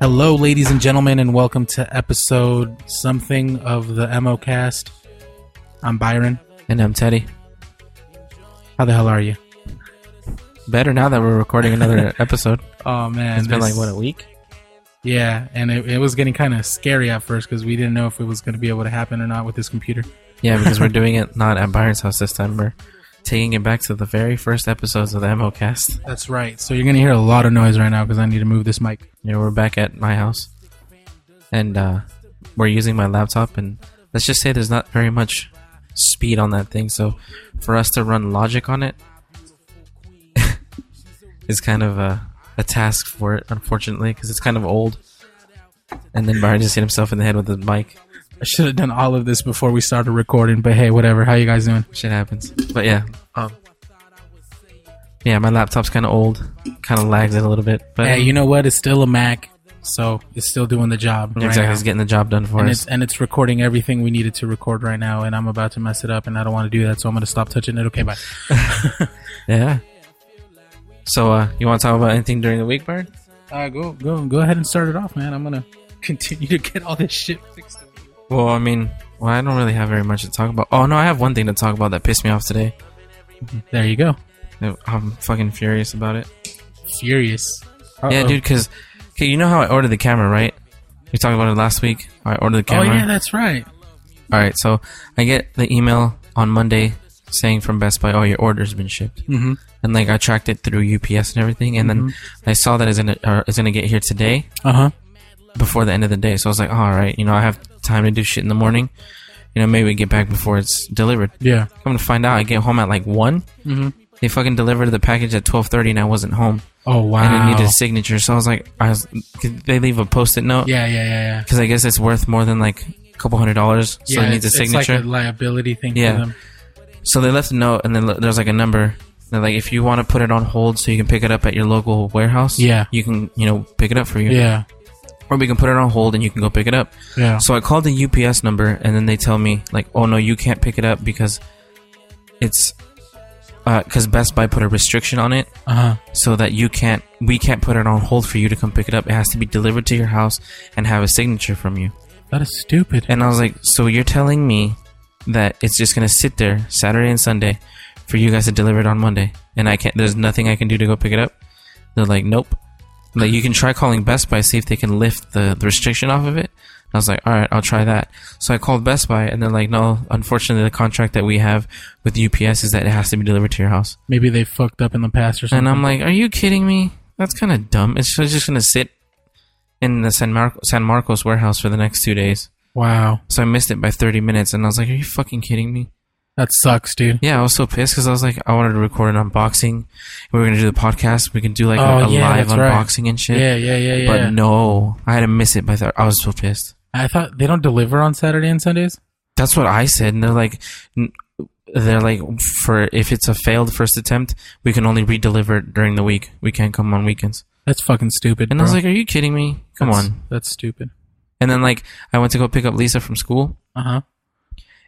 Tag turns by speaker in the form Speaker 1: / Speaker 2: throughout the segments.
Speaker 1: Hello, ladies and gentlemen, and welcome to episode something of the MoCast. I'm Byron.
Speaker 2: And I'm Teddy.
Speaker 1: How the hell are you?
Speaker 2: Better now that we're recording another episode.
Speaker 1: Oh man,
Speaker 2: It's been
Speaker 1: this-
Speaker 2: like what a week.
Speaker 1: Yeah, and it, it was getting kind of scary at first because we didn't know if it was going to be able to happen or not with this computer.
Speaker 2: Yeah, because we're doing it not at Byron's house this time. We're taking it back to the very first episodes of the MoCast.
Speaker 1: That's right. So you're going to hear a lot of noise right now because I need to move this mic.
Speaker 2: Yeah, we're back at my house, and uh, we're using my laptop. And let's just say there's not very much speed on that thing. So for us to run logic on it is kind of a, a task for it, unfortunately, because it's kind of old. And then Byron just hit himself in the head with his mic.
Speaker 1: I should have done all of this before we started recording, but hey, whatever. How you guys doing?
Speaker 2: Shit happens. But yeah, um, yeah, my laptop's kind of old, kind of lags it a little bit. But
Speaker 1: Hey, you know what? It's still a Mac, so it's still doing the job. right
Speaker 2: exactly,
Speaker 1: now.
Speaker 2: it's getting the job done for
Speaker 1: and
Speaker 2: us.
Speaker 1: it's and it's recording everything we needed to record right now and i'm about to mess it up and i don't want to do that so i'm going to stop touching it okay bye
Speaker 2: Yeah. So, uh, you want to talk about anything during the week, Byron?
Speaker 1: uh, go go go ahead and start it off man i'm going to continue to get all this shit fixed
Speaker 2: Well, I mean, well, I don't really have very much to talk about. Oh no, I have one thing to talk about that pissed me off today.
Speaker 1: there you go
Speaker 2: I'm fucking furious about it.
Speaker 1: furious
Speaker 2: Yeah,
Speaker 1: Uh-oh.
Speaker 2: dude, because you know how I ordered the camera, right? We talked about it last week. I ordered the
Speaker 1: oh
Speaker 2: camera.
Speaker 1: yeah that's right
Speaker 2: All right, so I get the email on Monday saying from Best Buy, "Oh, your order's been shipped,"
Speaker 1: mm-hmm.
Speaker 2: and like I tracked it through UPS and everything, and then I saw that it's gonna uh, it's gonna get here today
Speaker 1: uh-huh
Speaker 2: before the end of the day. So I was like, "All right, you know, I have time to do shit in the morning. You know, maybe we get back before it's delivered."
Speaker 1: yeah
Speaker 2: Come to find out, I get home at like one.
Speaker 1: mm-hmm.
Speaker 2: They fucking delivered the package at twelve thirty, and I wasn't home.
Speaker 1: oh wow
Speaker 2: And I needed a signature, so I was like, "I was." could They leave a post-it note
Speaker 1: yeah yeah yeah yeah
Speaker 2: because I guess it's worth more than like a couple hundred dollars, so
Speaker 1: yeah,
Speaker 2: it needs a
Speaker 1: it's,
Speaker 2: signature.
Speaker 1: It's like a liability thing
Speaker 2: Yeah.
Speaker 1: for them.
Speaker 2: So they left a note, and then there's like a number. They're like, if you want to put it on hold so you can pick it up at your local warehouse,
Speaker 1: Yeah.
Speaker 2: you can, you know, pick it up for you.
Speaker 1: Yeah.
Speaker 2: Or we can put it on hold and you can go pick it up.
Speaker 1: Yeah.
Speaker 2: So I called the UPS number, and then they tell me like, oh no, you can't pick it up because it's because Best Buy put a restriction on it
Speaker 1: Uh-huh.
Speaker 2: so that you can't, we can't put it on hold for you to come pick it up. It has to be delivered to your house and have a signature from you.
Speaker 1: That is stupid.
Speaker 2: And I was like, so you're telling me that it's just gonna sit there Saturday and Sunday for you guys to deliver it on Monday, and I can't. There's nothing I can do to go pick it up. They're like, nope. Like you can try calling Best Buy see if they can lift the, the restriction off of it. And I was like, all right, I'll try that. So I called Best Buy, and they're like, no, unfortunately, the contract that we have with UPS is that it has to be delivered to your house.
Speaker 1: Maybe they fucked up in the past or something.
Speaker 2: And I'm like, are you kidding me? That's kind of dumb. It's just gonna sit in the San, Mar- San Marcos warehouse for the next two days.
Speaker 1: wow,
Speaker 2: So I missed it by 30 minutes, and I was like, "Are you fucking kidding me?"
Speaker 1: that sucks, dude.
Speaker 2: Yeah, I was so pissed because I was like, I wanted to record an unboxing. We were gonna do the podcast. We can do like
Speaker 1: Oh,
Speaker 2: a, a
Speaker 1: yeah,
Speaker 2: live
Speaker 1: that's right.
Speaker 2: unboxing and shit.
Speaker 1: Yeah, yeah, yeah, yeah.
Speaker 2: But no, I had to miss it by. Th- I was so pissed.
Speaker 1: I thought they don't deliver on Saturday and Sundays.
Speaker 2: That's what I said, and they're like, n- they're like, for if it's a failed first attempt, we can only re-deliver it during the week. We can't come on weekends.
Speaker 1: That's fucking stupid.
Speaker 2: And I was
Speaker 1: bro.
Speaker 2: like, "Are you kidding me? Come
Speaker 1: That's-
Speaker 2: on!"
Speaker 1: that's stupid.
Speaker 2: And then like, I went to go pick up Lisa from school,
Speaker 1: Uh huh.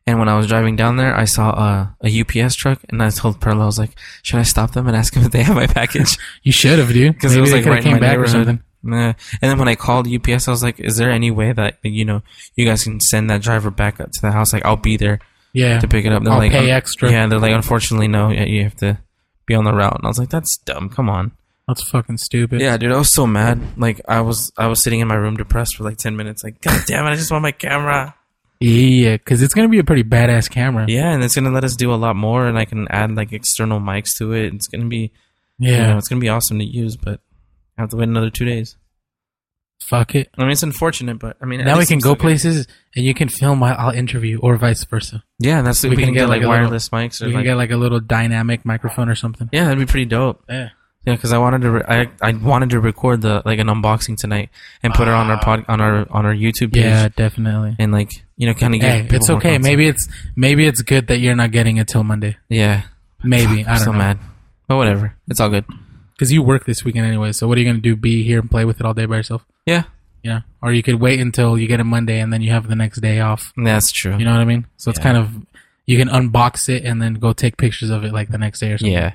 Speaker 2: And when I was driving down there, I saw a, a UPS truck, and I told Perla, I was like, "Should I stop them and ask them if they have my package?"
Speaker 1: You should have, dude.
Speaker 2: Because
Speaker 1: Maybe
Speaker 2: it was
Speaker 1: they
Speaker 2: like
Speaker 1: coulda
Speaker 2: right in my neighborhood.
Speaker 1: something.
Speaker 2: Nah. And then when I called UPS, I was like, "Is there any way that you know you guys can send that driver back up to the house? Like, I'll be there
Speaker 1: Yeah.
Speaker 2: to pick it up." They're
Speaker 1: I'll
Speaker 2: like,
Speaker 1: pay
Speaker 2: "Um,
Speaker 1: extra.
Speaker 2: Yeah, they're like, "Unfortunately, no. Yeah, you have to be on the route." And I was like, "That's dumb. Come on."
Speaker 1: That's fucking stupid.
Speaker 2: Yeah, dude, I was so mad. Like, I was I was sitting in my room depressed for like ten minutes. Like, God damn it, I just want my camera.
Speaker 1: Yeah, because it's gonna be a pretty badass camera.
Speaker 2: Yeah, and it's gonna let us do a lot more, and I can add like external mics to it. It's gonna be
Speaker 1: Yeah.
Speaker 2: You know, it's gonna be awesome to use, but I have to wait another two days.
Speaker 1: Fuck it.
Speaker 2: I mean, it's unfortunate, but I mean, at
Speaker 1: Now we
Speaker 2: least
Speaker 1: can
Speaker 2: it's
Speaker 1: go
Speaker 2: okay.
Speaker 1: places and you can film while I'll interview or vice versa.
Speaker 2: Yeah, that's we,
Speaker 1: we
Speaker 2: can,
Speaker 1: can
Speaker 2: get,
Speaker 1: get,
Speaker 2: like,
Speaker 1: like, a
Speaker 2: wireless mics or
Speaker 1: We can
Speaker 2: like
Speaker 1: get like a little dynamic microphone or something.
Speaker 2: yeah, that'd be pretty dope.
Speaker 1: Yeah.
Speaker 2: Yeah, because I wanted to re- I I wanted to record the like an unboxing tonight and put it on our pod on our on our YouTube page
Speaker 1: Ah. Yeah, definitely.
Speaker 2: and like you know kind of get
Speaker 1: Hey,
Speaker 2: people
Speaker 1: it's
Speaker 2: more
Speaker 1: okay.
Speaker 2: content.
Speaker 1: Maybe it's maybe it's good that you're not getting it till Monday.
Speaker 2: yeah
Speaker 1: Maybe I
Speaker 2: I'm
Speaker 1: don't
Speaker 2: so
Speaker 1: know.
Speaker 2: mad but whatever it's all good
Speaker 1: Because you work this weekend anyway. So what are you gonna do? Be here and play with it all day by yourself?
Speaker 2: yeah
Speaker 1: Yeah. Or you could wait until you get it Monday and then you have the next day off.
Speaker 2: that's true
Speaker 1: You know what I mean? So it's
Speaker 2: Yeah.
Speaker 1: kind of you can unbox it and then go take pictures of it like the next day or something.
Speaker 2: yeah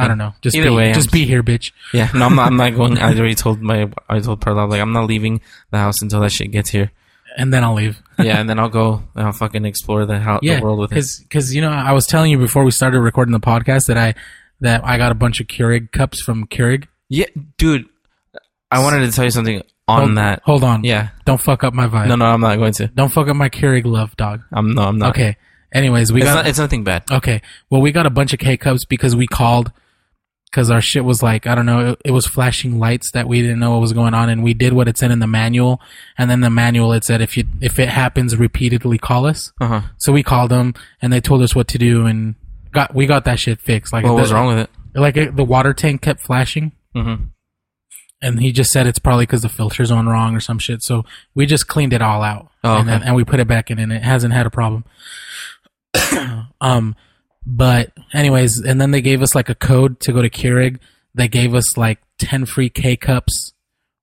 Speaker 1: I don't know. Just
Speaker 2: Either
Speaker 1: be,
Speaker 2: way, I'm
Speaker 1: just be here, bitch.
Speaker 2: Yeah, no, I'm not, I'm not going. I already told my, I told Perla, like, I'm not leaving the house until that shit gets here.
Speaker 1: And then I'll leave.
Speaker 2: Yeah, and then I'll go and I'll fucking explore the, how,
Speaker 1: Yeah,
Speaker 2: the world with it.
Speaker 1: because you know I was telling you before we started recording the podcast that I that I got a bunch of Keurig cups from Keurig.
Speaker 2: Yeah, dude, I wanted to tell you something on
Speaker 1: Hold-
Speaker 2: that.
Speaker 1: Hold on.
Speaker 2: Yeah,
Speaker 1: Don't fuck up my vibe.
Speaker 2: no, no, I'm not going to.
Speaker 1: Don't fuck up my Keurig love, dog.
Speaker 2: I'm no, I'm not.
Speaker 1: Okay. Anyways, we
Speaker 2: it's,
Speaker 1: got
Speaker 2: not, it's nothing bad.
Speaker 1: Okay. Well, we got a bunch of K cups because we called because our shit was like I don't know, it, it was flashing lights that we didn't know what was going on, and we did what it said in the manual, and then the manual it said if you if it happens repeatedly, call us.
Speaker 2: Uh huh.
Speaker 1: So we called them, and they told us what to do, and got we got that shit fixed. Like
Speaker 2: What
Speaker 1: the-
Speaker 2: was wrong with it?
Speaker 1: Like it, the water tank kept flashing.
Speaker 2: Mm-hmm.
Speaker 1: And he just said it's probably because the filter's on wrong or some shit. So we just cleaned it all out,
Speaker 2: Oh,
Speaker 1: and,
Speaker 2: okay.
Speaker 1: then, and we put it back in, and it hasn't had a problem. um, but anyways, and then they gave us like a code to go to Keurig. They gave us like ten free K cups,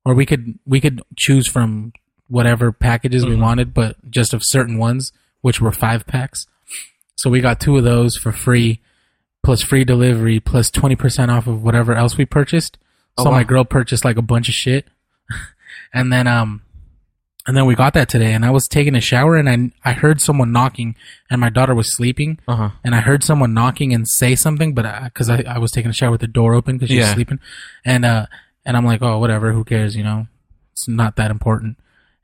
Speaker 1: or we could we could choose from whatever packages
Speaker 2: Mm-hmm.
Speaker 1: we wanted, but just of certain ones, which were five packs. So we got two of those for free, plus free delivery, plus twenty percent off of whatever else we purchased.
Speaker 2: Oh,
Speaker 1: So my
Speaker 2: wow.
Speaker 1: girl purchased like a bunch of shit, and then um, and then we got that today. And I was taking a shower, and I I heard someone knocking, and my daughter was sleeping,
Speaker 2: Uh huh.
Speaker 1: and I heard someone knocking and say something, but because I, I was taking a shower with the door open because she was
Speaker 2: Yeah.
Speaker 1: sleeping, and uh, and I'm like, oh, whatever, who cares, you know, it's not that important.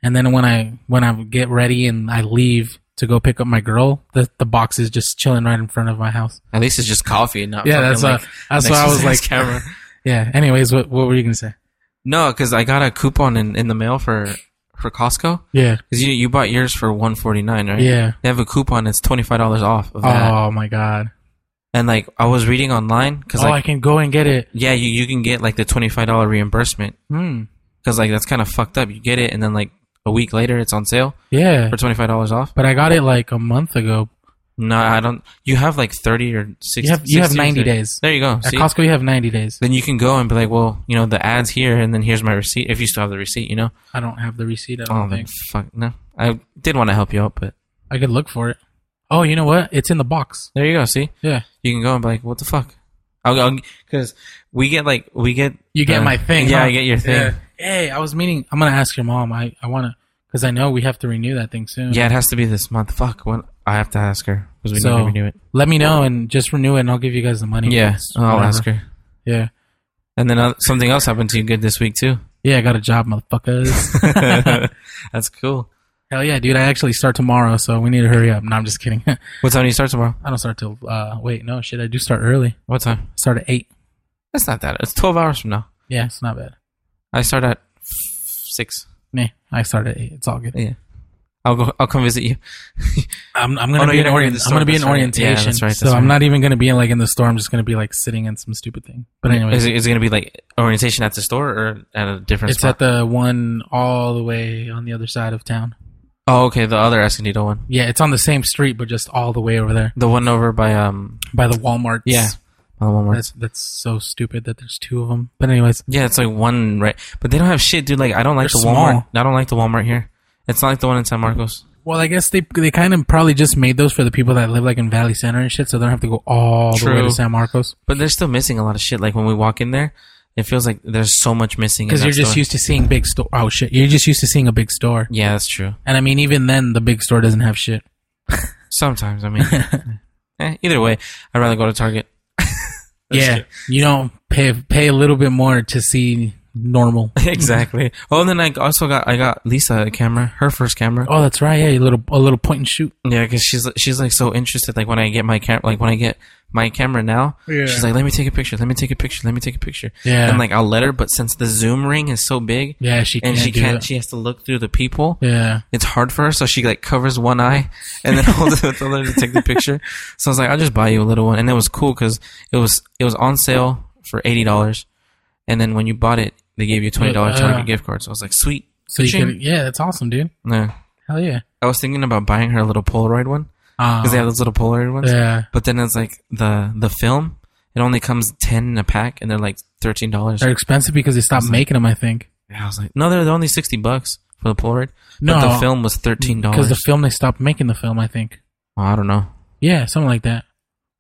Speaker 1: And then when I when I get ready and I leave to go pick up my girl, the the box is just chilling right in front of my house.
Speaker 2: At least it's just coffee, not
Speaker 1: Yeah,
Speaker 2: fucking,
Speaker 1: that's
Speaker 2: like,
Speaker 1: uh, that's
Speaker 2: next
Speaker 1: why I
Speaker 2: to
Speaker 1: was
Speaker 2: the
Speaker 1: like,
Speaker 2: camera.
Speaker 1: yeah. Anyways, what what were you gonna say?
Speaker 2: No, because I got a coupon in, in the mail for for Costco.
Speaker 1: Yeah,
Speaker 2: Because you you bought yours for one forty nine, right?
Speaker 1: yeah.
Speaker 2: They have a coupon. It's twenty five dollars off of that.
Speaker 1: Oh my god.
Speaker 2: And like I was reading online because
Speaker 1: Oh,
Speaker 2: like
Speaker 1: I can go and get it.
Speaker 2: yeah, you, you can get like the twenty five dollar reimbursement
Speaker 1: Hmm.
Speaker 2: because like that's kind of fucked up. You get it and then like a week later it's on sale
Speaker 1: Yeah,
Speaker 2: for twenty five dollars off.
Speaker 1: but I got it like a month ago.
Speaker 2: No, I don't. You have like thirty or sixty.
Speaker 1: You have you have 90 days.
Speaker 2: There you go.
Speaker 1: At
Speaker 2: See?
Speaker 1: Costco, you have 90 days.
Speaker 2: then you can go and be like, well, you know, the ads here, and then here's my receipt. If you still have the receipt, you know.
Speaker 1: I don't have the receipt. I don't
Speaker 2: Oh, then
Speaker 1: think
Speaker 2: fuck no. I did want to help you out, but
Speaker 1: I could look for it. Oh, you know what? It's in the box.
Speaker 2: there you go. See,
Speaker 1: Yeah,
Speaker 2: you can go and be like, what the fuck? I'll because we get like we get
Speaker 1: you get
Speaker 2: the-
Speaker 1: my thing.
Speaker 2: Yeah,
Speaker 1: huh?
Speaker 2: I get your thing.
Speaker 1: Yeah.
Speaker 2: Yeah.
Speaker 1: Hey, I was meaning. I'm gonna ask your mom. I I wanna because I know we have to renew that thing soon.
Speaker 2: it has to be this month. Fuck, when I have to ask her because we
Speaker 1: So-
Speaker 2: never knew it.
Speaker 1: Let me know and just renew it, and I'll give you guys the money.
Speaker 2: Yeah,
Speaker 1: It's
Speaker 2: I'll
Speaker 1: whatever.
Speaker 2: ask her.
Speaker 1: Yeah.
Speaker 2: And then uh, something else happened to you good this week too.
Speaker 1: Yeah, I got a job, motherfuckers.
Speaker 2: That's cool.
Speaker 1: Hell yeah, dude! I actually start tomorrow, so we need to hurry up. No, I'm just kidding. I
Speaker 2: What time do you start tomorrow?
Speaker 1: don't start till. Uh, wait, no shit. I do start early.
Speaker 2: What time?
Speaker 1: Start at eight.
Speaker 2: That's not that. It's twelve hours from now.
Speaker 1: Yeah, it's not bad.
Speaker 2: I start at f- six.
Speaker 1: Nah, I start at eight. It's all good.
Speaker 2: Yeah. I'll go. I'll come visit you.
Speaker 1: I'm, I'm gonna
Speaker 2: Oh, no,
Speaker 1: be
Speaker 2: you're
Speaker 1: in
Speaker 2: not gonna be in
Speaker 1: orient-
Speaker 2: the
Speaker 1: I'm gonna
Speaker 2: storm.
Speaker 1: be in
Speaker 2: That's right. Yeah,
Speaker 1: orientation.
Speaker 2: that's right, that's
Speaker 1: so I'm
Speaker 2: right.
Speaker 1: not even gonna be like in the store. I'm just gonna be like sitting in some stupid thing. But anyways,
Speaker 2: Is it, is it gonna be like orientation at the store or at a different
Speaker 1: it's
Speaker 2: spot?
Speaker 1: at the one all the way on the other side of town.
Speaker 2: oh, okay. The other Escondido one.
Speaker 1: Yeah, it's on the same street, but just all the way over there
Speaker 2: The one over by um
Speaker 1: by the Walmart.
Speaker 2: yeah. By the Walmart.
Speaker 1: that's that's so stupid that there's two of them. But anyways,
Speaker 2: yeah, it's like one right, but they don't have shit, dude. Like I don't like
Speaker 1: They're
Speaker 2: the Walmart.
Speaker 1: small.
Speaker 2: I don't like the Walmart here. It's not like the one in San Marcos.
Speaker 1: well, I guess they they kind of probably just made those for the people that live like in Valley Center and shit, so they don't have to go all the way
Speaker 2: True.
Speaker 1: to San Marcos
Speaker 2: But they're still missing a lot of shit. Like when we walk in there, it feels like there's so much missing. in
Speaker 1: because
Speaker 2: that
Speaker 1: you're just
Speaker 2: store.
Speaker 1: used to seeing big store. Oh shit, you're just used to seeing a big store,
Speaker 2: Yeah, that's true.
Speaker 1: and I mean even then the big store doesn't have shit.
Speaker 2: Sometimes I mean, eh, either way, I'd rather go to Target.
Speaker 1: yeah, you don't pay pay a little bit more to see normal.
Speaker 2: exactly. Oh, and then I also got I got Lisa a camera, her first camera.
Speaker 1: Oh, that's right. Yeah, a little a little point and shoot.
Speaker 2: Yeah, because she's she's like so interested. Like when I get my camera, like when I get my camera now,
Speaker 1: Yeah.
Speaker 2: she's like, "Let me take a picture. Let me take a picture. Let me take a picture."
Speaker 1: Yeah.
Speaker 2: and like I'll let her, but since the zoom ring is so big,
Speaker 1: Yeah, she can't
Speaker 2: and she
Speaker 1: do
Speaker 2: can't,
Speaker 1: it.
Speaker 2: she has to look through the people.
Speaker 1: yeah,
Speaker 2: It's hard for her, so she like covers one eye and then holds it with the other to take the picture. So I was like, "I'll just buy you a little one," and it was cool because it was it was on sale for eighty dollars, and then when you bought it, they gave you a twenty dollar
Speaker 1: Uh,
Speaker 2: Target gift card. So I was like, "Sweet."
Speaker 1: so you
Speaker 2: Ka-ching.
Speaker 1: can. Yeah, that's awesome, dude.
Speaker 2: yeah.
Speaker 1: Hell yeah.
Speaker 2: I was thinking about buying her a little Polaroid one
Speaker 1: Um,
Speaker 2: because they have those little Polaroid ones.
Speaker 1: yeah,
Speaker 2: But then it's like the the film, it only comes ten in a pack, and they're like thirteen dollars.
Speaker 1: they're expensive because they stopped making them. I think
Speaker 2: I was like, no, they're they're only sixty bucks for the Polaroid.
Speaker 1: No.
Speaker 2: but the film was thirteen
Speaker 1: because
Speaker 2: dollars.
Speaker 1: the film they stopped making the film. I think.
Speaker 2: I don't know.
Speaker 1: Yeah, something like that.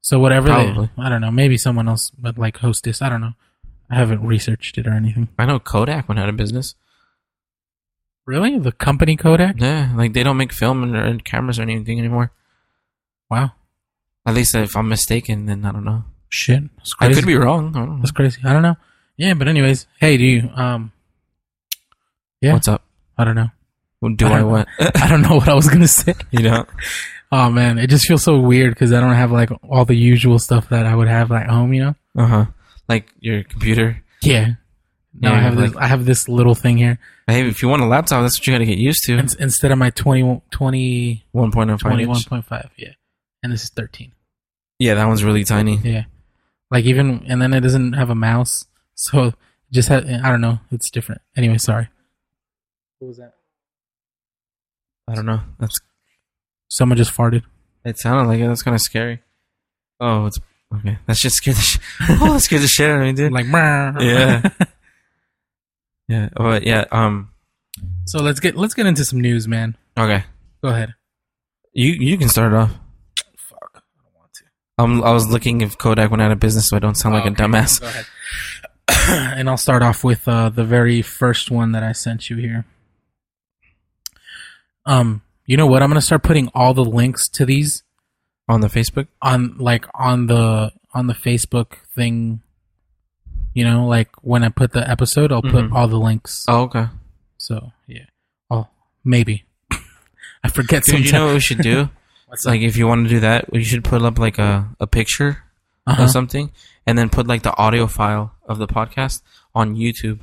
Speaker 1: So whatever, they-
Speaker 2: Probably.
Speaker 1: I don't know. Maybe someone else, but like Hostess, I don't know. I haven't researched it or anything.
Speaker 2: I know Kodak went out of business.
Speaker 1: Really, the company Kodak?
Speaker 2: Yeah, like they don't make film or cameras or anything anymore.
Speaker 1: Wow,
Speaker 2: At least if I'm mistaken, then I don't know.
Speaker 1: shit, that's
Speaker 2: I
Speaker 1: crazy.
Speaker 2: could be wrong. I don't know.
Speaker 1: That's crazy. I don't know. Yeah, but anyways, hey, do you? Um, yeah.
Speaker 2: What's up?
Speaker 1: I don't know.
Speaker 2: Well, Do
Speaker 1: I
Speaker 2: I,
Speaker 1: don't-
Speaker 2: what?
Speaker 1: I don't know what I was gonna say.
Speaker 2: you know?
Speaker 1: Oh man, it just feels so weird because I don't have like all the usual stuff that I would have at home. You know?
Speaker 2: Uh huh. Like your computer.
Speaker 1: Yeah. Now
Speaker 2: Yeah,
Speaker 1: I have
Speaker 2: like-
Speaker 1: this. I have this little thing here
Speaker 2: Hey, if you want a laptop, that's what you got to get used to.
Speaker 1: In- instead of my 20, 20
Speaker 2: One point oh five inch.
Speaker 1: 21.5. Yeah, and this is thirteen.
Speaker 2: Yeah, that one's really tiny.
Speaker 1: Yeah, like even and then it doesn't have a mouse, so just ha I don't know. It's different. Anyway, sorry. What was that?
Speaker 2: I don't know. That's.
Speaker 1: Someone just farted.
Speaker 2: It sounded like it. That's kind of scary. Oh, it's okay. That shit scared the. Sh- oh, that scared the shit out of me, dude.
Speaker 1: Like, "Brr."
Speaker 2: Yeah. yeah. But yeah. Um.
Speaker 1: So let's get let's get into some news, man.
Speaker 2: Okay.
Speaker 1: Go ahead.
Speaker 2: You you can start it off.
Speaker 1: Fuck, I don't want to.
Speaker 2: Um, I was looking if Kodak went out of business, so I don't sound like a
Speaker 1: Okay,
Speaker 2: dumbass.
Speaker 1: Go ahead. and I'll start off with uh, the very first one that I sent you here. Um, you know what? I'm gonna start putting all the links to these
Speaker 2: On the Facebook.
Speaker 1: on like on the on the Facebook thing. You know, like when I put the episode, I'll put
Speaker 2: Mhm.
Speaker 1: all the links.
Speaker 2: Oh, okay.
Speaker 1: So yeah, oh maybe I forget
Speaker 2: Dude,
Speaker 1: sometimes.
Speaker 2: you know what we should do?
Speaker 1: What's
Speaker 2: It's like if you want to do that, we should put up like a, a picture
Speaker 1: Uh-huh.
Speaker 2: of something, and then put like the audio file of the podcast on YouTube,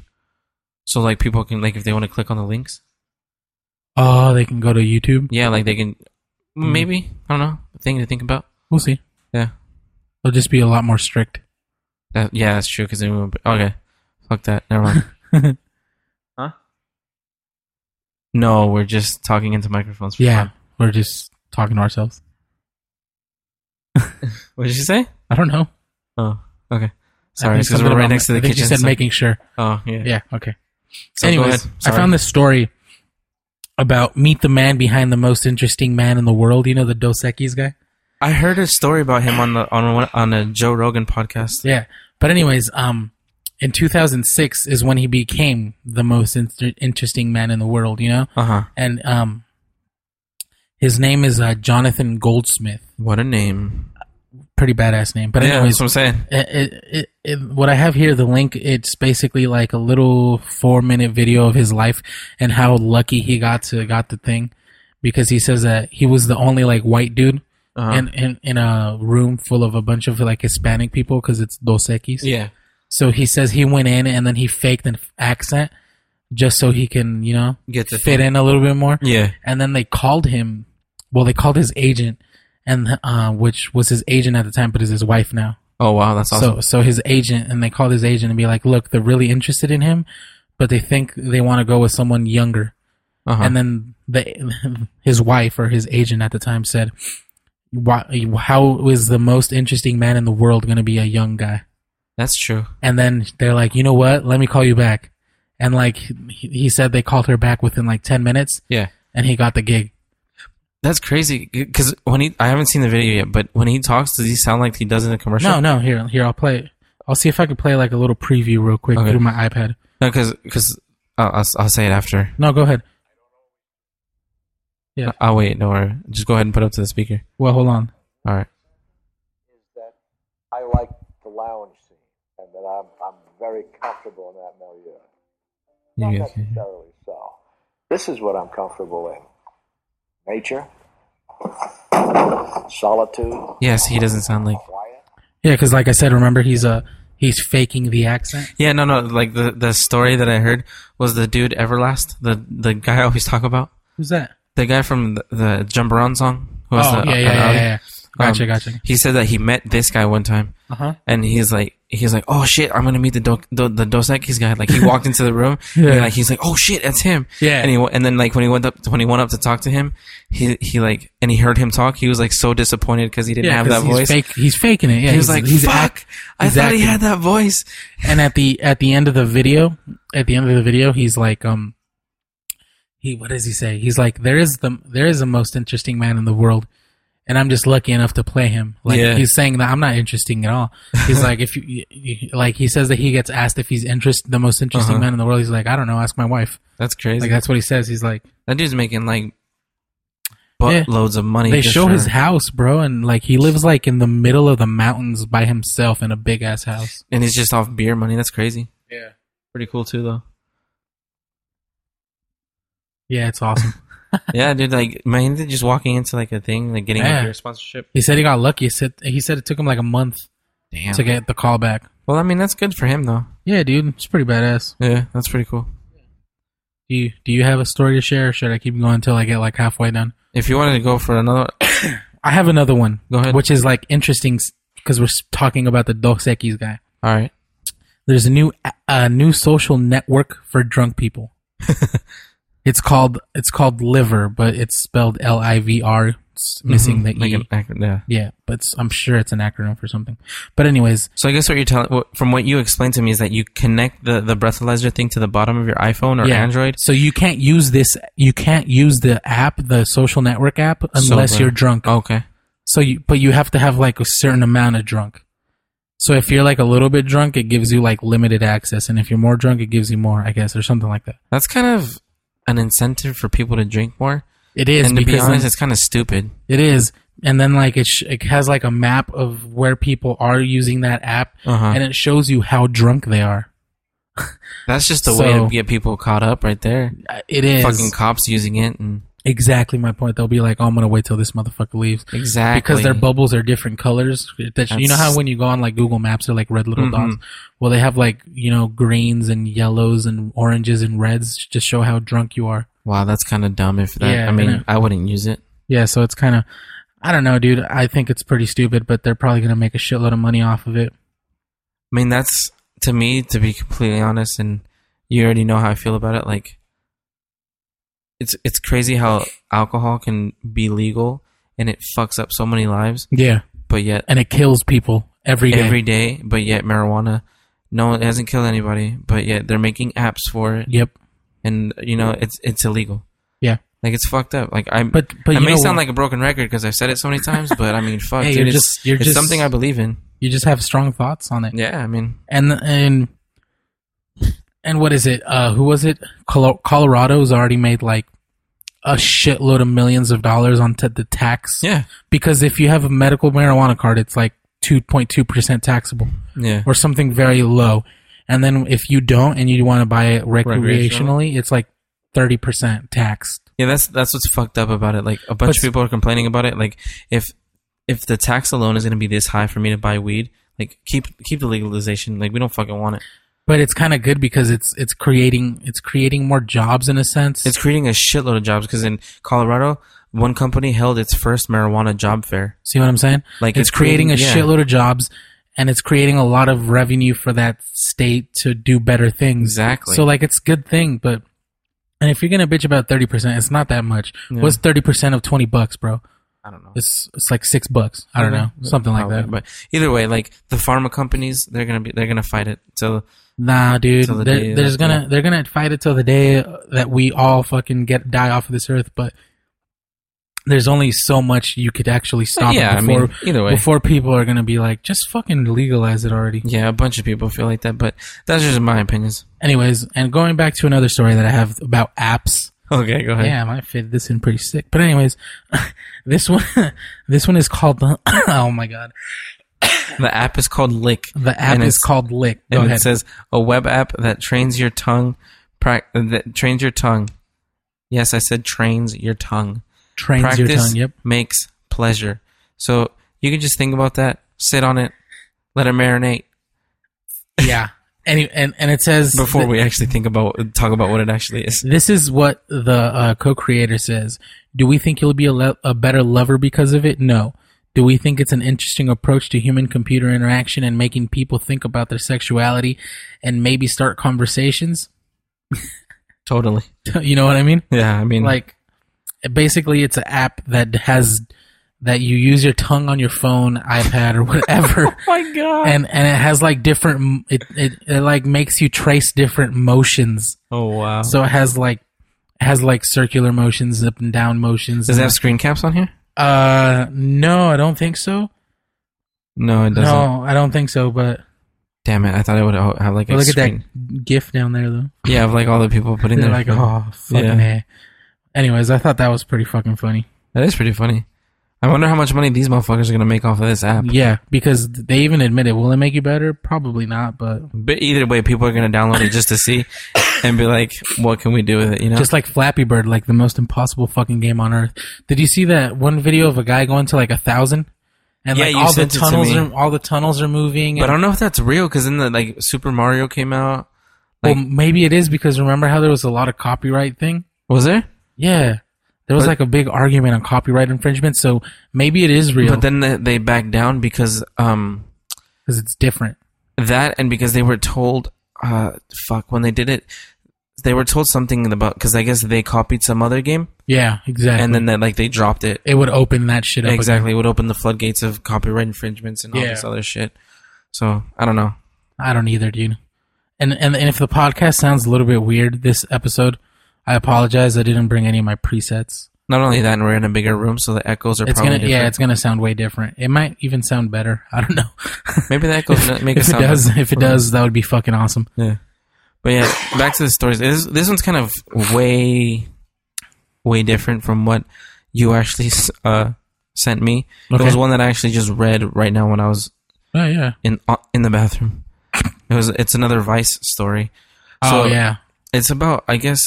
Speaker 2: so like people can like if they want to click on the links,
Speaker 1: oh, they can go to YouTube.
Speaker 2: yeah, like they can maybe I don't know a thing to think about.
Speaker 1: We'll see.
Speaker 2: Yeah,
Speaker 1: They'll just be a lot more strict.
Speaker 2: that yeah that's true because then we won't be, okay, fuck that, never mind. huh? No, we're just talking into microphones. For
Speaker 1: Yeah,
Speaker 2: fun.
Speaker 1: we're just talking to ourselves.
Speaker 2: What did you say?
Speaker 1: I don't know.
Speaker 2: Oh, okay.
Speaker 1: I
Speaker 2: Sorry,
Speaker 1: think
Speaker 2: because
Speaker 1: something
Speaker 2: we're right
Speaker 1: about-
Speaker 2: next to the
Speaker 1: I think
Speaker 2: kitchen.
Speaker 1: You said
Speaker 2: so-
Speaker 1: making sure.
Speaker 2: oh yeah.
Speaker 1: Yeah. Okay.
Speaker 2: So go
Speaker 1: Anyways,
Speaker 2: ahead.
Speaker 1: I
Speaker 2: Sorry.
Speaker 1: found this story about meet the man behind the most interesting man in the world. You know the Dos Equis guy.
Speaker 2: I heard a story about him on the on one, on a Joe Rogan podcast.
Speaker 1: Yeah. But anyways, um, in 2006 is when he became the most in- interesting man in the world. You know,
Speaker 2: Uh huh.
Speaker 1: and um, his name is uh, Jonathan Goldsmith.
Speaker 2: What a name!
Speaker 1: Pretty badass name. But
Speaker 2: yeah,
Speaker 1: anyways,
Speaker 2: that's what I'm saying.
Speaker 1: it, it, it, eh, what I have here, the link, it's basically like a little four minute video of his life and how lucky he got to got the thing, because he says that he was the only like white dude
Speaker 2: Uh-huh.
Speaker 1: in, in in a room full of a bunch of like Hispanic people because it's Dos Equis.
Speaker 2: yeah,
Speaker 1: So he says he went in and then he faked an accent just so he can you know
Speaker 2: Get the
Speaker 1: fit
Speaker 2: thing.
Speaker 1: in a little bit more
Speaker 2: yeah.
Speaker 1: and then they called him well they called his agent and uh, which was his agent at the time but is his wife now
Speaker 2: Oh wow, that's awesome.
Speaker 1: so so his agent and they called his agent and be like, look, they're really interested in him, but they think they want to go with someone younger.
Speaker 2: uh-huh.
Speaker 1: And then the his wife or his agent at the time said, "Why? How is the most interesting man in the world going to be a young guy?"
Speaker 2: that's true.
Speaker 1: And then they're like, "You know what? Let me call you back." And like he, he said, they called her back within like ten minutes,
Speaker 2: Yeah,
Speaker 1: and he got the gig.
Speaker 2: that's crazy. Because when he, I haven't seen the video yet, but when he talks, does he sound like he does in a commercial?
Speaker 1: No, no, here, here, I'll play. it. I'll see if I can play like a little preview real quick
Speaker 2: Okay.
Speaker 1: through my iPad.
Speaker 2: no, because I'll, I'll I'll say it after.
Speaker 1: No, go ahead. Yeah.
Speaker 2: I'll wait. No, worry. just go ahead and put it up to the speaker.
Speaker 1: Well, hold on.
Speaker 2: All right.
Speaker 3: is that I like the lounge scene and that I'm, I'm very comfortable in that milieu. Not
Speaker 2: You guys-
Speaker 3: necessarily so. This is what I'm comfortable in nature, solitude,
Speaker 2: Yes, he doesn't sound like.
Speaker 3: quiet.
Speaker 1: Yeah, because like I said, remember he's uh, he's faking the accent.
Speaker 2: Yeah, no, no. Like the the story that I heard was the dude Everlast, the the guy I always talk about,
Speaker 1: Who's that?
Speaker 2: the guy from the, the Jump Around song. Who
Speaker 1: Oh,
Speaker 2: the,
Speaker 1: yeah, yeah, yeah,
Speaker 2: Ali.
Speaker 1: yeah, yeah. Gotcha,
Speaker 2: Um,
Speaker 1: gotcha.
Speaker 2: He said that he met this guy one time,
Speaker 1: Uh huh.
Speaker 2: and he's like, he's like, oh shit, I'm gonna meet the do- the, the Dos Equis guy. Like he walked into the room,
Speaker 1: Yeah.
Speaker 2: and like he's like, oh shit, that's him.
Speaker 1: Yeah.
Speaker 2: And he wa- and then like when he went up when he went up to talk to him, he he like and he heard him talk. He was like so disappointed because he didn't
Speaker 1: Yeah,
Speaker 2: have that
Speaker 1: he's
Speaker 2: voice.
Speaker 1: Fake, he's faking it. Yeah,
Speaker 2: he was
Speaker 1: he's-
Speaker 2: like,
Speaker 1: he's
Speaker 2: fuck,
Speaker 1: act-
Speaker 2: I
Speaker 1: he's
Speaker 2: thought he
Speaker 1: acting.
Speaker 2: had that voice.
Speaker 1: and at the at the end of the video, at the end of the video, he's like, um, he what does he say? He's like, there is the there is the most interesting man in the world, and I'm just lucky enough to play him. Like
Speaker 2: Yeah.
Speaker 1: he's saying that I'm not interesting at all. He's like if you, you, you- like he says that he gets asked if he's interest the most interesting
Speaker 2: Uh-huh.
Speaker 1: man in the world. He's like I don't know, ask my wife.
Speaker 2: That's crazy.
Speaker 1: Like that's what he says. He's like
Speaker 2: that dude's making like buttloads of money.
Speaker 1: they
Speaker 2: just
Speaker 1: show
Speaker 2: for-
Speaker 1: his house, bro, and like he lives like in the middle of the mountains by himself in a big ass house.
Speaker 2: and he's just off beer money. That's crazy.
Speaker 1: Yeah.
Speaker 2: Pretty cool too, though.
Speaker 1: Yeah, it's awesome.
Speaker 2: yeah, dude. Like, man, they're just walking into like a thing, like getting
Speaker 1: Yeah.
Speaker 2: a beer sponsorship.
Speaker 1: he said he got lucky. He said he said it took him like a month
Speaker 2: Damn.
Speaker 1: to get the call back.
Speaker 2: well, I mean, that's good for him though.
Speaker 1: Yeah, dude, it's pretty badass.
Speaker 2: Yeah, that's pretty cool.
Speaker 1: Do you do you have a story to share? Or should I keep going until I get like halfway done?
Speaker 2: If you wanted to go for another,
Speaker 1: I have another one.
Speaker 2: Go ahead.
Speaker 1: Which is like interesting because we're s- talking about the Dos Equis guy.
Speaker 2: all right.
Speaker 1: There's a new a a new social network for drunk people. it's called it's called Liver, but it's spelled L I V R. It's missing the
Speaker 2: Mm-hmm. Like
Speaker 1: E.
Speaker 2: an acro- yeah.
Speaker 1: yeah, but it's, I'm sure it's an acronym for something. But anyways,
Speaker 2: So I guess what you're telling, what- from what you explained to me, is that you connect the the breathalyzer thing to the bottom of your iPhone or
Speaker 1: yeah.
Speaker 2: Android.
Speaker 1: So you can't use this. You can't use the app, the social network app, unless
Speaker 2: Sober.
Speaker 1: you're drunk.
Speaker 2: Okay.
Speaker 1: So you, but you have to have like a certain amount of drunk. So if you're like a little bit drunk, it gives you like limited access, and if you're more drunk, it gives you more, I guess, or something like that.
Speaker 2: That's kind of an incentive for people to drink more.
Speaker 1: It is
Speaker 2: and to be
Speaker 1: because
Speaker 2: honest,
Speaker 1: then-
Speaker 2: it's kind of stupid.
Speaker 1: it is, and then like it, sh- it has like a map of where people are using that app,
Speaker 2: Uh-huh.
Speaker 1: and it shows you how drunk they are.
Speaker 2: That's just a way to
Speaker 1: So-
Speaker 2: get people caught up right there.
Speaker 1: Uh, It is
Speaker 2: Fucking cops using it and
Speaker 1: exactly my point. They'll be like, "Oh, I'm gonna wait till this motherfucker leaves."
Speaker 2: exactly
Speaker 1: Because their bubbles are different colors. That you know how
Speaker 2: That's- Mm-hmm.
Speaker 1: when you go on like Google Maps, they're like red little dots. Well, they have like you know greens and yellows and oranges and reds to show how drunk you are.
Speaker 2: Wow, that's kind of dumb. If that,
Speaker 1: Yeah,
Speaker 2: I
Speaker 1: I
Speaker 2: mean,
Speaker 1: know.
Speaker 2: I wouldn't use it.
Speaker 1: Yeah, so it's kind of, I don't know, dude. I think it's pretty stupid, but they're probably gonna make a shitload of money off of it.
Speaker 2: I mean, that's to me, to be completely honest, and you already know how I feel about it. Like, it's it's crazy how alcohol can be legal and it fucks up so many lives,
Speaker 1: Yeah,
Speaker 2: but yet
Speaker 1: and it kills people every day.
Speaker 2: every day, but yet marijuana, no, it hasn't killed anybody, but yet they're making apps for it,
Speaker 1: yep.
Speaker 2: and you know, it's it's illegal.
Speaker 1: Yeah,
Speaker 2: Like it's fucked up. Like I,
Speaker 1: but but
Speaker 2: I
Speaker 1: you
Speaker 2: may
Speaker 1: know,
Speaker 2: sound like a broken record because I've said it so many times, but I mean, fuck,
Speaker 1: Hey,
Speaker 2: dude,
Speaker 1: you're
Speaker 2: it's,
Speaker 1: just- you're
Speaker 2: it's
Speaker 1: just-
Speaker 2: something I believe in.
Speaker 1: you just have strong thoughts on it.
Speaker 2: Yeah, I mean,
Speaker 1: And and and what is it? Uh, who was it? Colo- Colorado's already made like a shitload of millions of dollars on t- the tax.
Speaker 2: yeah,
Speaker 1: because if you have a medical marijuana card, it's like 2.2% taxable
Speaker 2: yeah,
Speaker 1: or something very low. And then if you don't and you want to buy it recreationally, it's like 30% taxed.
Speaker 2: yeah. That's that's what's fucked up about it. Like a bunch of
Speaker 1: But-
Speaker 2: people are complaining about it. Like if if the tax alone is going to be this high for me to buy weed, like keep keep the legalization. Like we don't fucking want it.
Speaker 1: But it's kind of good because it's it's creating it's creating more jobs in a sense.
Speaker 2: It's creating a shitload of jobs because in Colorado, one company held its first marijuana job fair.
Speaker 1: See what I'm saying?
Speaker 2: Like,
Speaker 1: it's,
Speaker 2: it's
Speaker 1: creating,
Speaker 2: creating-
Speaker 1: a
Speaker 2: yeah.
Speaker 1: shitload of jobs and it's creating a lot of revenue for that state to do better things.
Speaker 2: Exactly.
Speaker 1: So like it's a good thing, but and if you're gonna bitch about thirty percent, it's not that much.
Speaker 2: Yeah.
Speaker 1: What's thirty percent of twenty bucks, bro?
Speaker 2: I don't know.
Speaker 1: It's it's like six bucks. I don't know. Something like that.
Speaker 2: But either way, like the pharma companies, they're gonna be they're gonna fight it. So
Speaker 1: Nah, dude.
Speaker 2: Till the
Speaker 1: they're,
Speaker 2: day
Speaker 1: there's
Speaker 2: that-
Speaker 1: gonna
Speaker 2: yeah.
Speaker 1: they're gonna fight it till the day that we all fucking get die off of this earth. But there's only so much you could actually stop
Speaker 2: yeah,
Speaker 1: it
Speaker 2: I
Speaker 1: before
Speaker 2: mean, either way.
Speaker 1: before people are gonna be like, just fucking legalize it already.
Speaker 2: yeah, a bunch of people feel like that, but that's just my opinions.
Speaker 1: Anyways, and going back to another story that I have about apps.
Speaker 2: Okay, go ahead.
Speaker 1: Yeah, I might fit this in pretty sick. But anyways, this one this one is called the oh my god.
Speaker 2: The app is called Lick.
Speaker 1: The app
Speaker 2: And
Speaker 1: is
Speaker 2: it's-
Speaker 1: called Lick. Go
Speaker 2: and
Speaker 1: ahead.
Speaker 2: it says a web app that trains your tongue. Pra- that trains your tongue. Yes, I said trains your tongue.
Speaker 1: Trains your
Speaker 2: Practice
Speaker 1: tongue. Yep.
Speaker 2: makes pleasure. So you can just think about that, sit on it, let it marinate
Speaker 1: Yeah. Any and and it says
Speaker 2: before we actually think about talk about what it actually is.
Speaker 1: This is what the uh, co-creator says. Do we think you'll be a, le- a better lover because of it? No. Do we think it's an interesting approach to human-computer interaction and making people think about their sexuality and maybe start conversations?
Speaker 2: Totally.
Speaker 1: you know what I mean?
Speaker 2: Yeah, I mean,
Speaker 1: Like, basically, it's an app that has that you use your tongue on your phone, iPad, or whatever.
Speaker 2: my god.
Speaker 1: And, and it has like different m- it, it it like makes you trace different motions
Speaker 2: oh wow.
Speaker 1: So it has like it has like circular motions, up and down motions.
Speaker 2: Does it
Speaker 1: and-
Speaker 2: have screen caps on here?
Speaker 1: Uh, no, I don't think so.
Speaker 2: No, it doesn't.
Speaker 1: No, I don't think so. But
Speaker 2: Damn it! I thought I would ho- have like a
Speaker 1: look
Speaker 2: screen.
Speaker 1: at that GIF down there, though.
Speaker 2: Yeah, of like all the people putting
Speaker 1: They're
Speaker 2: their
Speaker 1: like, oh, fucking
Speaker 2: Yeah.
Speaker 1: eh. Anyways, I thought that was pretty fucking funny.
Speaker 2: That is pretty funny. I wonder how much money these motherfuckers are gonna make off of this app.
Speaker 1: Yeah, because they even admitted, will it make you better? Probably not, but
Speaker 2: But either way, people are gonna download it just to see and be like, "What can we do with it?" You know?
Speaker 1: just like Flappy Bird, like the most impossible fucking game on earth. Did you see that one video of a guy going to like a thousand? And
Speaker 2: Yeah,
Speaker 1: like
Speaker 2: you
Speaker 1: all the
Speaker 2: sent it to
Speaker 1: tunnels
Speaker 2: me.
Speaker 1: are all the tunnels are moving.
Speaker 2: but
Speaker 1: and-
Speaker 2: I don't know if that's real because then the like Super Mario came out. like-
Speaker 1: well, maybe it is because remember how there was a lot of copyright thing?
Speaker 2: Was there?
Speaker 1: Yeah. There was
Speaker 2: But-
Speaker 1: like a big argument on copyright infringement, so maybe it is real
Speaker 2: But then they- they backed down because um
Speaker 1: because it's different.
Speaker 2: that and because they were told uh fuck when they did it they were told something about because I guess they copied some other game
Speaker 1: Yeah, exactly.
Speaker 2: and then that like they dropped it
Speaker 1: it would open that shit up. again.
Speaker 2: exactly it would open the floodgates of copyright infringements and all
Speaker 1: Yeah.
Speaker 2: this other shit. So I don't know.
Speaker 1: I don't either, dude. And, and and if the podcast sounds a little bit weird this episode, I apologize. I didn't bring any of my presets.
Speaker 2: Not only that, and we're in a bigger room, so the echoes are
Speaker 1: It's
Speaker 2: probably
Speaker 1: gonna yeah,
Speaker 2: different.
Speaker 1: it's gonna sound way different. It might even sound better. I don't know.
Speaker 2: Maybe the echoes n- make
Speaker 1: if it
Speaker 2: it sound
Speaker 1: does, if it
Speaker 2: better.
Speaker 1: does, that would be fucking awesome.
Speaker 2: Yeah. But yeah, back to the stories. This, this one's kind of way, way different from what you actually uh, sent me. There
Speaker 1: Okay.
Speaker 2: was one that I actually just read right now when I was
Speaker 1: Oh yeah.
Speaker 2: in uh, in the bathroom. It was it's another Vice story.
Speaker 1: oh yeah.
Speaker 2: it's about I guess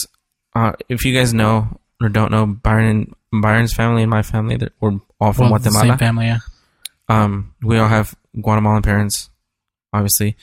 Speaker 2: uh, if you guys know or don't know Byron Byron's family and my family that we're all from
Speaker 1: Well, it's the
Speaker 2: Guatemala.
Speaker 1: same family. Yeah.
Speaker 2: Um, we all have Guatemalan parents. Obviously,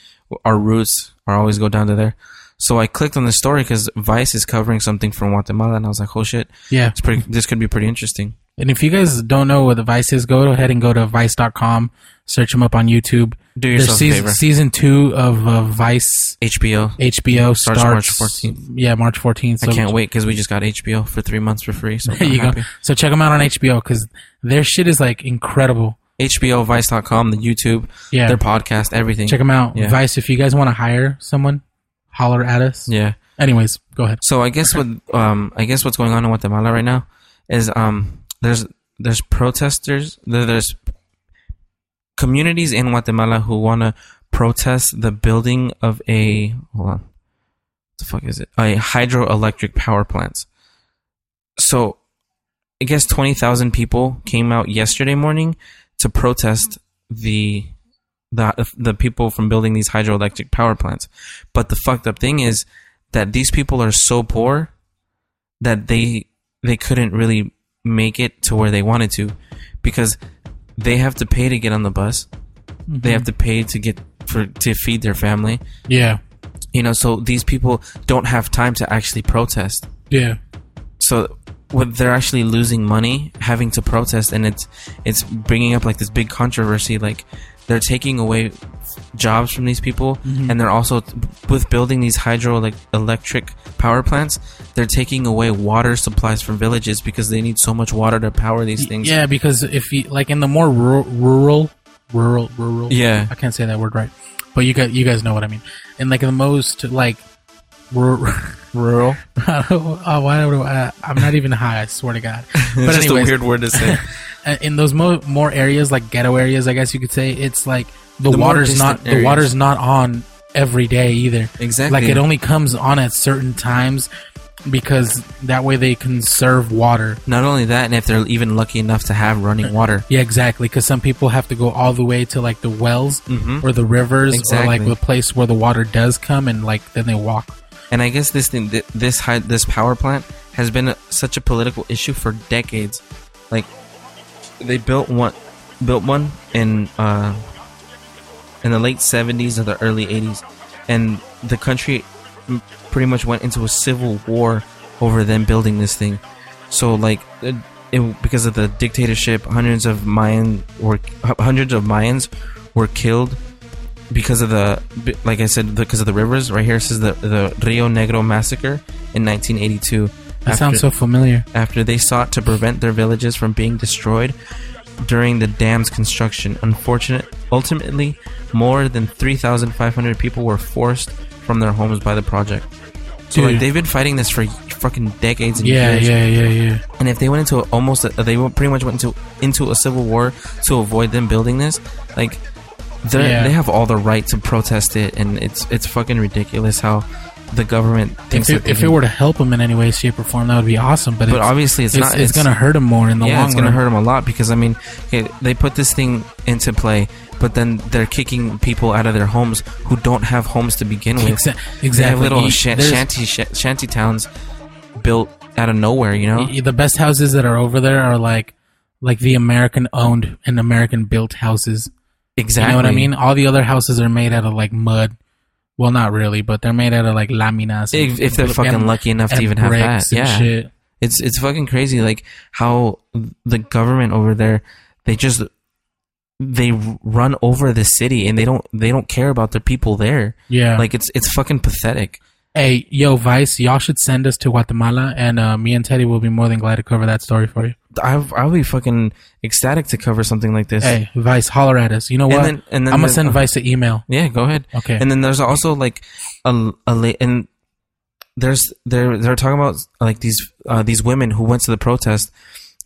Speaker 2: our roots are always go down to there. So I clicked on the story because Vice is covering something from Guatemala, and I was like, "Oh shit,
Speaker 1: Yeah.
Speaker 2: it's pretty. This could be pretty interesting."
Speaker 1: And if you guys don't know what the Vice is, go ahead and go to vice.com, search them up on YouTube.
Speaker 2: Do
Speaker 1: There's
Speaker 2: yourself a
Speaker 1: season,
Speaker 2: favor.
Speaker 1: season two of uh, Vice
Speaker 2: HBO.
Speaker 1: HBO starts,
Speaker 2: March 14th.
Speaker 1: Yeah, March 14th. So
Speaker 2: I can't wait because we just got HBO for three months for free. So
Speaker 1: There you go. So check them out on HBO because their shit is like incredible.
Speaker 2: HBO, Vice.com, the YouTube,
Speaker 1: Yeah.
Speaker 2: their podcast, everything.
Speaker 1: Check them out.
Speaker 2: Yeah.
Speaker 1: Vice, if you guys want to hire someone, holler at us.
Speaker 2: Yeah.
Speaker 1: Anyways, go ahead.
Speaker 2: So I guess what um I guess what's going on in Guatemala right now is um there's there's protesters there- there's communities in Guatemala who want to protest the building of a hold on what the fuck is it a hydroelectric power plants. So I guess twenty thousand people came out yesterday morning to protest the the the people from building these hydroelectric power plants. But the fucked up thing is that these people are so poor that they they couldn't really make it to where they wanted to because they have to pay to get on the bus. They have to pay to get for to feed their family.
Speaker 1: Yeah.
Speaker 2: You know, so these people don't have time to actually protest.
Speaker 1: Yeah.
Speaker 2: So what they're actually losing money having to protest and it's it's bringing up like this big controversy like they're taking away jobs from these people
Speaker 1: Mm-hmm.
Speaker 2: and they're also with building these hydroelectric power plants they're taking away water supplies from villages because they need so much water to power these things
Speaker 1: Yeah, because if you like in the more rural, rural, rural, rural.
Speaker 2: Yeah.
Speaker 1: I can't say that word right, but you guys, you guys know what I mean. And like in the most like rural.
Speaker 2: rural
Speaker 1: oh, why do I, I'm not even high. I swear to God. But
Speaker 2: it's just a
Speaker 1: anyways,
Speaker 2: weird word to say
Speaker 1: uh, in those mo- more areas like ghetto areas i guess you could say it's like the,
Speaker 2: The more
Speaker 1: water's
Speaker 2: distant
Speaker 1: not the
Speaker 2: areas.
Speaker 1: water's not on every day either
Speaker 2: Exactly.
Speaker 1: like it only comes on at certain times because that way they conserve water
Speaker 2: not only that and if they're even lucky enough to have running water
Speaker 1: yeah exactly because some people have to go all the way to like the wells or the rivers or like
Speaker 2: Mm-hmm. Exactly.
Speaker 1: the place where the water does come and like then they walk
Speaker 2: And I guess this thing, thi- this high, this power plant has been a, such a political issue for decades. Like they built one, built one in uh, in the late seventies or the early eighties, and the country m- pretty much went into a civil war over them building this thing. So like, it, it, because of the dictatorship, hundreds of Mayan were hundreds of Mayans were killed because of the b- like I said because of the rivers right here it says the the Rio Negro massacre in 1982
Speaker 1: that sounds so familiar
Speaker 2: after they sought to prevent their villages from being destroyed during the dam's construction unfortunate ultimately more than 3500 people were forced from their homes by the project So like
Speaker 1: Dude.
Speaker 2: they've been fighting this for fucking decades and
Speaker 1: yeah,
Speaker 2: years.
Speaker 1: yeah, yeah, yeah.
Speaker 2: And if they went into a, almost, a, they went- pretty much went into into a civil war to avoid them building this. Like, they
Speaker 1: Yeah.
Speaker 2: they have all the right to protest it, and it's it's fucking ridiculous how the government thinks.
Speaker 1: If it,
Speaker 2: that they
Speaker 1: if
Speaker 2: can-
Speaker 1: it were to help him in any way, shape, or form, that would be awesome. But,
Speaker 2: But
Speaker 1: it's,
Speaker 2: obviously it's not-
Speaker 1: It's,
Speaker 2: it's-
Speaker 1: gonna hurt him more in the
Speaker 2: yeah,
Speaker 1: long
Speaker 2: it's
Speaker 1: run.
Speaker 2: gonna hurt them a lot because I mean, okay, they put this thing into play, but then they're kicking people out of their homes who don't have homes to begin with.
Speaker 1: Exa-
Speaker 2: They have
Speaker 1: exactly.
Speaker 2: little
Speaker 1: You-
Speaker 2: sha-
Speaker 1: there's-
Speaker 2: shanty sh- shanty towns built out of nowhere. You know,
Speaker 1: y- the best houses that are over there are like like the American owned and American built houses.
Speaker 2: exactly.
Speaker 1: You know what I mean? All the other houses are made out of like mud. Well, not really, but they're made out of like laminas. and-
Speaker 2: If- if they're fucking
Speaker 1: and-
Speaker 2: lucky enough to
Speaker 1: and
Speaker 2: even have
Speaker 1: bricks
Speaker 2: that,
Speaker 1: and
Speaker 2: yeah.
Speaker 1: shit.
Speaker 2: It's it's fucking crazy, like how the government over there, they just they run over the city and they don't they don't care about the people there.
Speaker 1: Yeah.
Speaker 2: Like it's it's fucking pathetic.
Speaker 1: Hey, yo, Vice, y'all should send us to Guatemala, and uh, me and Teddy will be more than glad to cover that story for you.
Speaker 2: I I'll be fucking ecstatic to cover something like this.
Speaker 1: Hey, Vice, holler at us. You know
Speaker 2: And
Speaker 1: what?
Speaker 2: then- and then
Speaker 1: I'm gonna
Speaker 2: the-
Speaker 1: send Vice an email.
Speaker 2: Yeah, go ahead.
Speaker 1: Okay.
Speaker 2: And then there's also like a, a la- and there's they're they're talking about like these uh, these women who went to the protest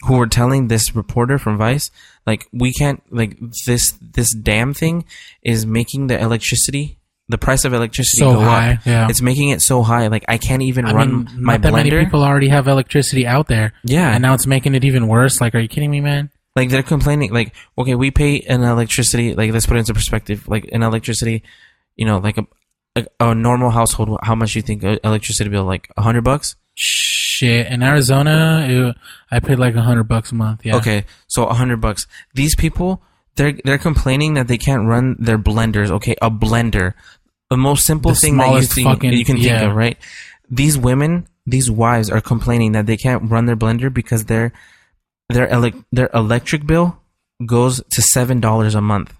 Speaker 2: who were telling this reporter from Vice like we can't like this this damn thing is making the electricity the price of electricity
Speaker 1: So
Speaker 2: go up.
Speaker 1: high, yeah.
Speaker 2: It's making it so high like I can't even
Speaker 1: I
Speaker 2: run
Speaker 1: mean,
Speaker 2: my
Speaker 1: not that many
Speaker 2: blender.
Speaker 1: people already have electricity out there.
Speaker 2: Yeah.
Speaker 1: And now it's making it even worse. Like, are you kidding me, man?
Speaker 2: like they're complaining like okay we pay an electricity like let's put it into perspective like an electricity you know like a like a normal household how much you think a electricity bill like a hundred bucks
Speaker 1: Shit. In Arizona, it, I paid like a hundred bucks a month. Yeah.
Speaker 2: okay so a hundred bucks these people they're they're complaining that they can't run their blenders okay a blender the most simple
Speaker 1: The
Speaker 2: thing that you,
Speaker 1: smallest
Speaker 2: think,
Speaker 1: fucking-
Speaker 2: you can think
Speaker 1: yeah.
Speaker 2: of right these women these wives are complaining that they can't run their blender because their their elec their electric bill goes to seven dollars a month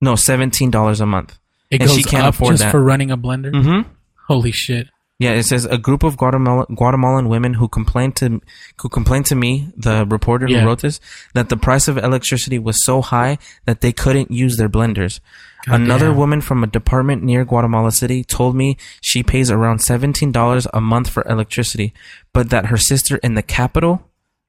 Speaker 2: no seventeen dollars a month
Speaker 1: It
Speaker 2: And
Speaker 1: goes
Speaker 2: she can't
Speaker 1: up
Speaker 2: afford
Speaker 1: just
Speaker 2: that.
Speaker 1: for running a blender.
Speaker 2: hmm
Speaker 1: Holy shit.
Speaker 2: Yeah, it says a group of Guatemala, Guatemalan women who complained to who complained to me, the reporter
Speaker 1: Yeah.
Speaker 2: who wrote this, that the price of electricity was so high that they couldn't use their blenders. Another
Speaker 1: damn.
Speaker 2: woman from a department near Guatemala City told me she pays around seventeen dollars a month for electricity, but that her sister in the capital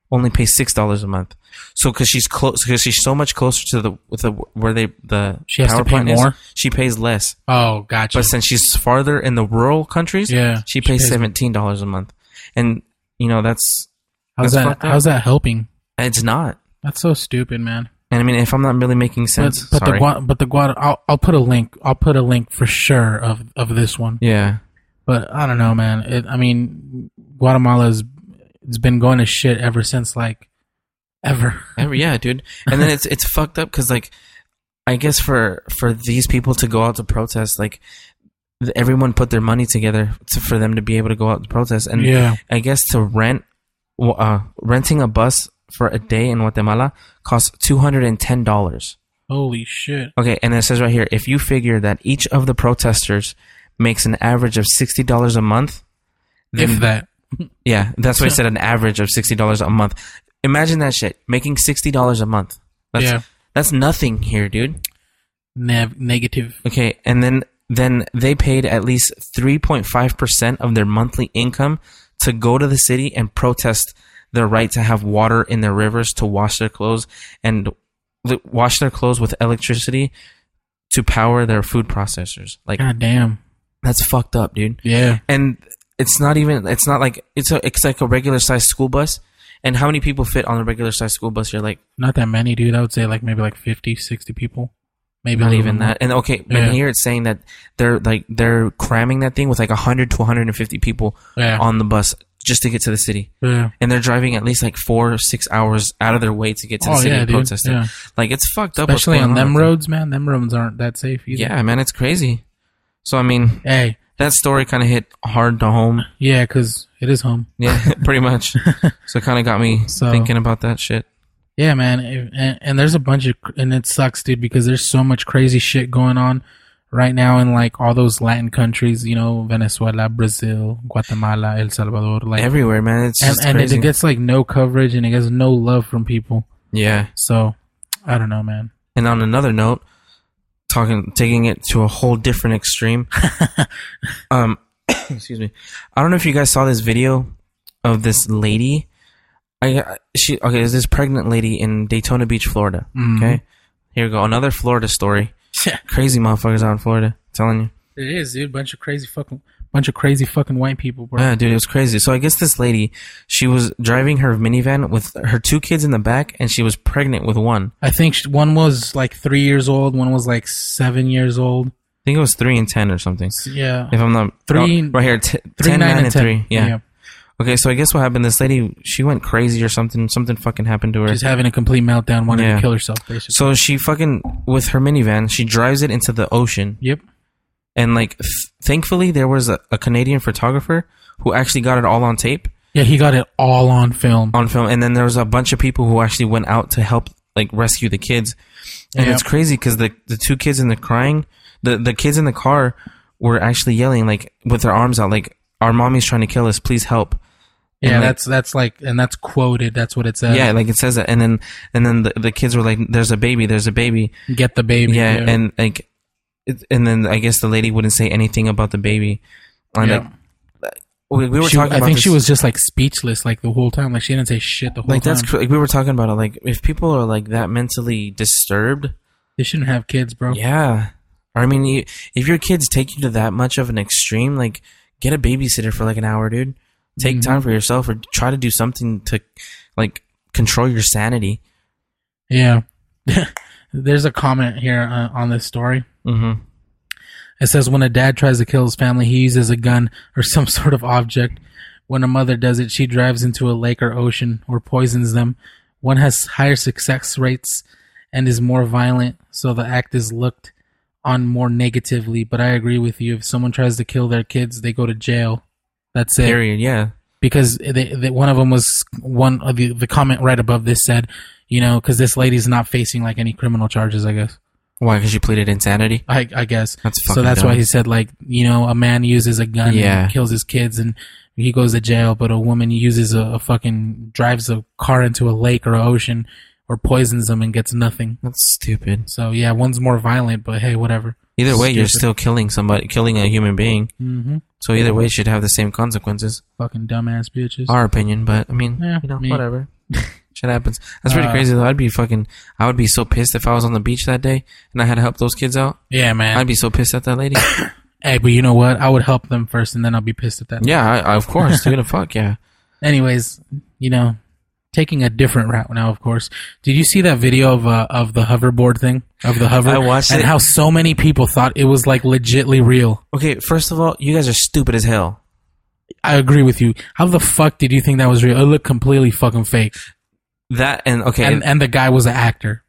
Speaker 2: only pays six dollars a month. So, because she's close, because she's so much closer to the with the where they the
Speaker 1: She has to pay more?
Speaker 2: she pays less.
Speaker 1: Oh, gotcha.
Speaker 2: But since she's farther in the rural countries,
Speaker 1: Yeah,
Speaker 2: she
Speaker 1: she
Speaker 2: pays
Speaker 1: pays-
Speaker 2: seventeen dollars a month, and you know that's
Speaker 1: how's
Speaker 2: that's
Speaker 1: that?
Speaker 2: fucked up.
Speaker 1: How's that helping?
Speaker 2: it's not.
Speaker 1: That's so stupid, man.
Speaker 2: And I mean, if I'm not really making sense,
Speaker 1: but, but the
Speaker 2: sorry.
Speaker 1: Gua- but the Guad. I'll, I'll put a link. I'll put a link for sure of of this one.
Speaker 2: yeah,
Speaker 1: But I don't know, man. It, I mean, Guatemala's it's been going to shit ever since like ever.
Speaker 2: Every- yeah, dude. And then it's it's fucked up because like, I guess for for these people to go out to protest, like th- everyone put their money together to, for them to be able to go out to protest, and
Speaker 1: Yeah.
Speaker 2: I guess to rent, w- uh, renting a bus for a day in Guatemala costs two hundred and ten dollars.
Speaker 1: Holy shit.
Speaker 2: Okay, and it says right here if you figure that each of the protesters makes an average of $60 a month, then
Speaker 1: If that.
Speaker 2: yeah, that's why I said an average of $60 a month. Imagine that shit, making $60 a month. That's
Speaker 1: Yeah.
Speaker 2: that's nothing here, dude.
Speaker 1: Nev- negative.
Speaker 2: Okay, and then then they paid at least 3.5% of their monthly income to go to the city and protest their right to have water in their rivers to wash their clothes and li- wash their clothes with electricity to power their food processors. Like
Speaker 1: God damn.
Speaker 2: that's fucked up, dude.
Speaker 1: Yeah.
Speaker 2: And it's not even it's not like it's a it's like a regular sized school bus. And how many people fit on a regular sized school bus? You're like
Speaker 1: Not that many, dude. I would say like maybe like 50, 60 people. Maybe a
Speaker 2: not
Speaker 1: little
Speaker 2: even
Speaker 1: more.
Speaker 2: that. And okay, but
Speaker 1: Yeah.
Speaker 2: here it's saying that they're like they're cramming that thing with like 100 to 150 people
Speaker 1: Yeah.
Speaker 2: on the bus just to get to the city.
Speaker 1: Yeah.
Speaker 2: And they're driving at least like four or six hours out of their way to get to the
Speaker 1: Oh,
Speaker 2: city
Speaker 1: yeah,
Speaker 2: and
Speaker 1: dude.
Speaker 2: protest it.
Speaker 1: Yeah.
Speaker 2: Like it's fucked up. what's
Speaker 1: Especially
Speaker 2: going
Speaker 1: on them
Speaker 2: with
Speaker 1: roads, man. Them roads aren't that safe
Speaker 2: it.
Speaker 1: either.
Speaker 2: Yeah, man, it's crazy. So I mean,
Speaker 1: Hey.
Speaker 2: that story kind of hit hard to home.
Speaker 1: Yeah, because it is home.
Speaker 2: Yeah, pretty much. So it kind of got me
Speaker 1: So-
Speaker 2: thinking about that shit.
Speaker 1: Yeah, man, If- and, and there's a bunch of and it sucks, dude, because there's so much crazy shit going on right now in like all those Latin countries, you know, Venezuela, Brazil, Guatemala, El Salvador, like,
Speaker 2: Everywhere, man. It's
Speaker 1: and
Speaker 2: just
Speaker 1: and it,
Speaker 2: crazy.
Speaker 1: it gets like no coverage and it gets no love from people.
Speaker 2: yeah.
Speaker 1: So I don't know, man.
Speaker 2: And on another note, talking taking it to a whole different extreme. um excuse me. I don't know if you guys saw this video of this lady. I I- she okay. There's this pregnant lady in Daytona Beach, Florida.
Speaker 1: Mhm.
Speaker 2: Okay, here we go. Another Florida story.
Speaker 1: Yeah.
Speaker 2: Crazy motherfuckers out in Florida. telling you.
Speaker 1: It is, dude. Bunch of crazy fucking, bunch of crazy fucking white people, bro.
Speaker 2: Yeah, dude, it was crazy. So I guess this lady, she was driving her minivan with her two kids in the back, and she was pregnant with one.
Speaker 1: I think sh one was like three years old, one was like seven years old.
Speaker 2: I think it was three and ten or something.
Speaker 1: Yeah,
Speaker 2: If I'm not
Speaker 1: Three-
Speaker 2: oh, right here, t-
Speaker 1: three,
Speaker 2: 10,
Speaker 1: nine, and ten.
Speaker 2: three. Yeah. Okay, so I guess what happened? This lady, she went crazy or something. Something fucking happened to her.
Speaker 1: she's having a complete meltdown, wanting
Speaker 2: Yeah.
Speaker 1: to kill herself, basically.
Speaker 2: So she fucking with her minivan, she drives it into the ocean,
Speaker 1: yep.
Speaker 2: and like, th- thankfully there was a, a Canadian photographer who actually got it all on tape,
Speaker 1: Yeah, he got it all on film.
Speaker 2: on film, and then there was a bunch of people who actually went out to help like rescue the kids, and
Speaker 1: Yeah.
Speaker 2: it's crazy because the the two kids in the crying, the the kids in the car were actually yelling like with their arms out, like our mommy's trying to kill us, please help.
Speaker 1: Yeah,
Speaker 2: and, like-
Speaker 1: that's that's like, and that's quoted. That's what it says.
Speaker 2: yeah, like it says that, and then and then the, the kids were like, "There's a baby, there's a baby."
Speaker 1: get the baby.
Speaker 2: yeah, and like, it, and then I guess the lady wouldn't say anything about the baby. And,
Speaker 1: Yeah.
Speaker 2: like, we, we were
Speaker 1: She-
Speaker 2: talking.
Speaker 1: I
Speaker 2: about
Speaker 1: think she
Speaker 2: this-
Speaker 1: was just like speechless, like the whole time. Like she didn't say shit the whole
Speaker 2: like
Speaker 1: time.
Speaker 2: that's cr- like we were talking about it. Like if people are like that mentally disturbed,
Speaker 1: they shouldn't have kids, bro.
Speaker 2: yeah. Or, I mean, you, if your kids take you to that much of an extreme, like get a babysitter for like an hour, dude. Take
Speaker 1: Mhm.
Speaker 2: time for yourself, or try to do something to like control your sanity.
Speaker 1: Yeah. There's a comment here uh, on this story.
Speaker 2: Mm-hmm.
Speaker 1: It says when a dad tries to kill his family, he uses a gun or some sort of object. When a mother does it, she drives into a lake or ocean or poisons them. One has higher success rates and is more violent, so the act is looked on more negatively. But I agree with you. If someone tries to kill their kids, they go to jail. That's it
Speaker 2: Period. Yeah.
Speaker 1: because they, they, one of them was one of the, the comment right above this said, you know, because this lady's not facing like any criminal charges, I guess.
Speaker 2: Why? Because you pleaded insanity.
Speaker 1: I, I guess.
Speaker 2: That's
Speaker 1: so
Speaker 2: fucking
Speaker 1: that's why
Speaker 2: dumb.
Speaker 1: he said like, you know, a man uses a gun
Speaker 2: Yeah.
Speaker 1: and kills his kids and he goes to jail, but a woman uses a, a fucking drives a car into a lake or a ocean or poisons them and gets nothing.
Speaker 2: That's stupid.
Speaker 1: So yeah, one's more violent, but hey, whatever.
Speaker 2: Either way, you're
Speaker 1: Stupid.
Speaker 2: still killing somebody, killing a human being.
Speaker 1: Mm-hmm.
Speaker 2: So either way, it should have the same consequences.
Speaker 1: Fucking dumbass bitches.
Speaker 2: Our opinion, but I mean,
Speaker 1: Yeah,
Speaker 2: you know,
Speaker 1: me.
Speaker 2: whatever. Shit happens. That's pretty
Speaker 1: Uh,
Speaker 2: crazy though. I'd be fucking. I would be so pissed if I was on the beach that day and I had to help those kids out.
Speaker 1: Yeah, man.
Speaker 2: I'd be so pissed at that lady.
Speaker 1: hey, but you know what? I would help them first, and then I'll be pissed at that.
Speaker 2: yeah, I, I- of course, dude. Fuck yeah.
Speaker 1: anyways, you know, taking a different route now. Of course, did you see that video of uh, of the hoverboard thing of the hover?
Speaker 2: I watched
Speaker 1: and
Speaker 2: it.
Speaker 1: how so many people thought it was like legitly real.
Speaker 2: Okay, first of all, you guys are stupid as hell.
Speaker 1: I agree with you. How the fuck did you think that was real? It looked completely fucking fake.
Speaker 2: That and okay,
Speaker 1: And and the guy was an actor.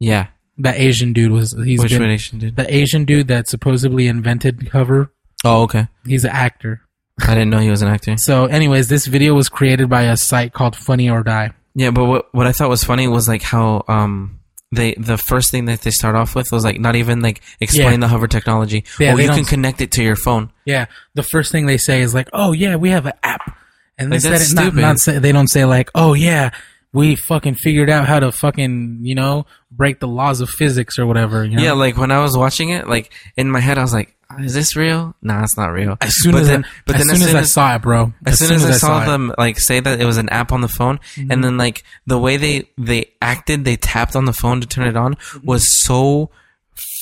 Speaker 2: yeah.
Speaker 1: That Asian dude was he's
Speaker 2: Which
Speaker 1: been-
Speaker 2: relation, dude?
Speaker 1: the Asian dude that supposedly invented hover.
Speaker 2: Oh, okay.
Speaker 1: He's an actor.
Speaker 2: I didn't know he was an actor.
Speaker 1: So, anyways, this video was created by a site called Funny or Die.
Speaker 2: Yeah, but what what I thought was funny was like how um they the first thing that they start off with was like not even like explain
Speaker 1: Yeah.
Speaker 2: the hover technology.
Speaker 1: Yeah,
Speaker 2: or
Speaker 1: they
Speaker 2: you
Speaker 1: don't
Speaker 2: can
Speaker 1: s-
Speaker 2: connect it to your phone.
Speaker 1: Yeah, the first thing they say is like, "Oh yeah, we have an app," and
Speaker 2: Like,
Speaker 1: they
Speaker 2: that's
Speaker 1: said it not,
Speaker 2: stupid.
Speaker 1: not say, they don't say like, "Oh yeah, we fucking figured out how to fucking you know break the laws of physics or whatever." You know?
Speaker 2: Yeah, like when I was watching it, like in my head I was like, "Ah, is this real? Nah, it's not real.
Speaker 1: as soon
Speaker 2: but
Speaker 1: as
Speaker 2: then,
Speaker 1: I,
Speaker 2: but
Speaker 1: as
Speaker 2: then
Speaker 1: soon as, I saw it, bro.
Speaker 2: as soon as, I saw,
Speaker 1: it.
Speaker 2: them like say that it Mm-hmm. was an app on the phone, and then like the way they they acted, they tapped on the phone to turn it on was so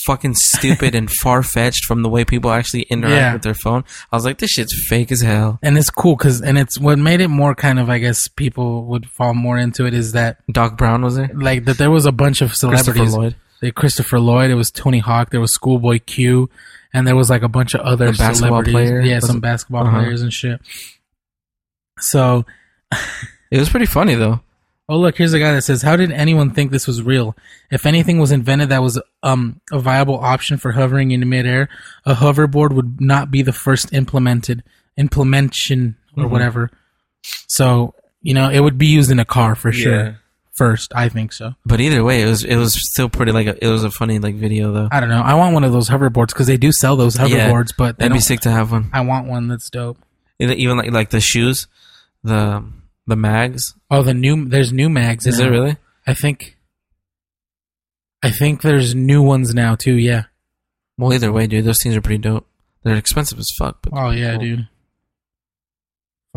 Speaker 2: fucking stupid and far fetched from the way people actually interact
Speaker 1: Yeah.
Speaker 2: with their phone. I was like, this shit's fake as hell.
Speaker 1: and it's cool because and it's what made it more kind of I guess people would fall more into it is that
Speaker 2: Doc Brown was there.
Speaker 1: like that there was a bunch of
Speaker 2: Christopher
Speaker 1: celebrities.
Speaker 2: Lloyd,
Speaker 1: They- Christopher Lloyd. It was Tony Hawk. There was Schoolboy Q, and there was like a bunch of other
Speaker 2: The basketball
Speaker 1: celebrities.
Speaker 2: player?
Speaker 1: Yeah,
Speaker 2: Was
Speaker 1: some
Speaker 2: it-
Speaker 1: basketball
Speaker 2: Uh-huh.
Speaker 1: players and shit. So,
Speaker 2: It was pretty funny though.
Speaker 1: oh look, here's a guy that says, "How did anyone think this was real? If anything was invented that was um a viable option for hovering in midair, a hoverboard would not be the first implemented implementation or
Speaker 2: Mm-hmm.
Speaker 1: whatever. So, you know, it would be used in a car for sure
Speaker 2: Yeah.
Speaker 1: first. I think so.
Speaker 2: But either way, it was it was still pretty like a, it was a funny like video though.
Speaker 1: I don't know. I want one of those hoverboards because they do sell those
Speaker 2: Yeah.
Speaker 1: hoverboards, but they
Speaker 2: That'd be
Speaker 1: don't
Speaker 2: sick to have one.
Speaker 1: I want one that's dope.
Speaker 2: Even like like the shoes, the the mags.
Speaker 1: Oh, the new there's new mags.
Speaker 2: Is
Speaker 1: now.
Speaker 2: it really?
Speaker 1: I think. I think there's new ones now too. Yeah,
Speaker 2: Well, either way, dude, those things are pretty dope. They're expensive as fuck, but
Speaker 1: Oh yeah,
Speaker 2: cool.
Speaker 1: dude.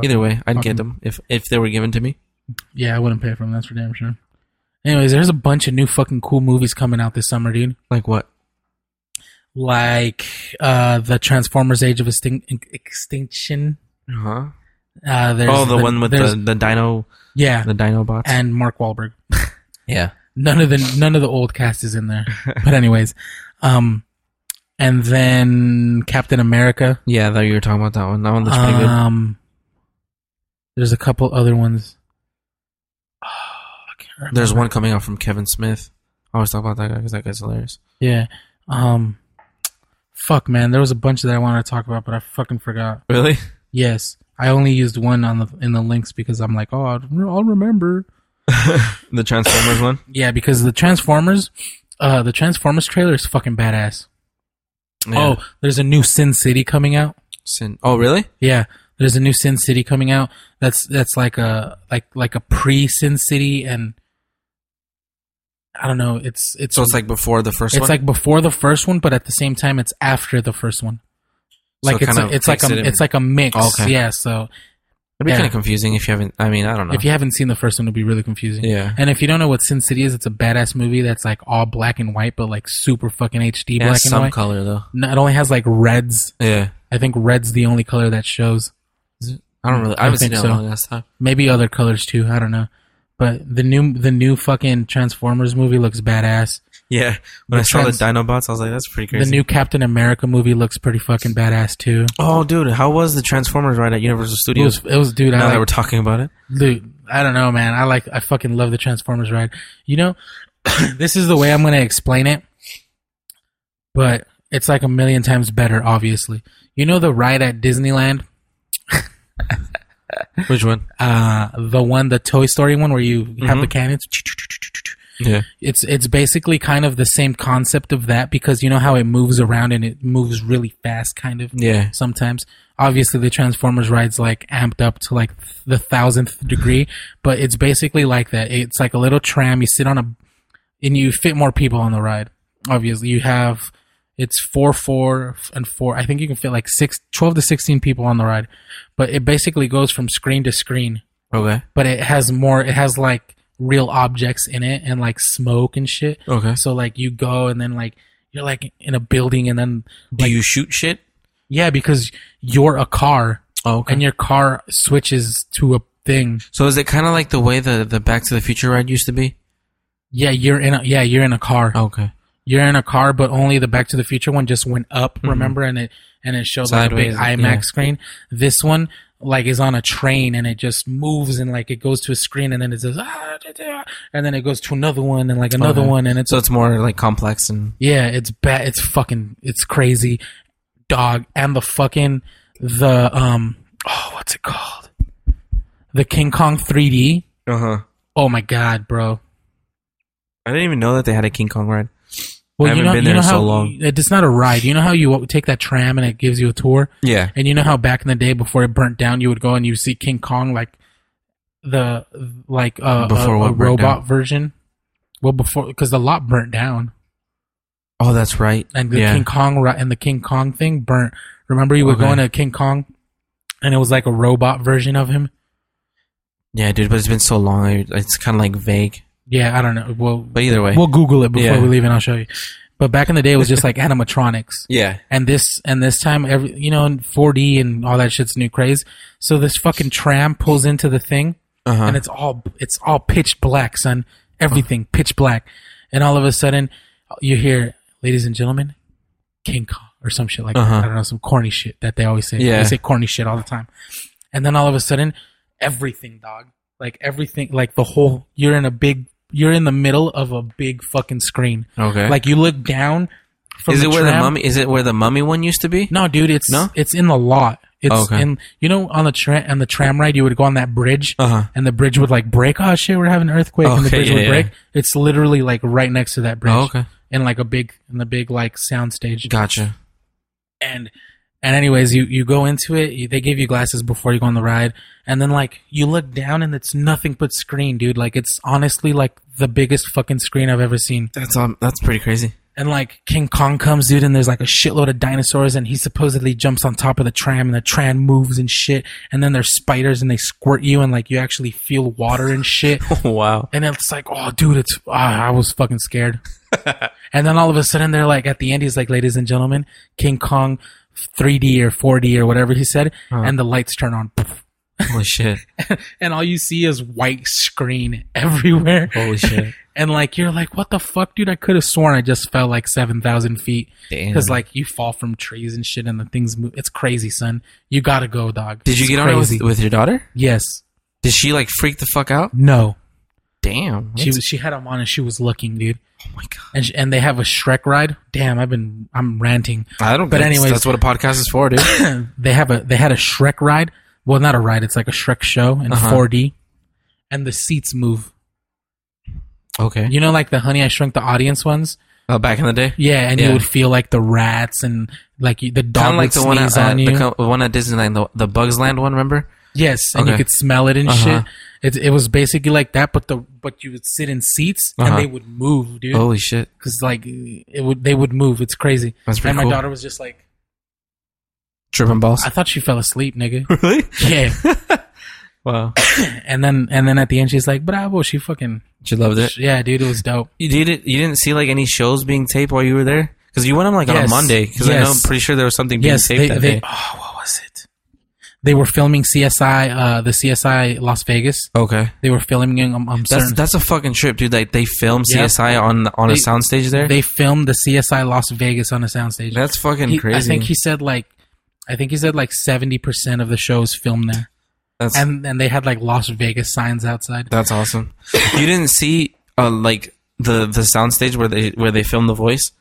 Speaker 2: Either way, I'd
Speaker 1: Fucking-
Speaker 2: get them if if they were given to me.
Speaker 1: Yeah, I wouldn't pay for them. That's for damn sure. Anyways, there's a bunch of new fucking cool movies coming out this summer, dude.
Speaker 2: Like what?
Speaker 1: Like uh, the Transformers: Age of Extin- Extinction.
Speaker 2: Huh?
Speaker 1: Uh, there's
Speaker 2: Oh, the, one with
Speaker 1: there's-
Speaker 2: the, the dino
Speaker 1: yeah,
Speaker 2: the dino bots.
Speaker 1: and Mark Wahlberg.
Speaker 2: yeah.
Speaker 1: None of the none of the old cast is in there. But anyways, um, and then Captain America.
Speaker 2: Yeah, I thought you were talking about that one. That one looks pretty good.
Speaker 1: Um, there's a couple other ones. Oh, I can't remember.
Speaker 2: There's one coming out from Kevin Smith. I always talk about that guy because that guy's hilarious.
Speaker 1: Yeah. Um. Fuck, man. There was a bunch that I wanted to talk about, but I fucking forgot.
Speaker 2: Really?
Speaker 1: Yes, I only used one on the in the links because I'm like, oh, I'll I'll remember.
Speaker 2: The Transformers one?
Speaker 1: Yeah, because the Transformers, uh, the Transformers trailer is fucking badass.
Speaker 2: Yeah.
Speaker 1: Oh, there's a new Sin City coming out.
Speaker 2: Sin. Oh, really?
Speaker 1: Yeah, there's a new Sin City coming out. That's that's like a like like a pre Sin City, and I don't know. It's it's
Speaker 2: So it's like before the first
Speaker 1: it's
Speaker 2: one.
Speaker 1: like before the first one, but at the same time, it's after the first one.
Speaker 2: So
Speaker 1: Like
Speaker 2: it
Speaker 1: it's
Speaker 2: kinda
Speaker 1: a, it's like
Speaker 2: takes it
Speaker 1: a
Speaker 2: in-
Speaker 1: it's like a mix.
Speaker 2: Oh, okay.
Speaker 1: Yeah. So
Speaker 2: It'd be
Speaker 1: yeah.
Speaker 2: kind of confusing if you haven't. I mean, I don't know.
Speaker 1: if you haven't seen the first one, it'll be really confusing.
Speaker 2: yeah.
Speaker 1: And if you don't know what Sin City is, it's a badass movie that's like all black and white, but like super fucking HD
Speaker 2: It has
Speaker 1: black and
Speaker 2: some
Speaker 1: white.
Speaker 2: color though.
Speaker 1: No, it only has like reds.
Speaker 2: Yeah.
Speaker 1: I think red's the only color that shows.
Speaker 2: I don't really.
Speaker 1: I
Speaker 2: I haven't seen
Speaker 1: think
Speaker 2: it in
Speaker 1: so.
Speaker 2: a long ass time.
Speaker 1: Maybe other colors too. I don't know. But the new the new fucking Transformers movie looks badass.
Speaker 2: Yeah.
Speaker 1: The
Speaker 2: When I saw
Speaker 1: trans-
Speaker 2: the Dinobots, I was like, that's pretty crazy.
Speaker 1: The new Captain America movie looks pretty fucking badass too.
Speaker 2: oh, dude, how was the Transformers ride at Universal
Speaker 1: It
Speaker 2: Studios?
Speaker 1: was it was dude.
Speaker 2: now
Speaker 1: I
Speaker 2: that
Speaker 1: like,
Speaker 2: we're talking about it.
Speaker 1: Dude, I don't know, man. I like, I fucking love the Transformers ride. You know, this is the way I'm going to explain it, but it's like a million times better, obviously. You know the ride at Disneyland?
Speaker 2: Which one?
Speaker 1: Uh, the one, the Toy Story one where you have the cannons?
Speaker 2: Yeah.
Speaker 1: It's, it's basically kind of the same concept of that because you know how it moves around and it moves really fast, kind of.
Speaker 2: Yeah.
Speaker 1: sometimes. Obviously, the Transformers ride's like amped up to like the thousandth degree, but it's basically like that. It's like a little tram. You sit on a, and you fit more people on the ride. Obviously, you have it's four, four, and four. I think you can fit like six, 12 to sixteen people on the ride, but it basically goes from screen to screen.
Speaker 2: Okay.
Speaker 1: But it has more. It has like real objects in it and like smoke and shit.
Speaker 2: Okay.
Speaker 1: So like you go and then like you're like in a building and then
Speaker 2: Do you shoot shit?
Speaker 1: yeah, because you're a car
Speaker 2: Oh, okay.
Speaker 1: and your car switches to a thing.
Speaker 2: so is it kind of like the way the, the Back to the Future ride used to be?
Speaker 1: Yeah, you're in a yeah, you're in a car.
Speaker 2: Okay.
Speaker 1: You're in a car, but only the Back to the Future one just went up, remember? And it and it showed
Speaker 2: Mm-hmm. Sideways,
Speaker 1: like a big IMAX
Speaker 2: yeah.
Speaker 1: screen. This one like is on a train and it just moves and like it goes to a screen and then it says ah, da, da," and then it goes to another one and like another
Speaker 2: Okay.
Speaker 1: one and it's
Speaker 2: So it's more like complex and
Speaker 1: Yeah, it's bad. It's fucking. It's crazy, dog. And the fucking the um. Oh, what's it called? The King Kong 3D.
Speaker 2: uh huh.
Speaker 1: Oh my god, bro.
Speaker 2: I didn't even know that they had a King Kong ride.
Speaker 1: Well,
Speaker 2: I
Speaker 1: you
Speaker 2: haven't
Speaker 1: know,
Speaker 2: been
Speaker 1: you
Speaker 2: there
Speaker 1: know
Speaker 2: in so
Speaker 1: how
Speaker 2: long.
Speaker 1: it's not a ride. You know how you take that tram and it gives you a tour,
Speaker 2: Yeah.
Speaker 1: and you know how back in the day before it burnt down, you would go and you see King Kong like the like uh,
Speaker 2: Before
Speaker 1: a,
Speaker 2: what
Speaker 1: a
Speaker 2: burnt
Speaker 1: robot
Speaker 2: down?
Speaker 1: version. Well, before because the lot burnt down.
Speaker 2: Oh, that's right.
Speaker 1: and the
Speaker 2: yeah.
Speaker 1: King Kong ri- and the King Kong thing burnt. Remember, you would go
Speaker 2: Okay.
Speaker 1: into King Kong, and it was like a robot version of him.
Speaker 2: yeah, dude, but it's been so long. I, it's kind of like vague.
Speaker 1: Yeah, I don't know. Well,
Speaker 2: But either way.
Speaker 1: we'll Google it before
Speaker 2: Yeah.
Speaker 1: we leave, and I'll show you. But back in the day, it was just like animatronics,
Speaker 2: yeah.
Speaker 1: and this and this time, every you know, in 4D and all that shit's new craze. So this fucking tram pulls into the thing,
Speaker 2: Uh huh.
Speaker 1: and it's all it's all pitch black, son. Everything pitch black, and all of a sudden, you hear, "Ladies and gentlemen, King Kong" or some shit like
Speaker 2: Uh-huh.
Speaker 1: that. I don't know, some corny shit that they always say.
Speaker 2: Yeah.
Speaker 1: They say corny shit all the time, and then all of a sudden, everything, dog, like everything, like the whole. You're in a big. You're in the middle of a big fucking screen.
Speaker 2: Okay.
Speaker 1: Like you look down. From
Speaker 2: is it where the
Speaker 1: tram-
Speaker 2: mummy? Is it where the mummy one used to be?
Speaker 1: no, dude, it's
Speaker 2: No? Oh,
Speaker 1: it's in the lot. It's
Speaker 2: Okay.
Speaker 1: in you know on the tra- on the tram ride you would go on that bridge
Speaker 2: Uh-huh.
Speaker 1: and the bridge would like break. Oh shit, we're having an earthquake and the
Speaker 2: Okay,
Speaker 1: bridge
Speaker 2: yeah,
Speaker 1: would
Speaker 2: yeah.
Speaker 1: break. It's literally like right next to that bridge.
Speaker 2: Oh, okay.
Speaker 1: In like a big in the big like sound stage.
Speaker 2: Gotcha.
Speaker 1: And and anyways, you you go into it. You, they give you glasses before you go on the ride, and then like you look down and it's nothing but screen, dude. Like it's honestly like the biggest fucking screen I've ever seen.
Speaker 2: That's um. That's pretty crazy.
Speaker 1: And like King Kong comes, dude, and there's like a shitload of dinosaurs, and he supposedly jumps on top of the tram, and the tram moves and shit. And then there's spiders, and they squirt you, and like you actually feel water and shit.
Speaker 2: wow.
Speaker 1: And it's like, oh, dude, it's ah, I was fucking scared. and then all of a sudden, they're like, at the end, he's like, ladies and gentlemen, King Kong, 3D or 4D or whatever he said,
Speaker 2: Huh.
Speaker 1: and the lights turn on,
Speaker 2: Holy shit.
Speaker 1: and all you see is white screen everywhere.
Speaker 2: Holy shit.
Speaker 1: And like, you're like, what the fuck, dude? I could have sworn I just fell like seven thousand feet
Speaker 2: Damn.
Speaker 1: because like you fall from trees and shit, and the things move. It's crazy, son. You gotta go, dog.
Speaker 2: Did you
Speaker 1: It's
Speaker 2: get on it with,
Speaker 1: crazy.
Speaker 2: with your daughter?
Speaker 1: Yes.
Speaker 2: Did she like freak the fuck out?
Speaker 1: No.
Speaker 2: Damn.
Speaker 1: She
Speaker 2: that's-
Speaker 1: was. She had them on, and she was looking, dude.
Speaker 2: oh my god.
Speaker 1: and sh- and they have a Shrek ride. Damn, I've been I'm ranting.
Speaker 2: I don't.
Speaker 1: But
Speaker 2: that's-
Speaker 1: anyways-
Speaker 2: that's what a podcast is for, dude.
Speaker 1: They have a they had a Shrek ride. Well, not a ride. It's like a Shrek show in
Speaker 2: Uh-huh.
Speaker 1: 4D, and the seats move.
Speaker 2: okay.
Speaker 1: You know, like the Honey I Shrunk the Audience ones.
Speaker 2: Uh, back in the day,
Speaker 1: Yeah, and
Speaker 2: Yeah.
Speaker 1: you would feel like the rats and like you, the
Speaker 2: kind
Speaker 1: dog
Speaker 2: of
Speaker 1: like
Speaker 2: like
Speaker 1: would
Speaker 2: the
Speaker 1: sneeze
Speaker 2: one at, uh,
Speaker 1: on you.
Speaker 2: the co- one at Disneyland, the, the Bugs Land one. Remember?
Speaker 1: yes, and you
Speaker 2: Okay.
Speaker 1: could smell it and
Speaker 2: Uh-huh.
Speaker 1: shit. It it was basically like that, but the but you would sit in seats
Speaker 2: Uh-huh. Oh.
Speaker 1: and they would move, dude.
Speaker 2: Holy shit.
Speaker 1: Because like it would they would move. It's crazy.
Speaker 2: That's pretty
Speaker 1: and my
Speaker 2: cool.
Speaker 1: daughter was just like,
Speaker 2: Tripping balls.
Speaker 1: I thought she fell asleep, nigga.
Speaker 2: really?
Speaker 1: yeah.
Speaker 2: Wow.
Speaker 1: and then and then at the end she's like bravo she fucking
Speaker 2: She loved it.
Speaker 1: yeah dude it was dope
Speaker 2: You did it. You didn't see like any shows being taped while you were there because you went on like on a
Speaker 1: Yes.
Speaker 2: Monday because I know I'm
Speaker 1: Yes.
Speaker 2: pretty sure there was something being
Speaker 1: yes
Speaker 2: taped
Speaker 1: they,
Speaker 2: that
Speaker 1: they
Speaker 2: day.
Speaker 1: oh what was it they were filming CSI uh the CSI Las Vegas
Speaker 2: Okay.
Speaker 1: they were filming um, um,
Speaker 2: That's
Speaker 1: certain,
Speaker 2: that's a fucking trip, dude. Like they film
Speaker 1: Yeah.
Speaker 2: CSI on on a
Speaker 1: They-
Speaker 2: soundstage there.
Speaker 1: they filmed the CSI Las Vegas on a soundstage
Speaker 2: that's fucking
Speaker 1: He-
Speaker 2: crazy.
Speaker 1: I think he said like I think he said like 70% of the shows filmed there
Speaker 2: that's
Speaker 1: and and they had like Las Vegas signs outside
Speaker 2: that's awesome. you didn't see uh, like the the soundstage where they where they filmed the voice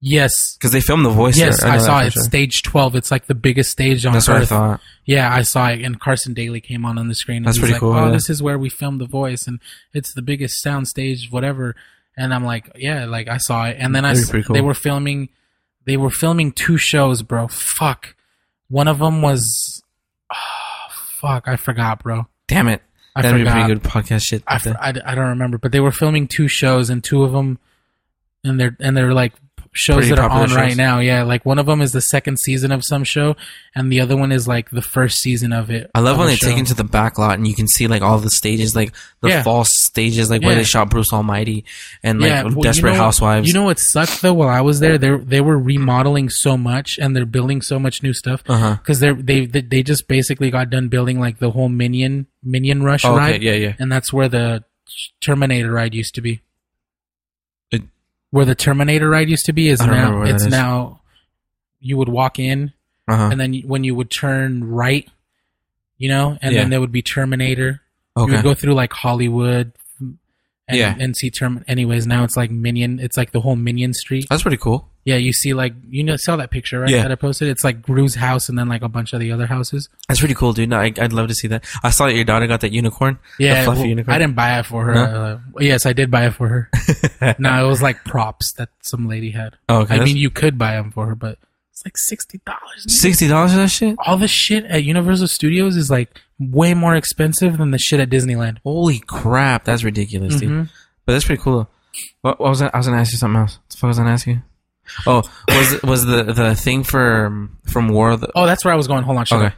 Speaker 1: yes
Speaker 2: because they filmed the voice.
Speaker 1: Yes,
Speaker 2: there. know
Speaker 1: I
Speaker 2: that
Speaker 1: saw
Speaker 2: for
Speaker 1: it.
Speaker 2: sure.
Speaker 1: Stage twelve. It's like the biggest stage on
Speaker 2: That's
Speaker 1: earth.
Speaker 2: what I thought.
Speaker 1: Yeah, I saw it, and Carson Daly came on on the screen. And
Speaker 2: That's
Speaker 1: he's
Speaker 2: pretty
Speaker 1: like,
Speaker 2: cool,
Speaker 1: Oh,
Speaker 2: yeah.
Speaker 1: this is where we filmed The Voice, and it's the biggest soundstage, whatever. And I'm like, yeah, like I saw it, and then I
Speaker 2: That'd be
Speaker 1: s-
Speaker 2: pretty cool.
Speaker 1: they were filming, they were filming two shows, bro. Fuck, one of them was, oh, fuck, I forgot, bro.
Speaker 2: Damn it.
Speaker 1: I
Speaker 2: That'd
Speaker 1: forgot.
Speaker 2: be pretty good podcast shit.
Speaker 1: I, fr- I, I don't remember, but they were filming two shows, and two of them, and they're and they're like shows
Speaker 2: Pretty
Speaker 1: that are
Speaker 2: popular
Speaker 1: on right
Speaker 2: shows.
Speaker 1: now. Yeah, like one of them is the second season of some show, and the other one is like the first season of it.
Speaker 2: I love
Speaker 1: of
Speaker 2: when
Speaker 1: a
Speaker 2: they
Speaker 1: show.
Speaker 2: take into the back lot and you can see like all the stages, like the
Speaker 1: Yeah.
Speaker 2: false stages, like where
Speaker 1: Yeah.
Speaker 2: they shot Bruce Almighty and like
Speaker 1: well, you
Speaker 2: Desperate
Speaker 1: know-
Speaker 2: Housewives.
Speaker 1: You know what sucked though? While I was there, they they were remodeling so much and they're building so much new stuff
Speaker 2: Uh-huh.
Speaker 1: because they're they they they just basically got done building like the whole Minion Minion Rush
Speaker 2: Oh, okay,
Speaker 1: ride,
Speaker 2: yeah, yeah.
Speaker 1: and that's where the Terminator ride used to be.
Speaker 2: It-
Speaker 1: where the Terminator ride used to be is
Speaker 2: I don't remember
Speaker 1: now
Speaker 2: where that
Speaker 1: it's
Speaker 2: is.
Speaker 1: now you would walk in
Speaker 2: Uh-huh.
Speaker 1: and then you- when you would turn right, you know, and
Speaker 2: Yeah.
Speaker 1: then there would be Terminator. You
Speaker 2: okay.
Speaker 1: would go through like Hollywood. And,
Speaker 2: Yeah.
Speaker 1: And see term. Anyways, now it's like Minion. It's like the whole Minion Street.
Speaker 2: That's pretty cool.
Speaker 1: Yeah, you see like you know saw that picture right
Speaker 2: Uh. Yeah.
Speaker 1: that I posted. It's like Gru's house and then like a bunch of the other houses.
Speaker 2: That's pretty cool, dude. No, I, I'd love to see that. I saw that your daughter got that unicorn.
Speaker 1: Yeah,
Speaker 2: The fluffy
Speaker 1: well,
Speaker 2: unicorn.
Speaker 1: I didn't buy it for her.
Speaker 2: No?
Speaker 1: Uh, yes, I did buy it for her. no, it was like props that some lady had.
Speaker 2: Oh, okay.
Speaker 1: I
Speaker 2: that's-
Speaker 1: mean, you could buy them for her, but it's like sixty dollars.
Speaker 2: sixty dollars for that shit.
Speaker 1: All the shit at Universal Studios is like way more expensive than the shit at Disneyland.
Speaker 2: Holy crap, that's ridiculous, dude.
Speaker 1: Mhm.
Speaker 2: But that's pretty cool. What, what was I, I was gonna ask you something else? What the fuck was I gonna ask you? Oh, was was the the thing for um, from War of the?
Speaker 1: Oh, that's where I was going. Hold on, shut up.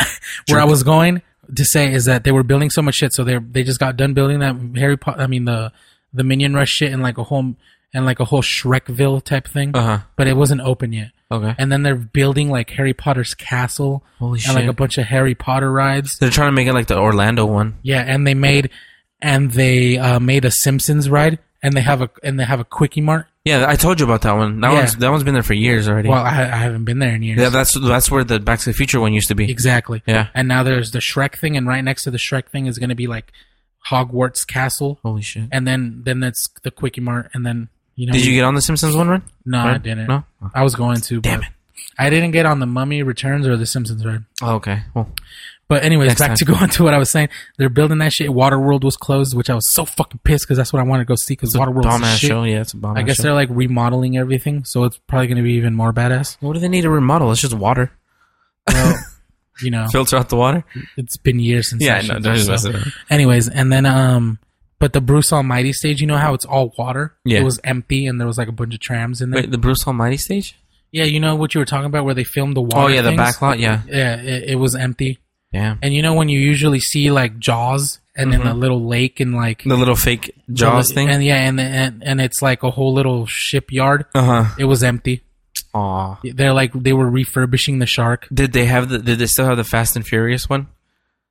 Speaker 2: okay.
Speaker 1: where I
Speaker 2: Sure.
Speaker 1: was going to say is that they were building so much shit, so they they just got done building that Harry Potter. I mean the the Minion Rush shit and like a whole and like a whole Shrekville type thing,
Speaker 2: Uh huh.
Speaker 1: but it wasn't open yet.
Speaker 2: Okay.
Speaker 1: And then they're building like Harry Potter's castle
Speaker 2: Holy
Speaker 1: and
Speaker 2: shit.
Speaker 1: like a bunch of Harry Potter rides.
Speaker 2: They're trying to make it like the Orlando one.
Speaker 1: Yeah, and they made and they uh, made a Simpsons ride, and they have a and they have a Quickie Mart.
Speaker 2: Yeah, I told you about that one. That
Speaker 1: Yeah.
Speaker 2: one's that one's been there for years already.
Speaker 1: Well, I, I haven't been there in years.
Speaker 2: yeah, that's that's where the Back to the Future one used to be.
Speaker 1: exactly.
Speaker 2: Yeah.
Speaker 1: And now there's the Shrek thing, and right next to the Shrek thing is going to be like Hogwarts Castle.
Speaker 2: Holy shit!
Speaker 1: and then then that's the quickie mart and then you know
Speaker 2: Did you get on the Simpsons one run?
Speaker 1: no i
Speaker 2: Run?
Speaker 1: didn't
Speaker 2: No.
Speaker 1: i was going to
Speaker 2: Damn
Speaker 1: but
Speaker 2: it.
Speaker 1: i didn't get on the mummy returns or the simpsons ride
Speaker 2: Oh, okay. Well,
Speaker 1: but anyways
Speaker 2: Next
Speaker 1: back
Speaker 2: time.
Speaker 1: to going to what i was saying they're building that shit waterworld was closed which i was so fucking pissed because that's what i wanted to go see because
Speaker 2: it's a
Speaker 1: waterworld's
Speaker 2: bomb
Speaker 1: the
Speaker 2: ass
Speaker 1: shit
Speaker 2: show. Yeah, it's a bomb.
Speaker 1: i guess
Speaker 2: show.
Speaker 1: they're like remodeling everything so it's probably going to be even more badass
Speaker 2: What do they need to remodel? It's just water.
Speaker 1: so, you know
Speaker 2: Filter out the water.
Speaker 1: it's been years since
Speaker 2: Yeah,
Speaker 1: that
Speaker 2: no,
Speaker 1: shit,
Speaker 2: don't just
Speaker 1: so-
Speaker 2: mess it up.
Speaker 1: anyways and then um But the Bruce Almighty stage, you know how it's all water?
Speaker 2: Yeah.
Speaker 1: It was empty and there was like a bunch of trams in there.
Speaker 2: Wait, the Bruce Almighty stage?
Speaker 1: yeah, you know what you were talking about where they filmed the water?
Speaker 2: oh yeah, the
Speaker 1: things?
Speaker 2: back lot. Yeah,
Speaker 1: Yeah, it, it was empty.
Speaker 2: damn.
Speaker 1: And you know when you usually see like Jaws and then the little lake and like
Speaker 2: Mm-hmm. The little fake Jaws thing.
Speaker 1: And yeah, and, and and it's like a whole little shipyard.
Speaker 2: Uh huh.
Speaker 1: It was empty.
Speaker 2: Aw.
Speaker 1: They're like they were refurbishing the shark.
Speaker 2: Did they have the? Did they still have the Fast and Furious one?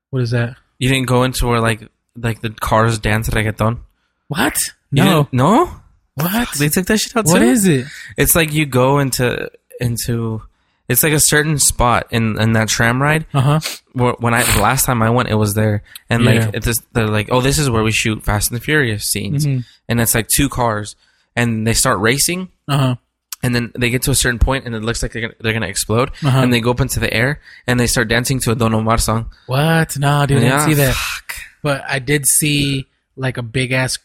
Speaker 1: What is that?
Speaker 2: You didn't go into where like like the cars dance reggaeton.
Speaker 1: What?
Speaker 2: You
Speaker 1: No.
Speaker 2: didn't- no.
Speaker 1: What?
Speaker 2: They took that shit out.
Speaker 1: What
Speaker 2: too?
Speaker 1: is it?
Speaker 2: It's like you go into into. It's like a certain spot in in that tram ride.
Speaker 1: Uh huh.
Speaker 2: where- when I the last time I went, it was there, and
Speaker 1: Yeah.
Speaker 2: like it just, they're like, oh, this is where we shoot Fast and the Furious scenes,
Speaker 1: Mm-hmm.
Speaker 2: and it's like two cars, and they start racing,
Speaker 1: Uh huh.
Speaker 2: and then they get to a certain point, and it looks like they're gonna, they're gonna explode,
Speaker 1: Uh-huh.
Speaker 2: and they go up into the air, and they start dancing to a Don Omar song.
Speaker 1: What? No, dude, I
Speaker 2: Yeah,
Speaker 1: didn't see that.
Speaker 2: fuck.
Speaker 1: But I did see like a big ass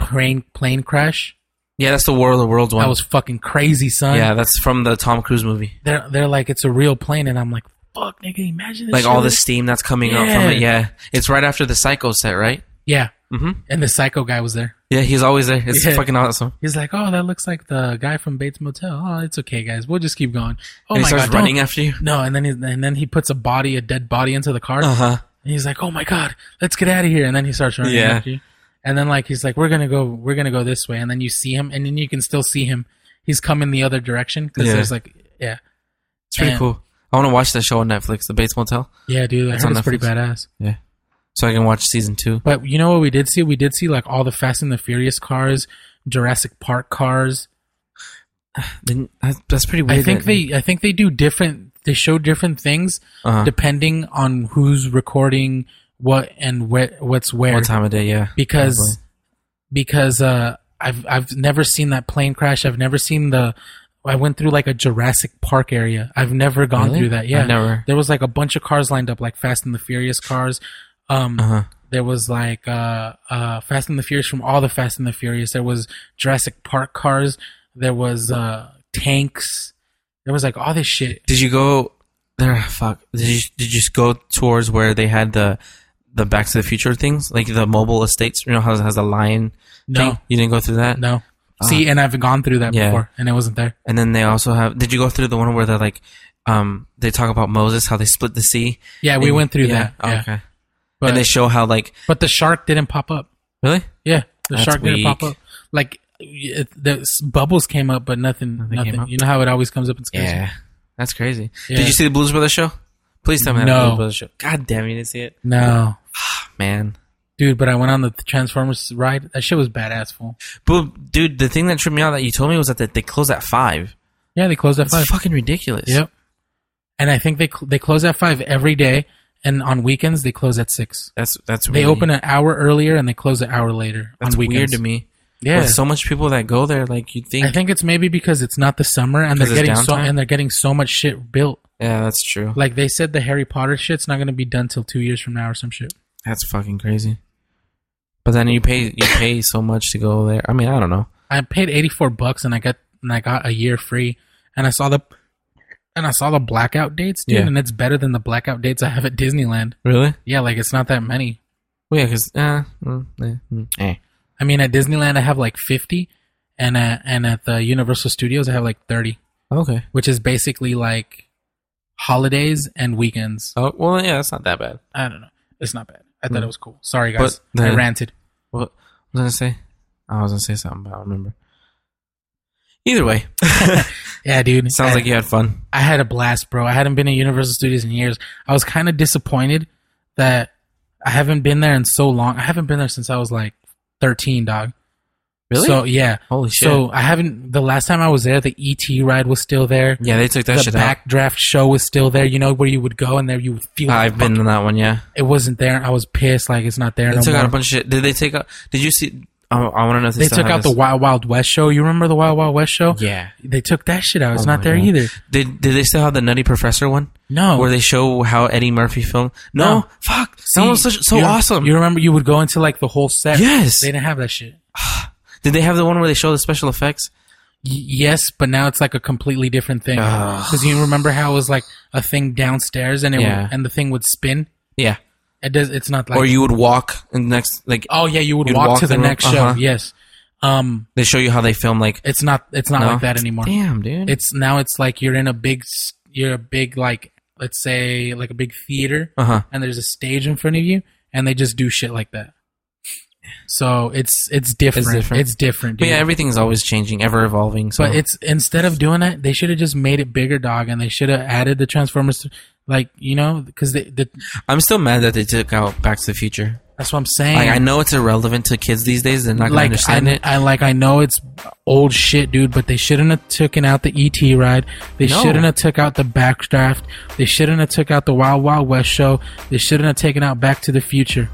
Speaker 1: crane plane crash.
Speaker 2: Yeah, that's the War of the Worlds one.
Speaker 1: That was fucking crazy, son.
Speaker 2: yeah, that's from the Tom Cruise movie.
Speaker 1: They're they're like it's a real plane, and I'm like, fuck, nigga, imagine this
Speaker 2: Like
Speaker 1: shit
Speaker 2: all the
Speaker 1: was-
Speaker 2: steam that's coming out from it.
Speaker 1: Yeah.
Speaker 2: Yeah, it's right after the Psycho set, right?
Speaker 1: Yeah.
Speaker 2: Mhm.
Speaker 1: And the psycho guy was there.
Speaker 2: Yeah, he's always there. It's
Speaker 1: Yeah.
Speaker 2: fucking awesome.
Speaker 1: He's like, oh, that looks like the guy from Bates Motel. Oh, it's okay, guys. We'll just keep going. Oh
Speaker 2: and he
Speaker 1: my
Speaker 2: starts
Speaker 1: god,
Speaker 2: running
Speaker 1: don't-
Speaker 2: after you.
Speaker 1: No, and then he, and then he puts a body, a dead body, into the car,
Speaker 2: Uh huh.
Speaker 1: and he's like, "Oh my god, let's get out of here!" And then he starts running
Speaker 2: Yeah.
Speaker 1: after you, and then like he's like, "We're gonna go, we're gonna go this way," and then you see him, and then you can still see him. He's coming the other direction because
Speaker 2: Yeah.
Speaker 1: there's like, yeah,
Speaker 2: It's pretty
Speaker 1: And-
Speaker 2: cool. I want to watch that show on Netflix, The Bates Motel,
Speaker 1: yeah, dude, I
Speaker 2: It's
Speaker 1: heard
Speaker 2: on
Speaker 1: it's pretty
Speaker 2: Netflix.
Speaker 1: badass.
Speaker 2: so I can watch season two.
Speaker 1: But you know what we did see? We did see like all the Fast and the Furious cars, Jurassic Park cars.
Speaker 2: Then
Speaker 1: uh,
Speaker 2: that- that's pretty weird.
Speaker 1: I think they, I think they do different. They show different things
Speaker 2: uh
Speaker 1: depending on who's recording what and where, what's where.
Speaker 2: what time of day? Yeah,
Speaker 1: because
Speaker 2: Probably.
Speaker 1: because uh, I've I've never seen that plane crash. I've never seen the. I went through like a Jurassic Park area. I've never gone
Speaker 2: Really?
Speaker 1: through that.
Speaker 2: I've
Speaker 1: Yeah,
Speaker 2: never-
Speaker 1: There was like a bunch of cars lined up, like Fast and the Furious cars. Um,
Speaker 2: Uh-huh.
Speaker 1: There was like uh, uh, Fast and the Furious from all the Fast and the Furious. There was Jurassic Park cars. There was uh, tanks. There was like all this shit.
Speaker 2: Did you go there? Fuck. Did you did you just go towards where they had the the Back to the Future things, like the mobile estates? You know how it has a lion?
Speaker 1: No.
Speaker 2: thing? you didn't go through that.
Speaker 1: No, see, and I've gone through that
Speaker 2: Uh-huh. Yeah.
Speaker 1: before, and it wasn't there.
Speaker 2: And then they also have. Did you go through the one where they're like, um, they talk about Moses, how they split the sea?
Speaker 1: Yeah, we
Speaker 2: And-
Speaker 1: went through
Speaker 2: yeah,
Speaker 1: that. Yeah.
Speaker 2: Okay.
Speaker 1: But,
Speaker 2: and they show how like
Speaker 1: but the shark didn't pop up.
Speaker 2: really
Speaker 1: Yeah, the
Speaker 2: That's
Speaker 1: shark didn't pop
Speaker 2: weak.
Speaker 1: up. Like it, the s- bubbles came up, but nothing,
Speaker 2: Nothing
Speaker 1: nothing.
Speaker 2: came up?
Speaker 1: You know how it always comes up and scares you.
Speaker 2: that's crazy.
Speaker 1: Yeah.
Speaker 2: Did you see the Blues Brothers show? Please tell me
Speaker 1: No.
Speaker 2: that Blues Brothers show. God damn, you didn't see it,
Speaker 1: No,
Speaker 2: man.
Speaker 1: dude, but I went on the Transformers ride. That shit was badass, fool.
Speaker 2: But dude, the thing that tripped me out that you told me was that they- they close at five.
Speaker 1: Yeah, they closed at
Speaker 2: It's
Speaker 1: five.
Speaker 2: fucking ridiculous.
Speaker 1: Yep. And I think they cl- they close at five every day, and on weekends they close at six.
Speaker 2: that's that's
Speaker 1: They
Speaker 2: really,
Speaker 1: open an hour earlier and they close an hour later
Speaker 2: That's
Speaker 1: on weekends.
Speaker 2: weird to me.
Speaker 1: Yeah.
Speaker 2: With so much people that go there, like you think.
Speaker 1: I think it's maybe because it's not the summer and
Speaker 2: 'Cause
Speaker 1: they're
Speaker 2: it's
Speaker 1: getting so
Speaker 2: downtime?
Speaker 1: and they're getting so much shit built.
Speaker 2: yeah, that's true.
Speaker 1: Like they said, the Harry Potter shit's not gonna be done till two years from now or some shit.
Speaker 2: That's fucking crazy. But then you pay you pay so much to go there. I mean, I don't know.
Speaker 1: I paid eighty four bucks and I got and I got a year free and I saw the and I saw the blackout dates, dude,
Speaker 2: Yeah.
Speaker 1: and it's better than the blackout dates I have at Disneyland.
Speaker 2: Really?
Speaker 1: Yeah, like it's not that many.
Speaker 2: Well, yeah, because uh, mm, eh, mm, eh.
Speaker 1: I mean, at Disneyland I have like fifty, and uh, and at the Universal Studios I have like thirty,
Speaker 2: okay.
Speaker 1: which is basically like holidays and weekends.
Speaker 2: Oh well, yeah, that's not that bad.
Speaker 1: I don't know. It's not bad. I thought
Speaker 2: Hmm.
Speaker 1: it was cool. Sorry
Speaker 2: But
Speaker 1: guys,
Speaker 2: the-
Speaker 1: I ranted.
Speaker 2: What was I gonna say? I was gonna say something, but I don't remember. Either way,
Speaker 1: Yeah, dude.
Speaker 2: sounds
Speaker 1: I-
Speaker 2: like you had fun.
Speaker 1: I had a blast, bro. I hadn't been at Universal Studios in years. I was kind of disappointed that I haven't been there in so long. I haven't been there since I was like 13, dog. So, yeah.
Speaker 2: Holy shit!
Speaker 1: So, I haven't. The last time I was there, the ET ride was still there.
Speaker 2: yeah, they took that
Speaker 1: The
Speaker 2: shit back.
Speaker 1: backdraft show was still there. You know, where you would go and there you would feel
Speaker 2: I've been in that one. Yeah,
Speaker 1: it wasn't there. I was pissed, like, it's not there.
Speaker 2: they
Speaker 1: no
Speaker 2: took
Speaker 1: more.
Speaker 2: out a bunch of shit. Did they take out? Did you see? I, I want to know. If
Speaker 1: they
Speaker 2: still
Speaker 1: took
Speaker 2: have
Speaker 1: out the
Speaker 2: this.
Speaker 1: Wild Wild West show. You remember the Wild Wild West show?
Speaker 2: Yeah.
Speaker 1: They took that shit out. It's
Speaker 2: Oh
Speaker 1: not
Speaker 2: my
Speaker 1: there
Speaker 2: God.
Speaker 1: either.
Speaker 2: Did Did they still have the Nutty Professor one?
Speaker 1: No.
Speaker 2: Where they show how Eddie Murphy filmed? No,
Speaker 1: No.
Speaker 2: fuck. that was such, so
Speaker 1: you-
Speaker 2: awesome.
Speaker 1: You remember you would go into like the whole set.
Speaker 2: Yes.
Speaker 1: They didn't have that shit.
Speaker 2: Did they have the one where they show the special effects?
Speaker 1: Y- yes, but now it's like a completely different thing.
Speaker 2: Ugh.
Speaker 1: Because you remember how it was like a thing downstairs and it
Speaker 2: Yeah.
Speaker 1: would, and the thing would spin.
Speaker 2: Yeah,
Speaker 1: It does. It's not like.
Speaker 2: or you would walk and next like
Speaker 1: oh yeah, you would
Speaker 2: you'd
Speaker 1: walk,
Speaker 2: walk
Speaker 1: to the
Speaker 2: the room-
Speaker 1: next show.
Speaker 2: uh-huh.
Speaker 1: Yes. Um,
Speaker 2: they show you how they film like
Speaker 1: it's not. It's not
Speaker 2: No.
Speaker 1: like that anymore.
Speaker 2: damn dude
Speaker 1: It's now. It's like you're in a big. s- You're a big like. Let's say like a big theater,
Speaker 2: uh huh
Speaker 1: and there's a stage in front of you, and they just do shit like that. So it's it's different. It's different.
Speaker 2: different. but
Speaker 1: dude.
Speaker 2: yeah everything's always changing ever evolving so
Speaker 1: But it's instead of doing that, they should have just made it bigger, dog, and they should have added the Transformers, to, like you know, because the,
Speaker 2: I'm still mad that they took out Back to the Future
Speaker 1: that's what I'm saying.
Speaker 2: like I know it's irrelevant to kids these days they're not gonna
Speaker 1: like
Speaker 2: understand
Speaker 1: I,
Speaker 2: it
Speaker 1: I like I know it's old shit, dude, but they shouldn't have taken out the ET ride. They
Speaker 2: No.
Speaker 1: shouldn't have took out the Backdraft. They shouldn't have took out the Wild Wild West show. They shouldn't have taken out Back to the Future.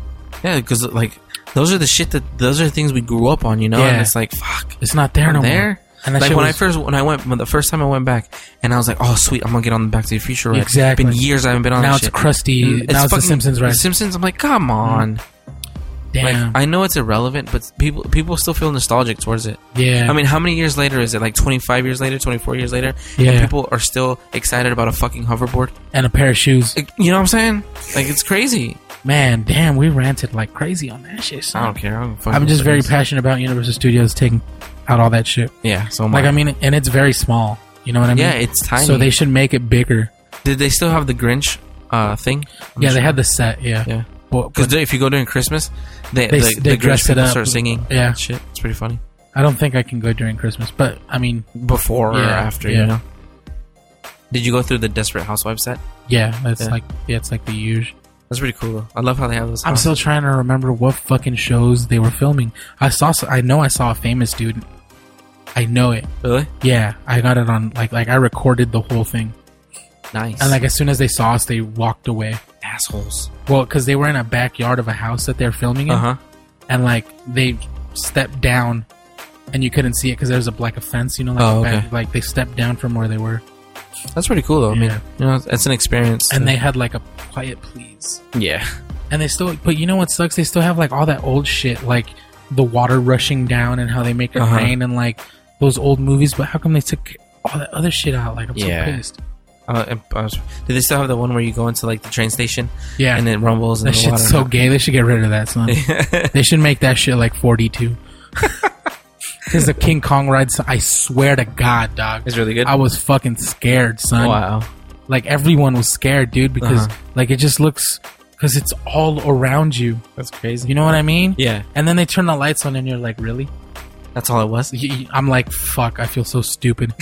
Speaker 2: yeah because like those are the shit that those are the things we grew up on you know
Speaker 1: Yeah.
Speaker 2: and it's like fuck
Speaker 1: It's not there no more.
Speaker 2: there
Speaker 1: And that
Speaker 2: like
Speaker 1: shit
Speaker 2: when I
Speaker 1: was-
Speaker 2: first when I went when the first time I went back and I was like oh sweet I'm gonna get on the Back to the Future ride
Speaker 1: Exactly.
Speaker 2: been years I haven't been on
Speaker 1: Now
Speaker 2: that
Speaker 1: it's
Speaker 2: shit. Mm,
Speaker 1: crusty. now it's the
Speaker 2: fucking-
Speaker 1: Simpsons
Speaker 2: The
Speaker 1: ride. Mm,
Speaker 2: Simpsons. I'm like, come on.
Speaker 1: Damn.
Speaker 2: Like, I know it's irrelevant, but people people still feel nostalgic towards it.
Speaker 1: yeah.
Speaker 2: I mean, how many years later is it? Like 25 years later, 24 years later,
Speaker 1: Yeah.
Speaker 2: and people are still excited about a fucking hoverboard.
Speaker 1: and a pair of shoes.
Speaker 2: Like, you know what I'm saying? Like, it's crazy.
Speaker 1: Man, damn, we ranted like crazy on that shit. son.
Speaker 2: I don't care. I'm, fucking
Speaker 1: I'm just very
Speaker 2: crazy.
Speaker 1: passionate about Universal Studios taking out all that shit.
Speaker 2: yeah. So
Speaker 1: Like I mean, and it's very small. You know what I mean?
Speaker 2: yeah, it's tiny.
Speaker 1: So they should make it bigger.
Speaker 2: did they still have the Grinch uh, thing? I'm
Speaker 1: yeah, they
Speaker 2: sure.
Speaker 1: had the set. Yeah.
Speaker 2: yeah.
Speaker 1: But- but
Speaker 2: Because if you go during Christmas, they
Speaker 1: They-
Speaker 2: the,
Speaker 1: they
Speaker 2: the Grinch
Speaker 1: dress it
Speaker 2: people
Speaker 1: up.
Speaker 2: start singing.
Speaker 1: Yeah.
Speaker 2: shit, it's pretty funny.
Speaker 1: I don't think I can go during Christmas. But I mean,
Speaker 2: Before or
Speaker 1: Yeah,
Speaker 2: after,
Speaker 1: yeah.
Speaker 2: you know. Did you go through the Desperate Housewives set?
Speaker 1: yeah, that's
Speaker 2: Yeah.
Speaker 1: like yeah, it's like the usual.
Speaker 2: That's pretty cool though. I love how they have those.
Speaker 1: I'm
Speaker 2: songs.
Speaker 1: still trying to remember what fucking shows they were filming. I saw. s- I know I saw a famous dude. I know it.
Speaker 2: really
Speaker 1: Yeah, I got it on like like I recorded the whole thing.
Speaker 2: nice.
Speaker 1: And like as soon as they saw us, they walked away.
Speaker 2: assholes.
Speaker 1: Well, because they were in a backyard of a house that they're filming in,
Speaker 2: Uh huh.
Speaker 1: and like they stepped down, and you couldn't see it because there was a like a fence, you know, like
Speaker 2: Oh,
Speaker 1: a back-
Speaker 2: okay.
Speaker 1: like they stepped down from where they were,
Speaker 2: That's pretty cool though. I
Speaker 1: Yeah.
Speaker 2: mean, you know, it's an experience.
Speaker 1: and
Speaker 2: to-
Speaker 1: they had like a quiet please,
Speaker 2: yeah,
Speaker 1: and they still, but you know what sucks? They still have like all that old shit, like the water rushing down and how they make it
Speaker 2: Uh-huh.
Speaker 1: rain and like those old movies. But how come they took all that other shit out? Like I'm
Speaker 2: Yeah.
Speaker 1: so pissed.
Speaker 2: uh, and- I was- did they still have the one where you go into like the train station
Speaker 1: Yeah,
Speaker 2: and it rumbles and
Speaker 1: that
Speaker 2: the
Speaker 1: shit's so
Speaker 2: water?
Speaker 1: gay. They should get rid of that, son. They should make that shit like 42. Because the King Kong ride, son- I swear to God, dog.
Speaker 2: it's really good.
Speaker 1: I was fucking scared, son.
Speaker 2: wow.
Speaker 1: Like everyone was scared, dude, because
Speaker 2: Uh-huh.
Speaker 1: like it just looks, because it's all around you.
Speaker 2: That's crazy.
Speaker 1: You know what I mean?
Speaker 2: Yeah,
Speaker 1: And then they turn the lights on, and you're like, really?
Speaker 2: that's all it was.
Speaker 1: Y- y- I'm like, fuck, I feel so stupid.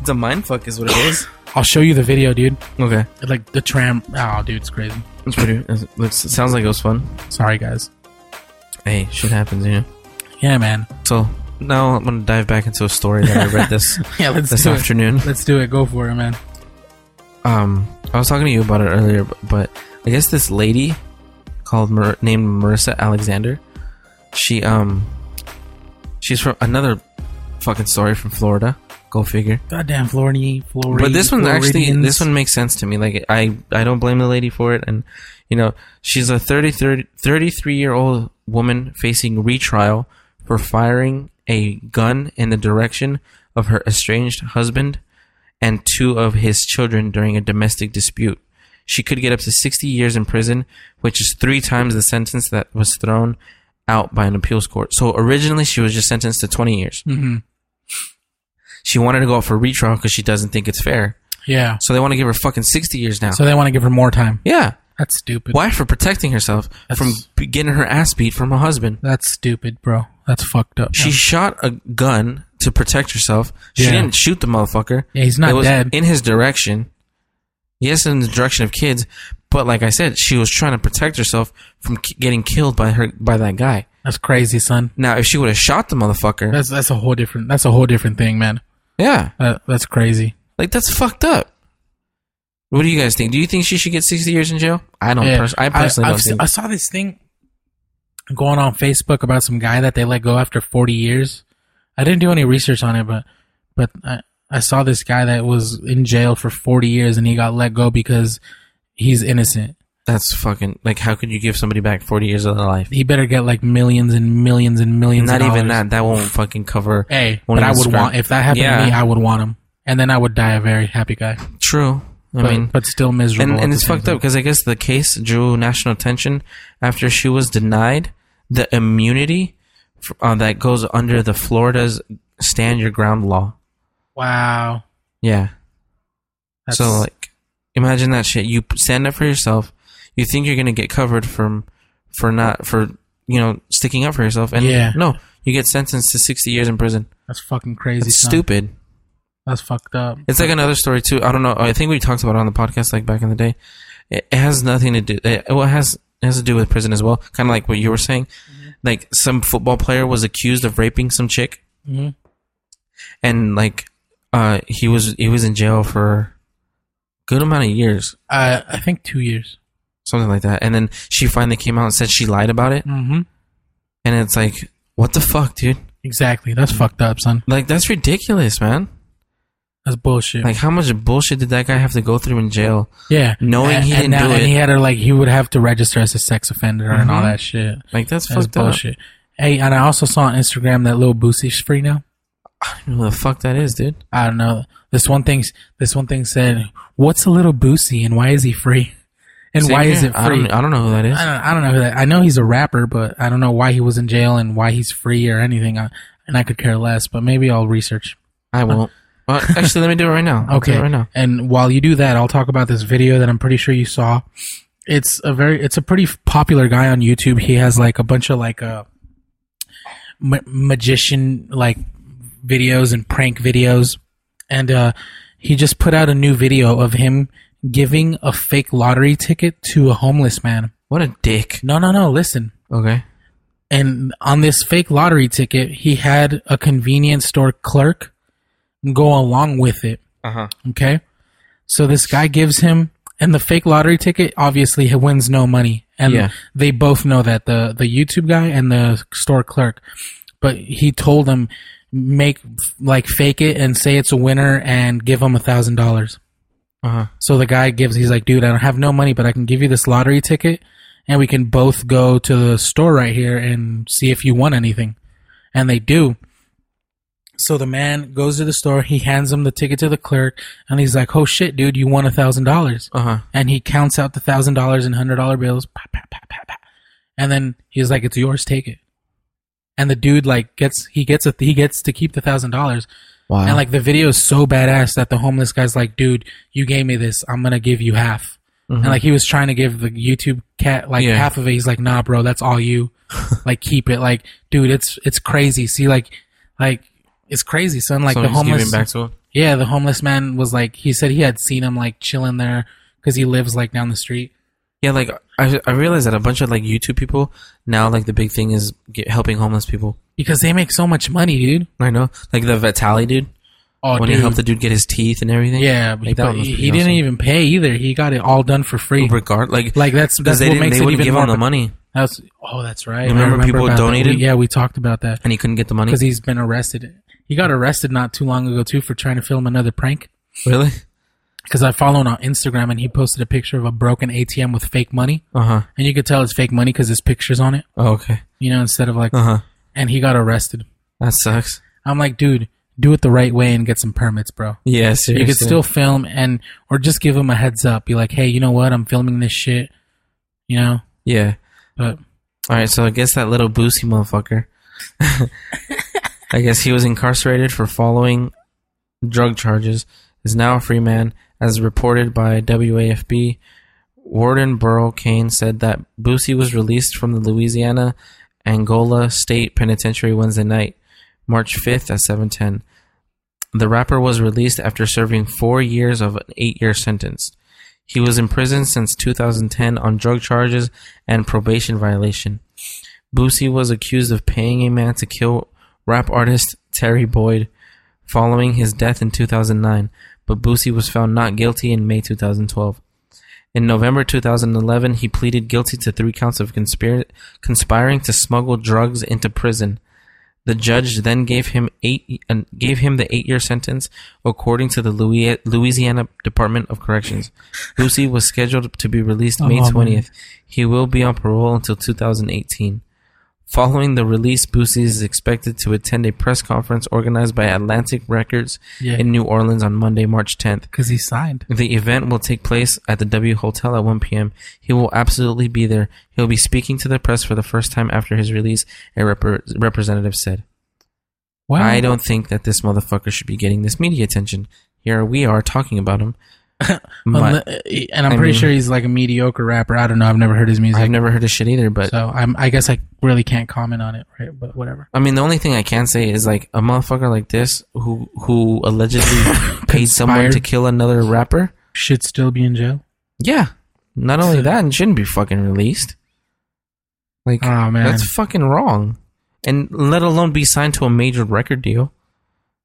Speaker 2: It's a mind fuck, is what it is.
Speaker 1: I'll show you the video, dude.
Speaker 2: okay,
Speaker 1: Like the tram. Oh, dude, it's crazy.
Speaker 2: it's pretty. It looks, it sounds like it was fun.
Speaker 1: Sorry, guys.
Speaker 2: Hey, shit happens, you know.
Speaker 1: Yeah, man.
Speaker 2: So now I'm gonna dive back into a story that I read this
Speaker 1: Yeah, let's
Speaker 2: this
Speaker 1: do
Speaker 2: afternoon.
Speaker 1: it. Let's do it. Go for it, man.
Speaker 2: um, I was talking to you about it earlier, b- but I guess this lady called Mar- named Marissa Alexander. She um, she's from another fucking story from Florida. Go figure.
Speaker 1: Goddamn, Florida, Florida.
Speaker 2: But this one actually, this one makes sense to me. Like I, I don't blame the lady for it, and you know, she's a 30, 30 33 year old woman facing retrial for firing a gun in the direction of her estranged husband and two of his children during a domestic dispute. She could get up to 60 years in prison, which is three times the sentence that was thrown out by an appeals court. So originally, she was just sentenced to 20 years.
Speaker 1: hmm
Speaker 2: She wanted to go out for retrial because she doesn't think it's fair.
Speaker 1: Yeah.
Speaker 2: So they want to give her fucking 60 years now.
Speaker 1: So they want to give her more time.
Speaker 2: yeah.
Speaker 1: That's stupid.
Speaker 2: Why? For protecting herself from
Speaker 1: That's-
Speaker 2: b- getting her ass beat from her husband.
Speaker 1: That's stupid, bro. That's fucked up.
Speaker 2: She shot a gun to protect herself. She
Speaker 1: Yeah.
Speaker 2: didn't shoot the motherfucker.
Speaker 1: Yeah, he's not
Speaker 2: it was
Speaker 1: dead.
Speaker 2: in his direction. Yes, in the direction of kids, but like I said, she was trying to protect herself from k- getting killed by her by that guy.
Speaker 1: that's crazy, son.
Speaker 2: Now, if she would have shot the motherfucker,
Speaker 1: That's that's a whole different. That's a whole different thing, man.
Speaker 2: yeah,
Speaker 1: That, that's crazy.
Speaker 2: like that's fucked up. What do you guys think? Do you think she should get sixty years in jail? I don't.
Speaker 1: Yeah.
Speaker 2: Pers- I personally
Speaker 1: I've
Speaker 2: don't
Speaker 1: se-
Speaker 2: think.
Speaker 1: I saw this thing going on Facebook about some guy that they let go after 40 years. I didn't do any research on it, but but I, I saw this guy that was in jail for 40 years and he got let go because he's innocent.
Speaker 2: That's fucking like how could you give somebody back forty years of their life?
Speaker 1: He better get like millions and millions and millions.
Speaker 2: Not
Speaker 1: of
Speaker 2: even
Speaker 1: dollars.
Speaker 2: that. That won't fucking cover.
Speaker 1: Hey,
Speaker 2: Won't
Speaker 1: but I
Speaker 2: even
Speaker 1: would
Speaker 2: scrap-
Speaker 1: want if that happened
Speaker 2: Yeah.
Speaker 1: to me, I would want him, and then I would die a very happy guy.
Speaker 2: True. I
Speaker 1: but,
Speaker 2: mean,
Speaker 1: but still miserable.
Speaker 2: and,
Speaker 1: at
Speaker 2: and
Speaker 1: the
Speaker 2: it's
Speaker 1: same
Speaker 2: fucked
Speaker 1: time.
Speaker 2: up because I guess the case drew national attention after she was denied the immunity f uh, that goes under the Florida's stand your ground law.
Speaker 1: Wow.
Speaker 2: Yeah.
Speaker 1: That's,
Speaker 2: So like, imagine that shit. You p- stand up for yourself. You think you're gonna get covered from for not for you know sticking up for yourself, and
Speaker 1: Yeah.
Speaker 2: no, you get sentenced to 60 years in prison.
Speaker 1: that's fucking crazy.
Speaker 2: It's
Speaker 1: son.
Speaker 2: stupid.
Speaker 1: That's fucked up.
Speaker 2: It's like another story too. I don't know. I think we talked about it on the podcast like back in the day. It, it has nothing to do. It, well, it has it has to do with prison as well. Kind of like what you were saying. Like some football player was accused of raping some chick,
Speaker 1: Mhm.
Speaker 2: and like uh, he was he was in jail for a good amount of years,
Speaker 1: Uh, I think two years.
Speaker 2: something like that. And then she finally came out and said she lied about it.
Speaker 1: Mm-hmm.
Speaker 2: And it's like, what the fuck, dude?
Speaker 1: Exactly.
Speaker 2: Mm.
Speaker 1: That's fucked up, son.
Speaker 2: Like that's ridiculous, man.
Speaker 1: That's bullshit.
Speaker 2: Like how much bullshit did that guy have to go through in jail?
Speaker 1: yeah.
Speaker 2: knowing
Speaker 1: and,
Speaker 2: he
Speaker 1: and
Speaker 2: didn't do
Speaker 1: and
Speaker 2: it-
Speaker 1: he had to like he would have to register as a sex offender and all
Speaker 2: Mhm.
Speaker 1: that shit.
Speaker 2: Like that's,
Speaker 1: That's
Speaker 2: fucked bullshit.
Speaker 1: bullshit. Hey, and I also saw on Instagram that Lil Boosie's free now.
Speaker 2: up. Who the fuck that is, dude?
Speaker 1: I don't know. This one thing. This one thing said, "What's a little Boosie and why is he free? And
Speaker 2: Same
Speaker 1: why is
Speaker 2: here.
Speaker 1: it
Speaker 2: I
Speaker 1: free?
Speaker 2: don't, I don't know who that is.
Speaker 1: I don't, I don't know who that. I know he's a rapper, but I don't know why he was in jail and why he's free or anything. I, and I could care less. But maybe I'll research.
Speaker 2: I won't. Well, actually, let me do it right now. I'll do
Speaker 1: Okay.
Speaker 2: it right now.
Speaker 1: And while you do that, I'll talk about this video that I'm pretty sure you saw. It's a very, it's a pretty f- popular guy on YouTube. He has like a bunch of like uh, ma- magician like videos and prank videos, and uh, he just put out a new video of him giving a fake lottery ticket to a homeless man.
Speaker 2: What a dick.
Speaker 1: No, no, no. Listen.
Speaker 2: Okay.
Speaker 1: and on this fake lottery ticket, he had a convenience store clerk go along with it.
Speaker 2: Uh huh.
Speaker 1: Okay. So this guy gives him, and the fake lottery ticket obviously he wins no money. And
Speaker 2: Yeah.
Speaker 1: they both know that the, the YouTube guy and the store clerk. But he told him, make, like, fake it and say it's a winner and give him a thousand dollars.
Speaker 2: Uh huh.
Speaker 1: So the guy gives, he's like, dude, I don't have no money, but I can give you this lottery ticket and we can both go to the store right here and see if you won anything. And they do. So the man goes to the store, he hands him the ticket to the clerk, and he's like, oh shit, dude, you won a thousand dollars.
Speaker 2: Uh huh.
Speaker 1: And he counts out the thousand dollars in hundred dollar bills. Pa, pa, pa, pa, pa. And then he's like, it's yours, take it. And the dude like gets, he gets a, he gets to keep the thousand dollars.
Speaker 2: Wow.
Speaker 1: And like the video is so badass that the homeless guy's like, dude, you gave me this. I'm gonna give you half. And like he was trying to give the YouTube cat like
Speaker 2: Mm-hmm. Yeah.
Speaker 1: half of it. He's like, nah, bro, that's all you. like keep it. Like, dude, it's it's crazy. See, like, like it's crazy, son. Like
Speaker 2: so
Speaker 1: the
Speaker 2: he's giving
Speaker 1: homeless,
Speaker 2: back to him.
Speaker 1: yeah, the homeless man was like, he said he had seen him like chilling there because he lives like down the street.
Speaker 2: Yeah, like I, I realized that a bunch of like YouTube people now like the big thing is get, helping homeless people.
Speaker 1: Because they make so much money, dude.
Speaker 2: I know, like the Vitali dude
Speaker 1: Oh,
Speaker 2: when
Speaker 1: dude.
Speaker 2: he helped the dude get his teeth and everything.
Speaker 1: yeah,
Speaker 2: like, that
Speaker 1: but
Speaker 2: was
Speaker 1: he,
Speaker 2: pretty
Speaker 1: he didn't
Speaker 2: awesome.
Speaker 1: even pay either. He got it all done for free.
Speaker 2: regard like
Speaker 1: Like that's
Speaker 2: because
Speaker 1: that's
Speaker 2: they
Speaker 1: what
Speaker 2: didn't
Speaker 1: makes
Speaker 2: they
Speaker 1: it
Speaker 2: wouldn't
Speaker 1: even
Speaker 2: give
Speaker 1: more
Speaker 2: him the money
Speaker 1: That's oh, that's right.
Speaker 2: You remember
Speaker 1: I
Speaker 2: people
Speaker 1: about that.
Speaker 2: donated?
Speaker 1: We- yeah, we talked about that
Speaker 2: and he couldn't get the money.
Speaker 1: because he's been arrested. He got arrested not too long ago too for trying to film another prank.
Speaker 2: Really?
Speaker 1: Because I follow him on Instagram and he posted a picture of a broken ATM with fake money,
Speaker 2: Uh huh.
Speaker 1: and you could tell it's fake money because his pictures on it.
Speaker 2: Oh, okay.
Speaker 1: You know, instead of like,
Speaker 2: Uh huh.
Speaker 1: and he got arrested.
Speaker 2: That sucks.
Speaker 1: I'm like, dude, do it the right way and get some permits, bro.
Speaker 2: Yeah, seriously.
Speaker 1: You could still film and or just give him a heads up. Be like, hey, you know what? I'm filming this shit. You know,
Speaker 2: yeah.
Speaker 1: but
Speaker 2: All right, so I guess that little boozy motherfucker. I guess he was incarcerated for following drug charges. Is now a free man, as reported by WAFB. Warden Burl Kane said that Boosie was released from the Louisiana Angola State Penitentiary Wednesday night, March 5th at 7:10. The rapper was released after serving 4 years of an 8-year sentence. He was in prison since 2010 on drug charges and probation violation. Boosie was accused of paying a man to kill rap artist Terry Boyd following his death in 2009, but Boosie was found not guilty in May 2012. In November 2011, he pleaded guilty to three counts of conspir- conspiring to smuggle drugs into prison. The judge then gave him eight uh, gave him the eight year sentence, according to the Louis- Louisiana Department of Corrections. Boosie was scheduled to be released May
Speaker 1: Oh, man.
Speaker 2: 20th. He will be on parole until 2018. Following the release, Boosie is expected to attend a press conference organized by Atlantic Records
Speaker 1: Yeah.
Speaker 2: in New Orleans on Monday, March 10th.
Speaker 1: because he signed.
Speaker 2: The event will take place at the W Hotel at 1 p.m. He will absolutely be there. He'll be speaking to the press for the first time after his release, a repre- representative said.
Speaker 1: Wow.
Speaker 2: I don't think that this motherfucker should be getting this media attention. Here we are talking about him. My-
Speaker 1: Unle- and I'm
Speaker 2: I
Speaker 1: pretty
Speaker 2: mean-
Speaker 1: sure he's like a mediocre rapper. I don't know. I've never heard his music,
Speaker 2: I've never heard his shit either, but
Speaker 1: so I'm. I guess I really can't comment on it, right? But whatever.
Speaker 2: I mean, the only thing I can say is like a motherfucker like this who who allegedly paid someone to
Speaker 1: Conspired.
Speaker 2: kill another rapper.
Speaker 1: Should still be in jail.
Speaker 2: Yeah, not only that, and shouldn't be fucking released. Like,
Speaker 1: Oh man,
Speaker 2: that's fucking wrong. And let alone be signed to a major record deal.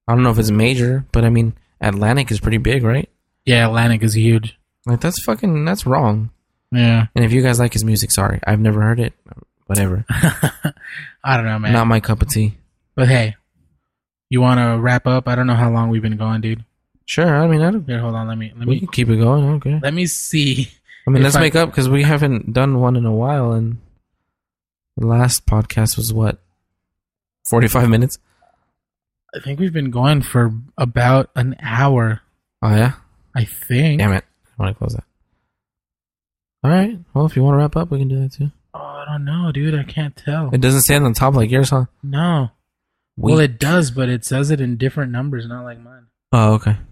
Speaker 2: I don't know if it's major, but I mean, Atlantic is pretty big, right?
Speaker 1: yeah. Atlantic is huge.
Speaker 2: Like, that's fucking that's wrong.
Speaker 1: Yeah,
Speaker 2: And if you guys like his music, sorry, I've never heard it. Whatever,
Speaker 1: I don't know, man.
Speaker 2: not my cup of tea.
Speaker 1: But hey, you want to wrap up? I don't know how long we've been going, dude.
Speaker 2: Sure, I mean, I don't,
Speaker 1: Here, hold on. Let me let
Speaker 2: we
Speaker 1: me
Speaker 2: can keep it going. Okay.
Speaker 1: let me see.
Speaker 2: I mean,
Speaker 1: If
Speaker 2: let's
Speaker 1: I-
Speaker 2: make up because we haven't done one in a while, and the last podcast was what forty-five minutes.
Speaker 1: I think we've been going for about an hour.
Speaker 2: Oh yeah,
Speaker 1: I think.
Speaker 2: damn it! I want to close that. All right. Well, if you want to wrap up, we can do that too.
Speaker 1: Oh, I don't know, dude. I can't tell.
Speaker 2: It doesn't stand on top like yours, huh?
Speaker 1: No.
Speaker 2: We-
Speaker 1: Well, it does, but it says it in different numbers, not like mine.
Speaker 2: Oh okay.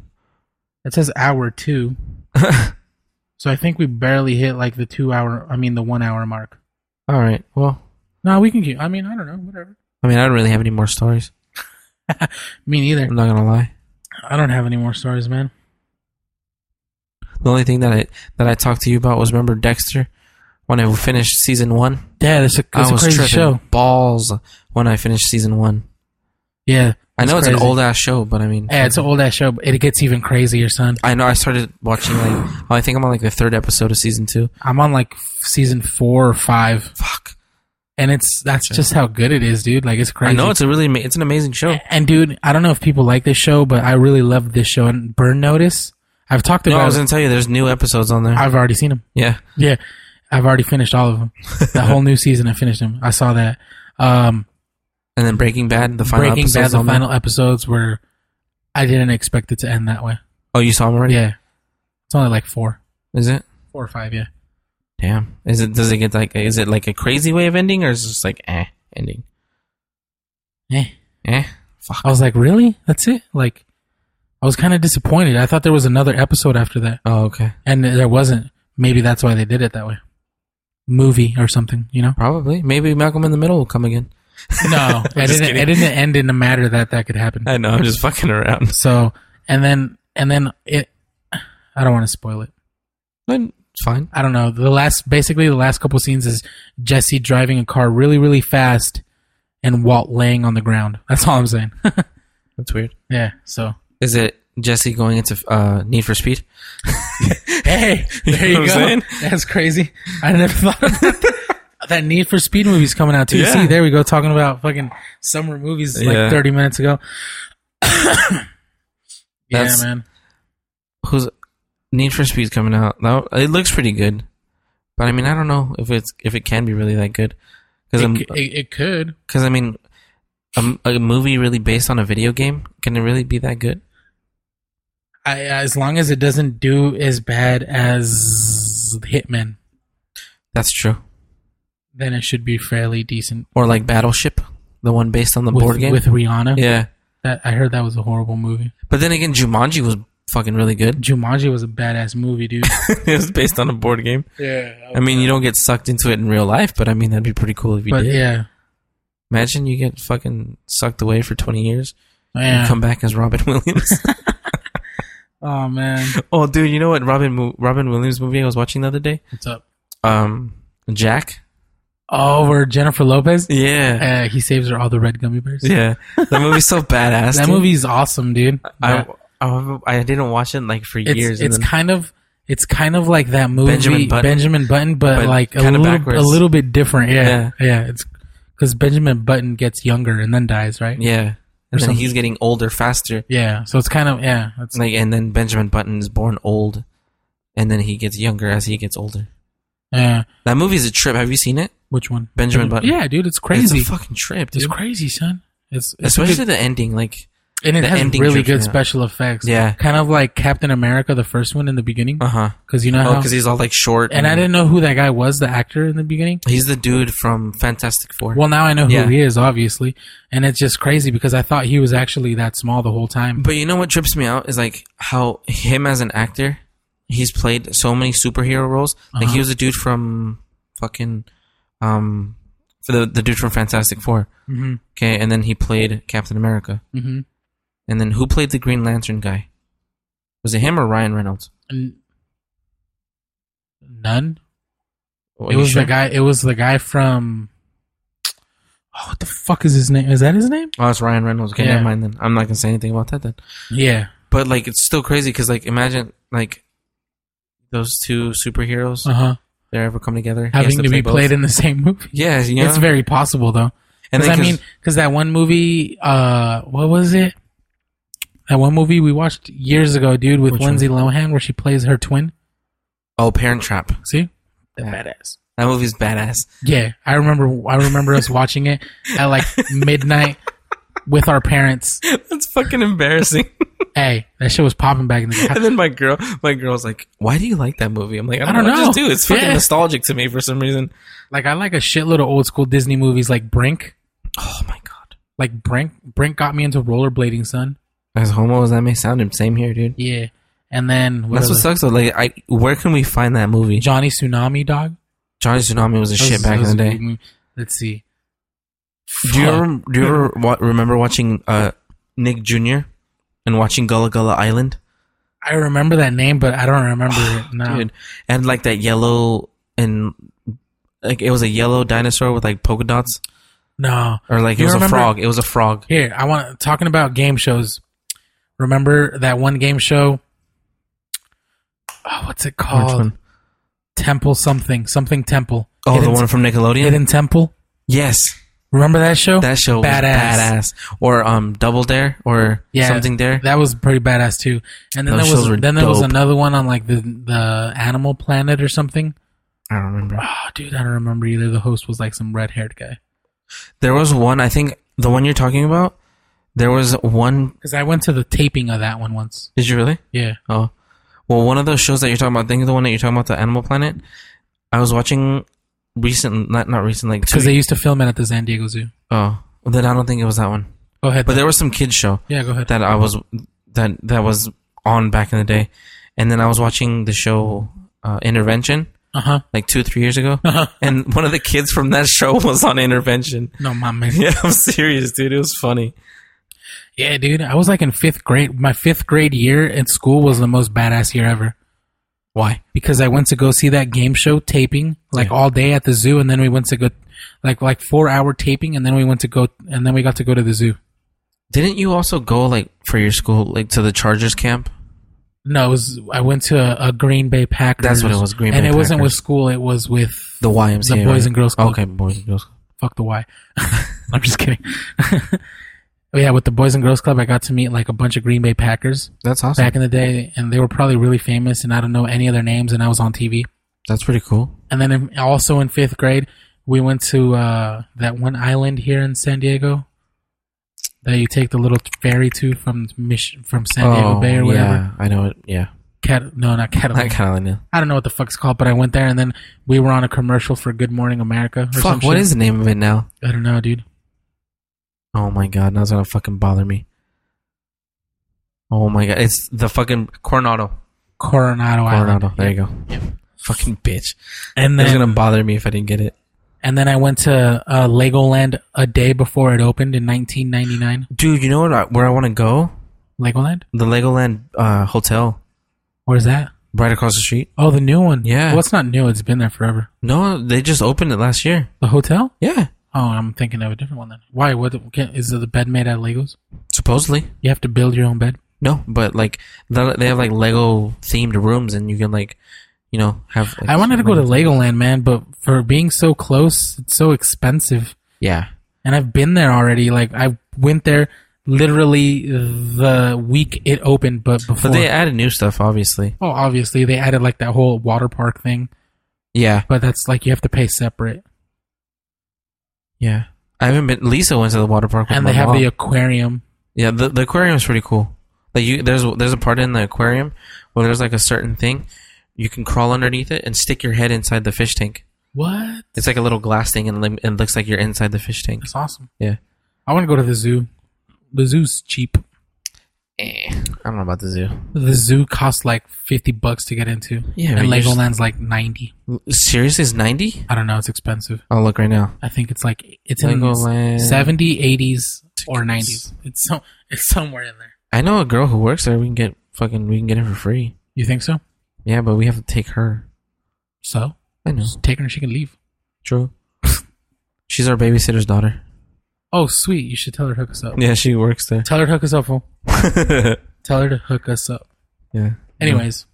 Speaker 1: It says hour two. So I think we barely hit like the two hour, I mean, the one hour mark.
Speaker 2: All right. Well,
Speaker 1: No, we can keep, I mean, I don't know, whatever.
Speaker 2: I mean, I don't really have any more stories.
Speaker 1: Me neither.
Speaker 2: I'm not gonna lie.
Speaker 1: I don't have any more stories, man.
Speaker 2: The only thing that I that I talked to you about was remember Dexter when I finished season one.
Speaker 1: Yeah, it's a,
Speaker 2: I was
Speaker 1: crazy
Speaker 2: tripping
Speaker 1: show.
Speaker 2: balls when I finished season one.
Speaker 1: Yeah.
Speaker 2: I know it's an
Speaker 1: crazy.
Speaker 2: old ass show, but I mean,
Speaker 1: Yeah, it's an old ass show, but it gets even crazier, son.
Speaker 2: I know I started watching like oh, I think I'm on like the third episode of season two.
Speaker 1: I'm on like f- season four or five,
Speaker 2: Fuck,
Speaker 1: and it's that's just how good it is, dude. Like, it's crazy.
Speaker 2: I know it's a really ama- it's an amazing show.
Speaker 1: And dude, I don't know if people like this show, but I really love this show. And Burn Notice, I've talked
Speaker 2: No, I
Speaker 1: about.
Speaker 2: was
Speaker 1: it.
Speaker 2: gonna tell you, there's new episodes on there.
Speaker 1: I've already seen them.
Speaker 2: yeah,
Speaker 1: Yeah, I've already finished all of them. The whole new season, I finished them. I saw that. Um,
Speaker 2: and then Breaking Bad, the final
Speaker 1: Breaking Bad,
Speaker 2: episode's
Speaker 1: the
Speaker 2: on there.
Speaker 1: final episodes were. I didn't expect it to end that way.
Speaker 2: Oh, you saw them already?
Speaker 1: Yeah, it's only like four,
Speaker 2: Is it?
Speaker 1: four or five. Yeah,
Speaker 2: Damn. Is it? Does it get like? Is it like a crazy way of ending, or is it just like eh ending?
Speaker 1: eh.
Speaker 2: Eh. Fuck.
Speaker 1: I was like, really? That's it? Like, I was kind of disappointed. I thought there was another episode after that,
Speaker 2: Oh, okay.
Speaker 1: and there wasn't. Maybe that's why they did it that way. Movie or something, you know.
Speaker 2: Probably. Maybe Malcolm in the Middle will come again.
Speaker 1: No, it
Speaker 2: just
Speaker 1: didn't,
Speaker 2: kidding.
Speaker 1: it didn't end in a matter that that could happen.
Speaker 2: I know. I'm just fucking around.
Speaker 1: So, and then, and then it, I don't want to spoil it.
Speaker 2: It's fine.
Speaker 1: I don't know. The last, basically, the last couple scenes is Jesse driving a car really, really fast and Walt laying on the ground. That's all I'm saying.
Speaker 2: That's weird.
Speaker 1: yeah. So,
Speaker 2: Is it Jesse going into uh, Need for Speed?
Speaker 1: hey, there
Speaker 2: You
Speaker 1: you,
Speaker 2: know what
Speaker 1: go.
Speaker 2: I'm saying?
Speaker 1: That's crazy. I never thought of that. That Need for Speed movie's coming out too.
Speaker 2: Yeah.
Speaker 1: See, there we go, talking about fucking summer movies
Speaker 2: Yeah.
Speaker 1: like 30 minutes ago. yeah,
Speaker 2: That's-
Speaker 1: man.
Speaker 2: who's Need for Speed coming out. Now it looks pretty good, but I mean I don't know if it's if it can be really that good because
Speaker 1: It, it, it could.
Speaker 2: I mean a, m- a movie really based on a video game can it really be that good?
Speaker 1: I, as long as it doesn't do as bad as Hitman,
Speaker 2: That's true.
Speaker 1: then it should be fairly decent.
Speaker 2: Or like Battleship, the one based on the
Speaker 1: with,
Speaker 2: board game.
Speaker 1: with Rihanna,
Speaker 2: yeah,
Speaker 1: that I heard that was a horrible movie.
Speaker 2: but then again, Jumanji was fucking really good.
Speaker 1: Jumanji was a badass movie, dude.
Speaker 2: it was based on a board game.
Speaker 1: yeah,
Speaker 2: I mean, you don't get sucked into it in real life, but I mean that'd be pretty cool if you
Speaker 1: but
Speaker 2: did.
Speaker 1: yeah,
Speaker 2: Imagine you get fucking sucked away for twenty years
Speaker 1: yeah.
Speaker 2: and come back as Robin Williams.
Speaker 1: oh man,
Speaker 2: Oh, dude, you know what Robin Mo- Robin Williams movie I was watching the other day?
Speaker 1: what's up?
Speaker 2: Um, Jack.
Speaker 1: Oh, we're Jennifer Lopez.
Speaker 2: Yeah,
Speaker 1: Uh, he saves her all the red gummy bears.
Speaker 2: yeah. That movie's so badass.
Speaker 1: that
Speaker 2: dude.
Speaker 1: movie's awesome, dude.
Speaker 2: I,
Speaker 1: That-
Speaker 2: I I didn't watch it like for
Speaker 1: it's
Speaker 2: years. and
Speaker 1: it's
Speaker 2: then-
Speaker 1: kind of it's kind of like that movie
Speaker 2: Benjamin
Speaker 1: Benjamin Button,
Speaker 2: Button.
Speaker 1: but,
Speaker 2: But
Speaker 1: like a
Speaker 2: kinda
Speaker 1: little
Speaker 2: backwards.
Speaker 1: a little bit different.
Speaker 2: Yeah.
Speaker 1: Yeah, yeah. it's because Benjamin Button gets younger and then dies, right?
Speaker 2: yeah, and then
Speaker 1: something.
Speaker 2: he's getting older faster.
Speaker 1: Yeah, so it's kind of yeah. It's,
Speaker 2: It's Like, and then Benjamin Button is born old, and then he gets younger as he gets older.
Speaker 1: yeah.
Speaker 2: That movie's a trip. Have you seen it?
Speaker 1: Which one?
Speaker 2: Benjamin Button.
Speaker 1: Yeah, dude, it's
Speaker 2: It's
Speaker 1: crazy.
Speaker 2: a
Speaker 1: It's,
Speaker 2: fucking trip, dude.
Speaker 1: crazy, son. It's, it's
Speaker 2: Especially
Speaker 1: good-
Speaker 2: the ending. Like,
Speaker 1: and it
Speaker 2: the
Speaker 1: has
Speaker 2: ending
Speaker 1: really
Speaker 2: trips me
Speaker 1: good
Speaker 2: out.
Speaker 1: special effects.
Speaker 2: Yeah.
Speaker 1: kind of like Captain America, the first one in the beginning,
Speaker 2: uh huh.
Speaker 1: because you know
Speaker 2: Oh,
Speaker 1: how.
Speaker 2: because he's all like short.
Speaker 1: and I didn't know who that guy was, the actor in the beginning.
Speaker 2: He's the dude from Fantastic Four.
Speaker 1: Well, now I know who
Speaker 2: Yeah.
Speaker 1: he is, obviously, and it's just crazy because I thought he was actually that small the whole time.
Speaker 2: But you know what trips me out is like how him as an actor, he's played so many superhero roles. Like
Speaker 1: Uh-huh.
Speaker 2: he was a dude from fucking um for the the dude from Fantastic Four.
Speaker 1: hmm
Speaker 2: Okay, and then he played Captain America.
Speaker 1: hmm
Speaker 2: And then who played the Green Lantern guy? Was it him or Ryan Reynolds?
Speaker 1: N- None.
Speaker 2: Are
Speaker 1: It
Speaker 2: you
Speaker 1: was
Speaker 2: sure?
Speaker 1: the guy. It was the guy from. Oh, what the fuck is his name? Is that his name?
Speaker 2: Oh, it's Ryan Reynolds. Okay,
Speaker 1: Yeah.
Speaker 2: never mind then. I'm not gonna say anything about that then.
Speaker 1: Yeah.
Speaker 2: But like, it's still crazy because like, imagine like those two superheroes
Speaker 1: Uh huh.
Speaker 2: they ever come together He has
Speaker 1: Having to,
Speaker 2: play
Speaker 1: be
Speaker 2: both.
Speaker 1: played in the same movie.
Speaker 2: Yeah, you know?
Speaker 1: It's very possible though.
Speaker 2: And
Speaker 1: Because
Speaker 2: then
Speaker 1: I mean, because that one movie, uh, what was it? That one movie we watched years ago, dude, with
Speaker 2: Which one?
Speaker 1: Lindsay Lohan, where she plays her twin.
Speaker 2: oh, Parent Trap.
Speaker 1: See, the
Speaker 2: Yeah.
Speaker 1: badass.
Speaker 2: That movie's badass.
Speaker 1: Yeah, I remember. I remember us watching it at like midnight with our parents.
Speaker 2: That's fucking embarrassing.
Speaker 1: Hey, that shit was popping back in the
Speaker 2: and then my girl, my girl's like, "Why do you like that movie?" I'm like, "I don't, know, I just do. It's fucking
Speaker 1: Yeah.
Speaker 2: nostalgic to me for some reason."
Speaker 1: Like I like a shitload of old school Disney movies, like Brink.
Speaker 2: Oh my god,
Speaker 1: Like Brink, Brink got me into rollerblading, son.
Speaker 2: as homo as that may sound, him same here, dude.
Speaker 1: Yeah, and then what
Speaker 2: That's what
Speaker 1: other-
Speaker 2: sucks though. Like, I where can we find that movie?
Speaker 1: Johnny Tsunami Dog.
Speaker 2: Johnny Tsunami was a
Speaker 1: That
Speaker 2: shit
Speaker 1: was-
Speaker 2: back
Speaker 1: that was
Speaker 2: in the
Speaker 1: a
Speaker 2: day.
Speaker 1: good movie. Let's see.
Speaker 2: Do you
Speaker 1: Fuck.
Speaker 2: ever, do you ever wa- remember watching uh, Nick Jr. and watching Gullah Gullah Island,
Speaker 1: I remember that name, but I don't remember it now.
Speaker 2: dude? And like that yellow and like it was a yellow dinosaur with like polka dots,
Speaker 1: No.
Speaker 2: or like it
Speaker 1: You
Speaker 2: was
Speaker 1: remember-
Speaker 2: a frog. It was a frog.
Speaker 1: Here, I want talking about game shows. Remember that one game show? Oh, what's it called?
Speaker 2: Which one?
Speaker 1: Temple something, something Temple.
Speaker 2: Oh, the
Speaker 1: Hidden-
Speaker 2: one from Nickelodeon.
Speaker 1: Hidden Temple.
Speaker 2: yes,
Speaker 1: Remember that show?
Speaker 2: that show was
Speaker 1: Badass.
Speaker 2: badass. Or um, Double Dare or
Speaker 1: Yeah,
Speaker 2: something Dare.
Speaker 1: That was pretty badass too. And then
Speaker 2: Those
Speaker 1: there was
Speaker 2: shows were
Speaker 1: then there was
Speaker 2: dope.
Speaker 1: another one on like the the Animal Planet or something.
Speaker 2: I don't remember.
Speaker 1: Oh, dude, I don't remember either. The host was like some red haired guy.
Speaker 2: There was one. I think the one you're talking about. There was one.
Speaker 1: Because I went to the taping of that one once.
Speaker 2: Did you really?
Speaker 1: Yeah.
Speaker 2: Oh, well, one of those shows that you're talking about. I think the one that you're talking about, the Animal Planet. I was watching recent, not not recent, like two.
Speaker 1: Because they used to film it at the San Diego Zoo.
Speaker 2: oh, well, then I don't think it was that one.
Speaker 1: Go ahead.
Speaker 2: But
Speaker 1: though.
Speaker 2: there was some kids show
Speaker 1: yeah, go ahead.
Speaker 2: that I was that that was on back in the day, and then I was watching the show uh, Intervention
Speaker 1: Uh huh.
Speaker 2: like two three years ago,
Speaker 1: Uh-huh.
Speaker 2: and one of the kids from that show was on Intervention.
Speaker 1: No, mames.
Speaker 2: Yeah, I'm serious, dude. It was funny.
Speaker 1: Yeah, dude. I was like in fifth grade. My fifth grade year at school was the most badass year ever. Why? Because I went to go see that game show taping like all day at the zoo, and then we went to go like like four hour taping, and then we went to go and then we got to go to the zoo.
Speaker 2: Didn't you also go like for your school like to the Chargers camp?
Speaker 1: No, it was I went to a, a Green Bay Packers.
Speaker 2: That's what it was, Green
Speaker 1: and
Speaker 2: Bay
Speaker 1: it wasn't with
Speaker 2: Packers.
Speaker 1: school. It was with
Speaker 2: The YMCA,
Speaker 1: The Boys and Girls Club.
Speaker 2: Okay, Boys and Girls. Club.
Speaker 1: fuck the Y. I'm just kidding. Oh, yeah, with the Boys and Girls Club, I got to meet like a bunch of Green Bay Packers
Speaker 2: That's awesome.
Speaker 1: back in the day, and they were probably really famous, and I don't know any of their names, and I was on TV.
Speaker 2: That's pretty cool.
Speaker 1: And then in, also in fifth grade, we went to uh, that one island here in San Diego that you take the little ferry to from Mich- from San Diego Bay or whatever.
Speaker 2: Oh, Yeah, I know it. Yeah,
Speaker 1: Cat- no, not
Speaker 2: I
Speaker 1: Catalina.
Speaker 2: kind of know.
Speaker 1: I don't know what the fuck's called, but I went there, and then we were on a commercial for Good Morning America. Or some
Speaker 2: Fuck, what
Speaker 1: shit.
Speaker 2: is the name of it now?
Speaker 1: I don't know, dude.
Speaker 2: Oh my god, now it's gonna fucking bother me. Oh my god, it's the fucking Coronado.
Speaker 1: Coronado, Island.
Speaker 2: Coronado. There you go. Fucking bitch.
Speaker 1: And
Speaker 2: It's
Speaker 1: then
Speaker 2: gonna bother me if I didn't get it,
Speaker 1: and then I went to uh, Legoland a day before it opened in 1999.
Speaker 2: dude. You know what? I, where I want to go?
Speaker 1: Legoland?
Speaker 2: The Legoland uh, hotel,
Speaker 1: Where's that?
Speaker 2: right across the street.
Speaker 1: Oh, the new one.
Speaker 2: Yeah.
Speaker 1: Well, it's not new. It's been there forever.
Speaker 2: No, they just opened it last year.
Speaker 1: The hotel?
Speaker 2: Yeah,
Speaker 1: Oh, I'm thinking of a different one then. Why? What can, is the bed made out of Legos?
Speaker 2: supposedly.
Speaker 1: You have to build your own bed.
Speaker 2: No, but like the- they have like Lego themed rooms, and you can like, you know, have. Like,
Speaker 1: I wanted to go to
Speaker 2: rooms.
Speaker 1: Legoland, man, but for being so close, it's so expensive.
Speaker 2: Yeah,
Speaker 1: And I've been there already. Like I went there literally the week it opened, but before.
Speaker 2: but they added new stuff, obviously.
Speaker 1: oh, obviously they added like that whole water park thing,
Speaker 2: Yeah,
Speaker 1: but that's like you have to pay separate.
Speaker 2: Yeah. I haven't been. Lisa went to the water park. With
Speaker 1: and
Speaker 2: my
Speaker 1: they have
Speaker 2: mom.
Speaker 1: the aquarium.
Speaker 2: Yeah, the, the aquarium is pretty cool. Like you, there's there's a part in the aquarium where there's like a certain thing you can crawl underneath it and stick your head inside the fish tank.
Speaker 1: What?
Speaker 2: It's like a little glass thing, and lim- it looks like you're inside the fish tank.
Speaker 1: That's awesome.
Speaker 2: Yeah,
Speaker 1: I want to go to the zoo. The zoo's cheap.
Speaker 2: I don't know about the zoo.
Speaker 1: The zoo costs like fifty bucks to get into.
Speaker 2: Yeah,
Speaker 1: and
Speaker 2: but you're just-
Speaker 1: Legoland's like ninety.
Speaker 2: Seriously, is ninety?
Speaker 1: I don't know. It's expensive.
Speaker 2: I'll look right now.
Speaker 1: I think it's like it's in
Speaker 2: Legoland.
Speaker 1: 70, 80s, or nineties. It's so it's somewhere in there.
Speaker 2: I know a girl who works there. We can get fucking we can get it for free.
Speaker 1: You think so?
Speaker 2: Yeah, but we have to take her.
Speaker 1: So
Speaker 2: I know.
Speaker 1: just take her and she can leave.
Speaker 2: True. She's our babysitter's daughter.
Speaker 1: Oh sweet, you should tell her to hook us up.
Speaker 2: Yeah, she works there.
Speaker 1: Tell her to hook us up. Fool. Tell her to hook us up.
Speaker 2: yeah.
Speaker 1: Anyways,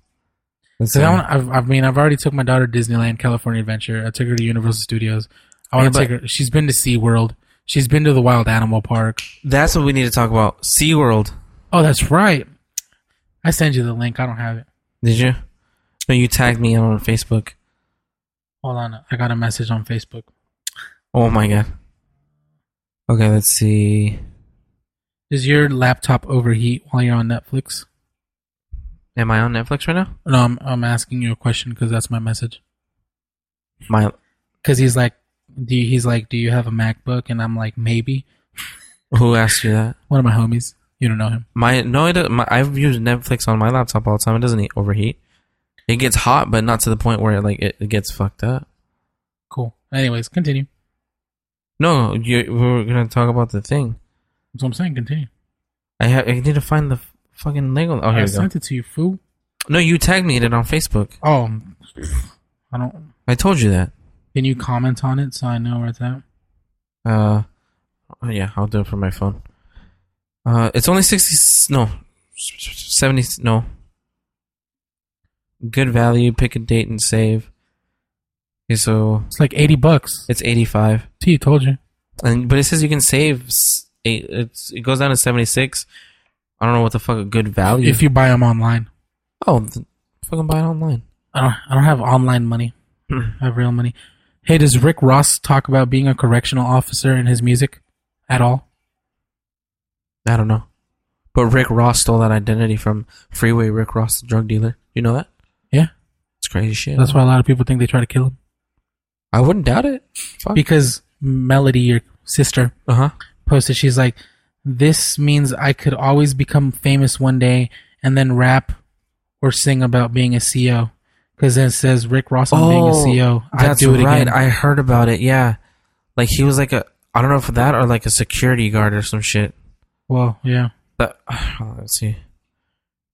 Speaker 2: That's
Speaker 1: so
Speaker 2: it.
Speaker 1: I, want I've, I mean, I've already took my daughter to Disneyland California Adventure. I took her to Universal Studios. I want
Speaker 2: Yeah,
Speaker 1: to take her. She's been to SeaWorld. She's been to the Wild Animal Park.
Speaker 2: That's what we need to talk about. SeaWorld.
Speaker 1: Oh, that's right. I send you the link. I don't have it.
Speaker 2: Did you? No, you tagged me on Facebook.
Speaker 1: Hold on. I got a message on Facebook.
Speaker 2: Oh my god. Okay, let's see.
Speaker 1: Does your laptop overheat while you're on Netflix?
Speaker 2: Am I on Netflix right now?
Speaker 1: No, I'm, I'm asking you a question because that's my message.
Speaker 2: My
Speaker 1: Because he's like, do you, he's like, do you have a MacBook? And I'm like, maybe.
Speaker 2: who asked you that?
Speaker 1: One of my homies. You don't know him.
Speaker 2: My no, it, do- my, I've used Netflix on my laptop all the time. It doesn't e- overheat. It gets hot, but not to the point where it, like it, it gets fucked up.
Speaker 1: Cool. Anyways, continue.
Speaker 2: No, you, we were gonna talk about the thing.
Speaker 1: That's what I'm saying. Continue.
Speaker 2: I ha- I need to find the f- fucking Lego. Oh,
Speaker 1: I
Speaker 2: here we go.
Speaker 1: sent it to you, fool.
Speaker 2: No, you tagged me in it on Facebook.
Speaker 1: Oh, I don't.
Speaker 2: I told you that.
Speaker 1: Can you comment on it so I know where it's at?
Speaker 2: Uh, oh, yeah, I'll do it from my phone. Uh, it's only sixty. s- No, seventy. s- No. Good value. Pick a date and save. Okay, so
Speaker 1: It's like 80 bucks.
Speaker 2: it's eighty-five.
Speaker 1: T told you.
Speaker 2: and but it says you can save s- eight. It's, it goes down to seventy six. I don't know what the fuck a good value.
Speaker 1: If you buy them online,
Speaker 2: oh, th- fucking buy it online.
Speaker 1: I don't. I don't have online money. I have real money. Hey, does Rick Ross talk about being a correctional officer in his music at all?
Speaker 2: I don't know, but Rick Ross stole that identity from Freeway Rick Ross, the drug dealer. You know that?
Speaker 1: Yeah,
Speaker 2: It's crazy shit.
Speaker 1: that's why a lot of people think they try to kill him
Speaker 2: I wouldn't doubt it. Fuck.
Speaker 1: because Melody, your sister,
Speaker 2: Uh huh.
Speaker 1: posted. She's like, "This means I could always become famous one day and then rap or sing about being a CEO." Because then it says Rick Ross on being a CEO. I
Speaker 2: Oh, that's
Speaker 1: do it
Speaker 2: right.
Speaker 1: again.
Speaker 2: I heard about it. Yeah, like he was like a I don't know if that or like a security guard or some shit.
Speaker 1: well, yeah.
Speaker 2: But oh, let's see.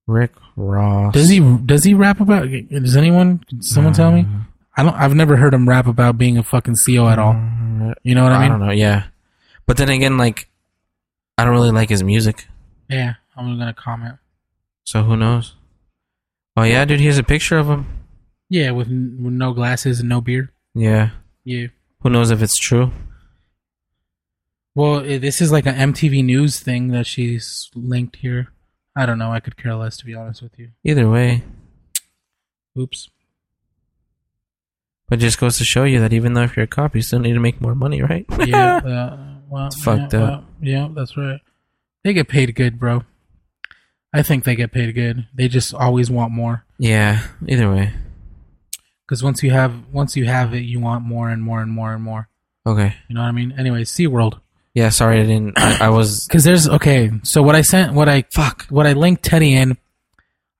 Speaker 2: Rick Ross.
Speaker 1: Does he does he rap about? Does anyone? Can someone tell me?
Speaker 2: Mm.
Speaker 1: I don't. I've never heard him rap about being a fucking CEO at all. You know what I
Speaker 2: Mm, I
Speaker 1: mean?
Speaker 2: don't know. Yeah, but then again, like, I don't really like his music,
Speaker 1: Yeah, I'm gonna comment.
Speaker 2: so who knows? Oh yeah, dude. Here's a picture of him.
Speaker 1: Yeah, with, n- with no glasses and no beard.
Speaker 2: Yeah.
Speaker 1: Yeah.
Speaker 2: Who knows if it's true?
Speaker 1: Well, i- this is like an MTV News thing that she's linked here. I don't know. I could care less, to be honest with you.
Speaker 2: Either way,
Speaker 1: Oops.
Speaker 2: but it just goes to show you that even though if you're a cop, you still need to make more money, right?
Speaker 1: Yeah. uh, well,
Speaker 2: It's fucked
Speaker 1: yeah,
Speaker 2: up.
Speaker 1: well, yeah, that's right. They get paid good, bro. I think they get paid good. They just always want more.
Speaker 2: yeah. Either way.
Speaker 1: Because once you have once you have it, you want more and more and more and more.
Speaker 2: Okay.
Speaker 1: You know what I mean? Anyway, SeaWorld.
Speaker 2: Yeah. Sorry, I didn't. I, I was.
Speaker 1: Because there's okay. So what I sent, what I fuck, what I linked Teddy in,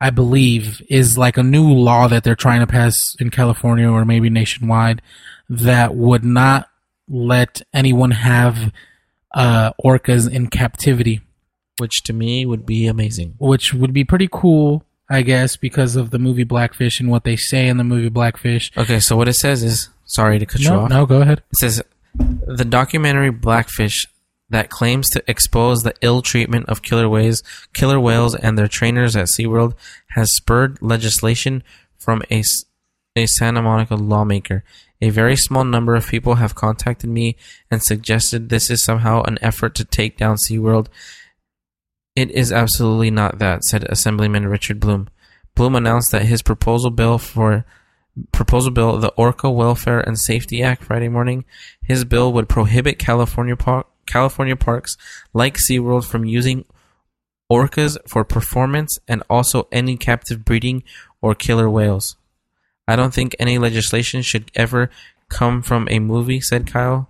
Speaker 1: I believe is like a new law that they're trying to pass in California or maybe nationwide that would not let anyone have uh, orcas in captivity,
Speaker 2: Which to me would be amazing.
Speaker 1: which would be pretty cool, I guess, because of the movie Blackfish and what they say in the movie Blackfish.
Speaker 2: Okay, so what it says is sorry to cut you
Speaker 1: No,
Speaker 2: off.
Speaker 1: no, go ahead.
Speaker 2: It says the documentary Blackfish that claims to expose the ill treatment of killer whales, killer whales and their trainers at SeaWorld has spurred legislation from a, s- a Santa Monica lawmaker. A very small number of people have contacted me and suggested this is somehow an effort to take down SeaWorld. It is absolutely not that, said Assemblyman Richard Bloom. Bloom announced that his proposal bill for proposal bill, the Orca Welfare and Safety Act, Friday morning. His bill would prohibit California par- California parks like SeaWorld from using orcas for performance and also any captive breeding or killer whales. I don't think any legislation should ever come from a movie," said Kyle.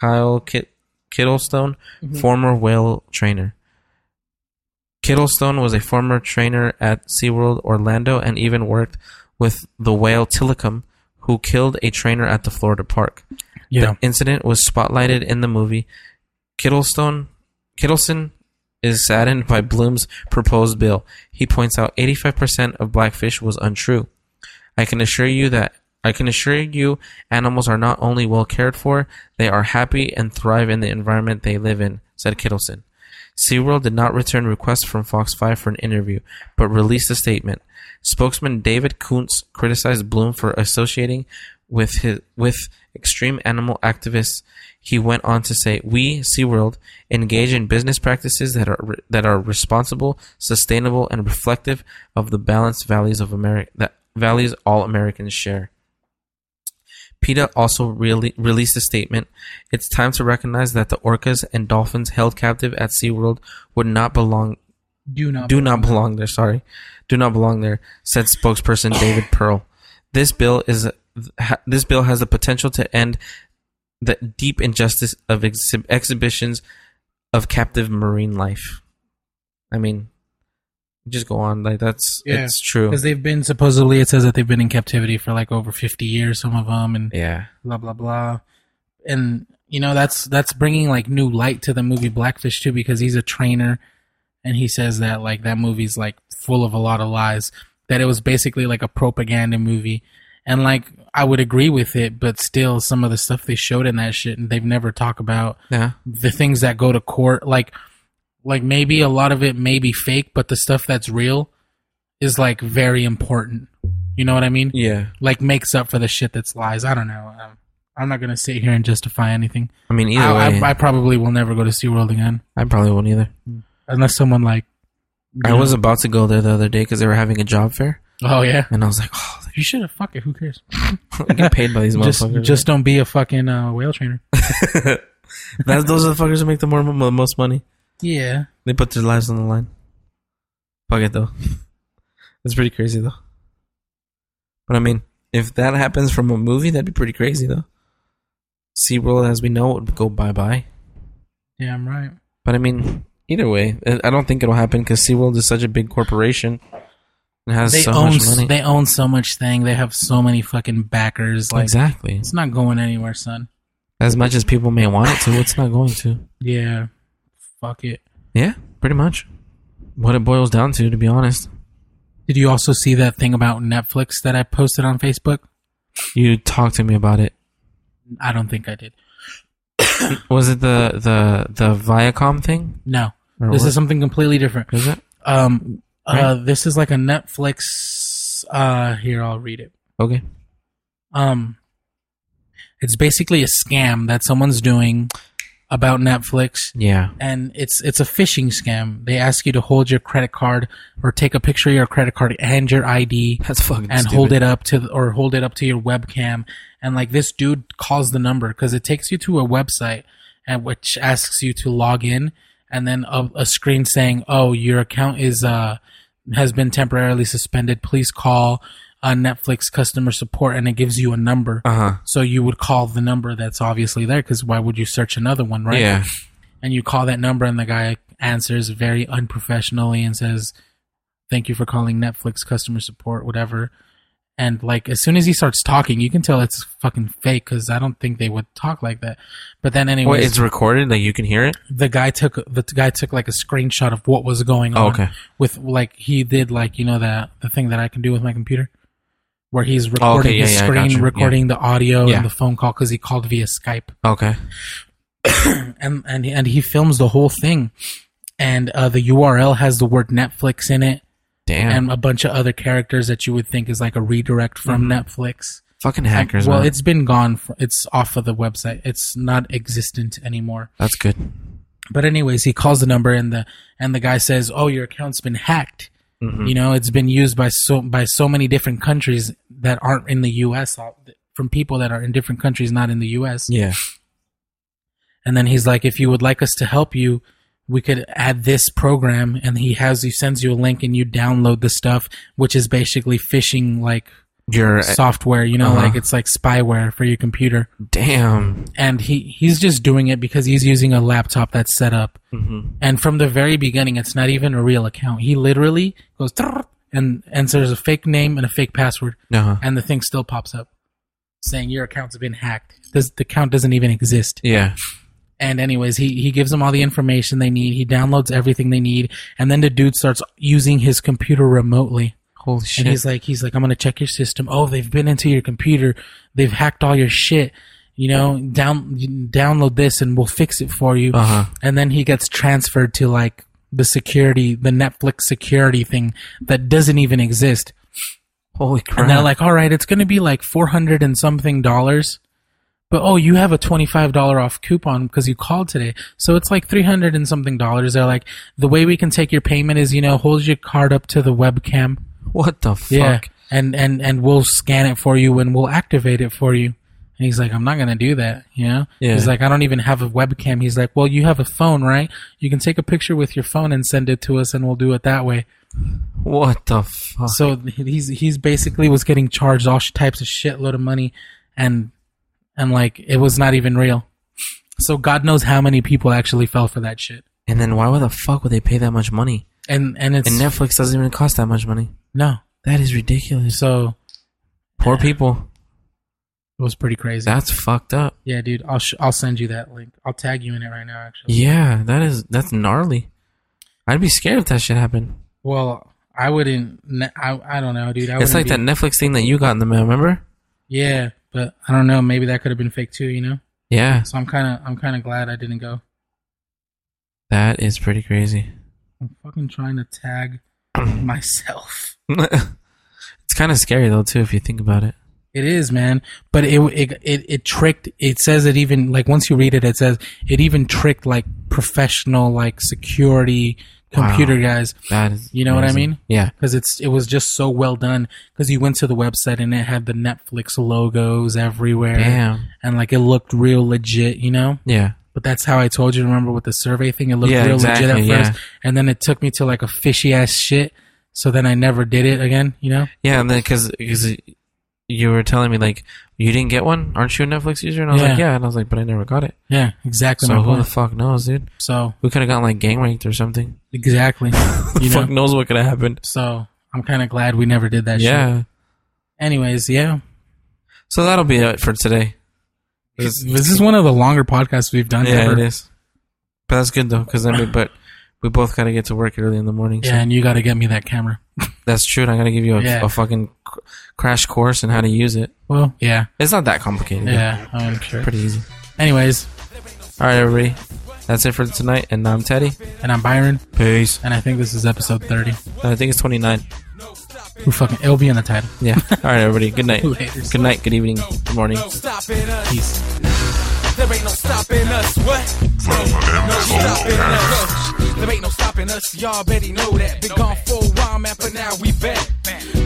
Speaker 2: Kyle Kit- Kittlestone, former whale trainer. Kittlestone was a former trainer at SeaWorld Orlando and even worked with the whale Tillicum, who killed a trainer at the Florida park.
Speaker 1: Yeah.
Speaker 2: The incident was spotlighted in the movie. Kittlestone Kittleson is saddened by Bloom's proposed bill. He points out 85% of blackfish was untrue. I can assure you that I can assure you animals are not only well cared for, they are happy and thrive in the environment they live in, said Kittleson. SeaWorld did not return requests from Fox 5 for an interview, but released a statement. Spokesman David Kuntz criticized Bloom for associating with his, with extreme animal activists. He went on to say, "We SeaWorld engage in business practices that are that are responsible, sustainable, and reflective of the balanced values of America that values all Americans share." PETA also really released a statement. It's time to recognize that the orcas and dolphins held captive at SeaWorld would not belong
Speaker 1: Do not.
Speaker 2: do not belong there. Sorry, do not belong there," said spokesperson David Pearl. This bill is ha- this bill has the potential to end the deep injustice of exhi- exhibitions of captive marine life. I mean, just go on like that's
Speaker 1: Yeah,
Speaker 2: it's true.
Speaker 1: Because they've been supposedly it says that they've been in captivity for like over 50 years, some of them, and
Speaker 2: Yeah,
Speaker 1: blah blah blah, and you know that's that's bringing like new light to the movie Blackfish too because he's a trainer, and he says that like that movie's like full of a lot of lies that it was basically like a propaganda movie, and like I would agree with it, but still some of the stuff they showed in that shit and they've never talked about
Speaker 2: yeah,
Speaker 1: the things that go to court like like maybe a lot of it may be fake but the stuff that's real is like very important you know what i mean
Speaker 2: yeah.
Speaker 1: like makes up for the shit that's lies i don't know um, i'm not gonna sit here and justify anything
Speaker 2: I mean, either
Speaker 1: I,
Speaker 2: way,
Speaker 1: I, I probably will never go to seaworld again
Speaker 2: I probably won't either.
Speaker 1: unless someone like
Speaker 2: I was about to go there the other day because they were having a job fair,
Speaker 1: oh yeah
Speaker 2: and I was like, "Oh,
Speaker 1: you should have fuck it who cares
Speaker 2: I get paid by these
Speaker 1: just
Speaker 2: motherfuckers."
Speaker 1: just don't be a fucking uh, whale trainer
Speaker 2: That's, those are the fuckers who make the more the most money.
Speaker 1: yeah
Speaker 2: They put their lives on the line. Fuck it though. That's pretty crazy though. But I mean, if that happens from a movie, that'd be pretty crazy though. SeaWorld, as we know, would go bye bye.
Speaker 1: yeah i'm right
Speaker 2: But I mean, either way, I I don't think it'll happen because SeaWorld is such a big corporation. It has
Speaker 1: they
Speaker 2: so
Speaker 1: own
Speaker 2: much
Speaker 1: s-
Speaker 2: money.
Speaker 1: they own so much thing they have so many fucking backers like
Speaker 2: exactly.
Speaker 1: it's not going anywhere son
Speaker 2: As much as people may want it to, it's not going to.
Speaker 1: Yeah. Fuck it.
Speaker 2: Yeah, pretty much. What it boils down to, to be honest.
Speaker 1: Did you also see that thing about Netflix that I posted on Facebook?
Speaker 2: You talked to me about it.
Speaker 1: I don't think I did.
Speaker 2: Was it the the the Viacom thing?
Speaker 1: No.
Speaker 2: Or
Speaker 1: this
Speaker 2: what?
Speaker 1: is something completely different.
Speaker 2: Is it?
Speaker 1: Um uh this is like a Netflix uh here I'll read it.
Speaker 2: Okay.
Speaker 1: Um it's basically a scam that someone's doing about Netflix
Speaker 2: Yeah.
Speaker 1: and it's it's a phishing scam. They ask you to hold your credit card or take a picture of your credit card and your ID
Speaker 2: That's fucking
Speaker 1: and hold it up to the, or hold it up to your webcam and like this dude calls the number because it takes you to a website and which asks you to log in and then a, a screen saying oh your account is uh has been temporarily suspended please call uh, netflix customer support and it gives you a number
Speaker 2: Uh huh.
Speaker 1: so you would call the number that's obviously there because why would you search another one right
Speaker 2: Yeah.
Speaker 1: and you call that number and the guy answers very unprofessionally and says thank you for calling netflix customer support whatever and like as soon as he starts talking you can tell it's fucking fake because i don't think they would talk like that but then anyways
Speaker 2: Wait, it's recorded. Like you can hear it.
Speaker 1: the guy took the guy took like a screenshot of what was going on
Speaker 2: Oh, okay.
Speaker 1: with like he did like you know that the thing that i can do with my computer where he's recording
Speaker 2: Oh, yeah,
Speaker 1: his
Speaker 2: yeah, I got
Speaker 1: screen
Speaker 2: you. Yeah.
Speaker 1: recording the audio
Speaker 2: Yeah.
Speaker 1: and the phone call because he called via skype
Speaker 2: Okay.
Speaker 1: and and and he films the whole thing, and uh, the URL has the word Netflix in it,
Speaker 2: Damn.
Speaker 1: and a bunch of other characters that you would think is like a redirect from Netflix.
Speaker 2: fucking hackers.
Speaker 1: well,
Speaker 2: man.
Speaker 1: it's been gone. fr it's off of the website. It's not existent anymore.
Speaker 2: that's good.
Speaker 1: But anyways, he calls the number and the and the guy says, "Oh, your account's been hacked. You know, it's been used by so by so many different countries that aren't in the U.S. from people that are in different countries, not in the U.S.
Speaker 2: Yeah.
Speaker 1: And then he's like, if you would like us to help you, we could add this program. And he has, he sends you a link and you download the stuff, which is basically phishing like
Speaker 2: You're
Speaker 1: software, you know,
Speaker 2: Uh-huh.
Speaker 1: like it's like spyware for your computer.
Speaker 2: damn.
Speaker 1: And he, he's just doing it because he's using a laptop that's set up.
Speaker 2: Mm-hmm.
Speaker 1: And from the very beginning, it's not even a real account. He literally goes "Trrr," and enters a fake name and a fake password.
Speaker 2: Uh-huh.
Speaker 1: And the thing still pops up saying your account's been hacked. This, the account doesn't even exist.
Speaker 2: Yeah.
Speaker 1: And anyways, he, he gives them all the information they need. He downloads everything they need, and then the dude starts using his computer remotely.
Speaker 2: Holy shit.
Speaker 1: And he's like, he's like, I'm gonna check your system. Oh, they've been into your computer. They've hacked all your shit. You know, down download this, and we'll fix it for you.
Speaker 2: Uh-huh.
Speaker 1: And then he gets transferred to like the security, the Netflix security thing that doesn't even exist.
Speaker 2: Holy crap.
Speaker 1: And they're like, all right, it's going to be like 400 and something dollars. But oh, you have a $25 off coupon because you called today. So it's like 300 and something dollars. They're like, the way we can take your payment is, you know, hold your card up to the webcam.
Speaker 2: what the fuck?
Speaker 1: Yeah. And, and, and we'll scan it for you and we'll activate it for you. And he's like, I'm not going to do that. You know?
Speaker 2: Yeah.
Speaker 1: He's like, I don't even have a webcam. He's like, well, you have a phone, right? You can take a picture with your phone and send it to us and we'll do it that way.
Speaker 2: What the fuck?
Speaker 1: So he's he's basically was getting charged all sh- types of shitload of money, and and like it was not even real. So God knows how many people actually fell for that shit.
Speaker 2: And then why would the fuck would they pay that much money?
Speaker 1: And and it's
Speaker 2: And Netflix doesn't even cost that much money.
Speaker 1: no.
Speaker 2: That is ridiculous.
Speaker 1: So
Speaker 2: Poor people.
Speaker 1: it was pretty crazy.
Speaker 2: That's fucked up.
Speaker 1: yeah, dude. I'll sh- I'll send you that link. I'll tag you in it right now. Actually.
Speaker 2: Yeah, that is that's gnarly. I'd be scared if that shit happened.
Speaker 1: Well, I wouldn't. ne- I I don't know, dude. I
Speaker 2: It's like
Speaker 1: wouldn't
Speaker 2: that
Speaker 1: be-
Speaker 2: Netflix thing that you got in the mail, remember?
Speaker 1: Yeah, but I don't know. Maybe that could have been fake too. You know.
Speaker 2: Yeah,
Speaker 1: So I'm kind of I'm kind of glad I didn't go.
Speaker 2: that is pretty crazy.
Speaker 1: I'm fucking trying to tag myself.
Speaker 2: it's kind of scary though too if you think about it.
Speaker 1: It is, man. But it, it it it tricked. It says it even like once you read it, it says it even tricked like professional like security computer guys. 'Cause guys
Speaker 2: That is
Speaker 1: You know what I
Speaker 2: amazing.
Speaker 1: mean?
Speaker 2: Yeah.
Speaker 1: because it's it was just so well done. Because you went to the website and it had the Netflix logos everywhere,
Speaker 2: Damn.
Speaker 1: and like it looked real legit, you know.
Speaker 2: Yeah.
Speaker 1: But that's how I told you. Remember with the survey thing, it looked
Speaker 2: Yeah,
Speaker 1: real legit
Speaker 2: exactly,
Speaker 1: at
Speaker 2: yeah.
Speaker 1: first, and then it took me to like a fishy ass shit. So then I never did it again, you know.
Speaker 2: Yeah, and then because you were telling me like you didn't get one, aren't you a Netflix user? And I was like,
Speaker 1: Yeah.
Speaker 2: yeah, and I was like, but I never got it.
Speaker 1: Yeah, exactly.
Speaker 2: So
Speaker 1: my
Speaker 2: who the
Speaker 1: point.
Speaker 2: fuck knows, dude?
Speaker 1: so
Speaker 2: We could have gotten like gang ranked or something.
Speaker 1: exactly, you know.
Speaker 2: fuck knows what could have happened?
Speaker 1: So I'm kind of glad we never did that shit.
Speaker 2: Yeah.
Speaker 1: Anyways, yeah.
Speaker 2: So that'll be it for today.
Speaker 1: This, this is one of the longer podcasts we've done
Speaker 2: Yeah,
Speaker 1: ever.
Speaker 2: it is. But that's good though, because then we but we both got to get to work early in the morning.
Speaker 1: Yeah,
Speaker 2: So
Speaker 1: and you got to get me that camera.
Speaker 2: that's true. And I got to give you a,
Speaker 1: Yeah.
Speaker 2: a fucking cr- crash course in how to use it.
Speaker 1: Well, yeah.
Speaker 2: It's not that complicated. Yeah,
Speaker 1: Yeah, I'm sure.
Speaker 2: pretty easy.
Speaker 1: Anyways,
Speaker 2: All right, everybody. That's it for tonight. And I'm Teddy.
Speaker 1: and I'm Byron,
Speaker 2: Peace.
Speaker 1: and I think this is episode 30.
Speaker 2: I think it's 29.
Speaker 1: Who fucking, it'll be in the title.
Speaker 2: Yeah. All right, everybody. Good night.
Speaker 1: Laters.
Speaker 2: Good night. Good evening. Good morning.
Speaker 4: No stopping us.
Speaker 1: Peace.
Speaker 4: There ain't no stopping us. What? No stopping us. There ain't no stopping us. Y'all already know that. Been gone for a while, man, but now we back.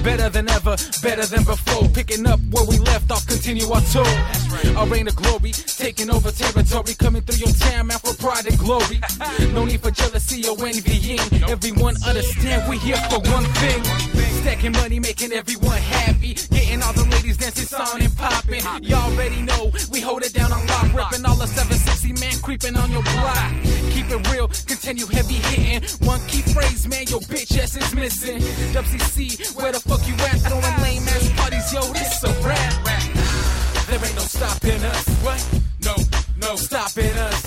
Speaker 4: Better than ever, better than before. Picking up where we left off, continue our tour. Our reign of glory, taking over territory, coming through your town, man, for pride and glory. No need for jealousy or envying. Everyone understand we here for one thing. Stacking money, making everyone happy. Getting all the ladies dancing, song and popping. Y'all already know we hold it down on lock, repping all the 760 man creeping on your block. Keep it real, continue heavy hitting. One key phrase, man, your bitch ass is missing. WCC, where the fuck you at? I don't want lame ass parties, yo, this a rap. There ain't no stopping us. What? No, no stopping us.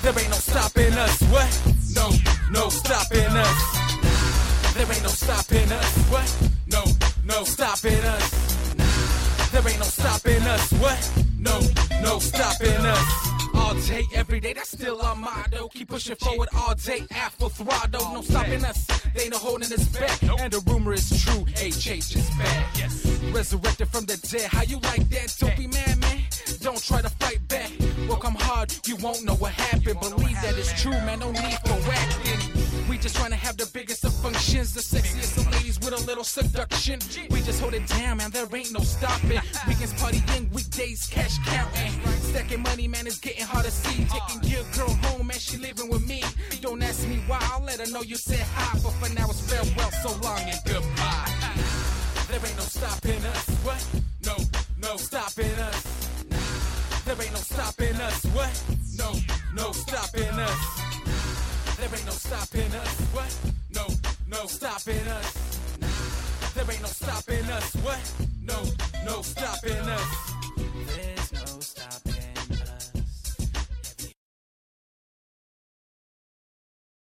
Speaker 4: There ain't no stopping us. What? No, no stopping us. There ain't no stopping us. What? No, no stopping us. There ain't no stopping us. What? No, no stopping us. All day, every day, that's still our motto. Keep pushing forward all day, after throttle. No stopping us. They no holding us back. And the rumor is true. HH is back. Resurrected from the dead. How you like that? Don't be mad, man. Don't try to fight back. Work 'em hard. You won't know what happened. Believe that it's true, man. No need for acting. We just trying to have the biggest of functions, the sexiest of ladies. with a little seduction. We just hold it down, man, there ain't no stopping. Weekends partying, weekdays cash counting. Stacking money, man, it's getting hard to see. Taking your girl home, and she living with me. Don't ask me why, I'll let her know you said hi. But for now, it's farewell, so long and goodbye. There ain't no stopping us. What? No, no stopping us. There ain't no stopping us. What? No, no stopping us. There ain't no stopping us. What? No, no stopping us. There ain't no stopping us. What? No, no stopping us.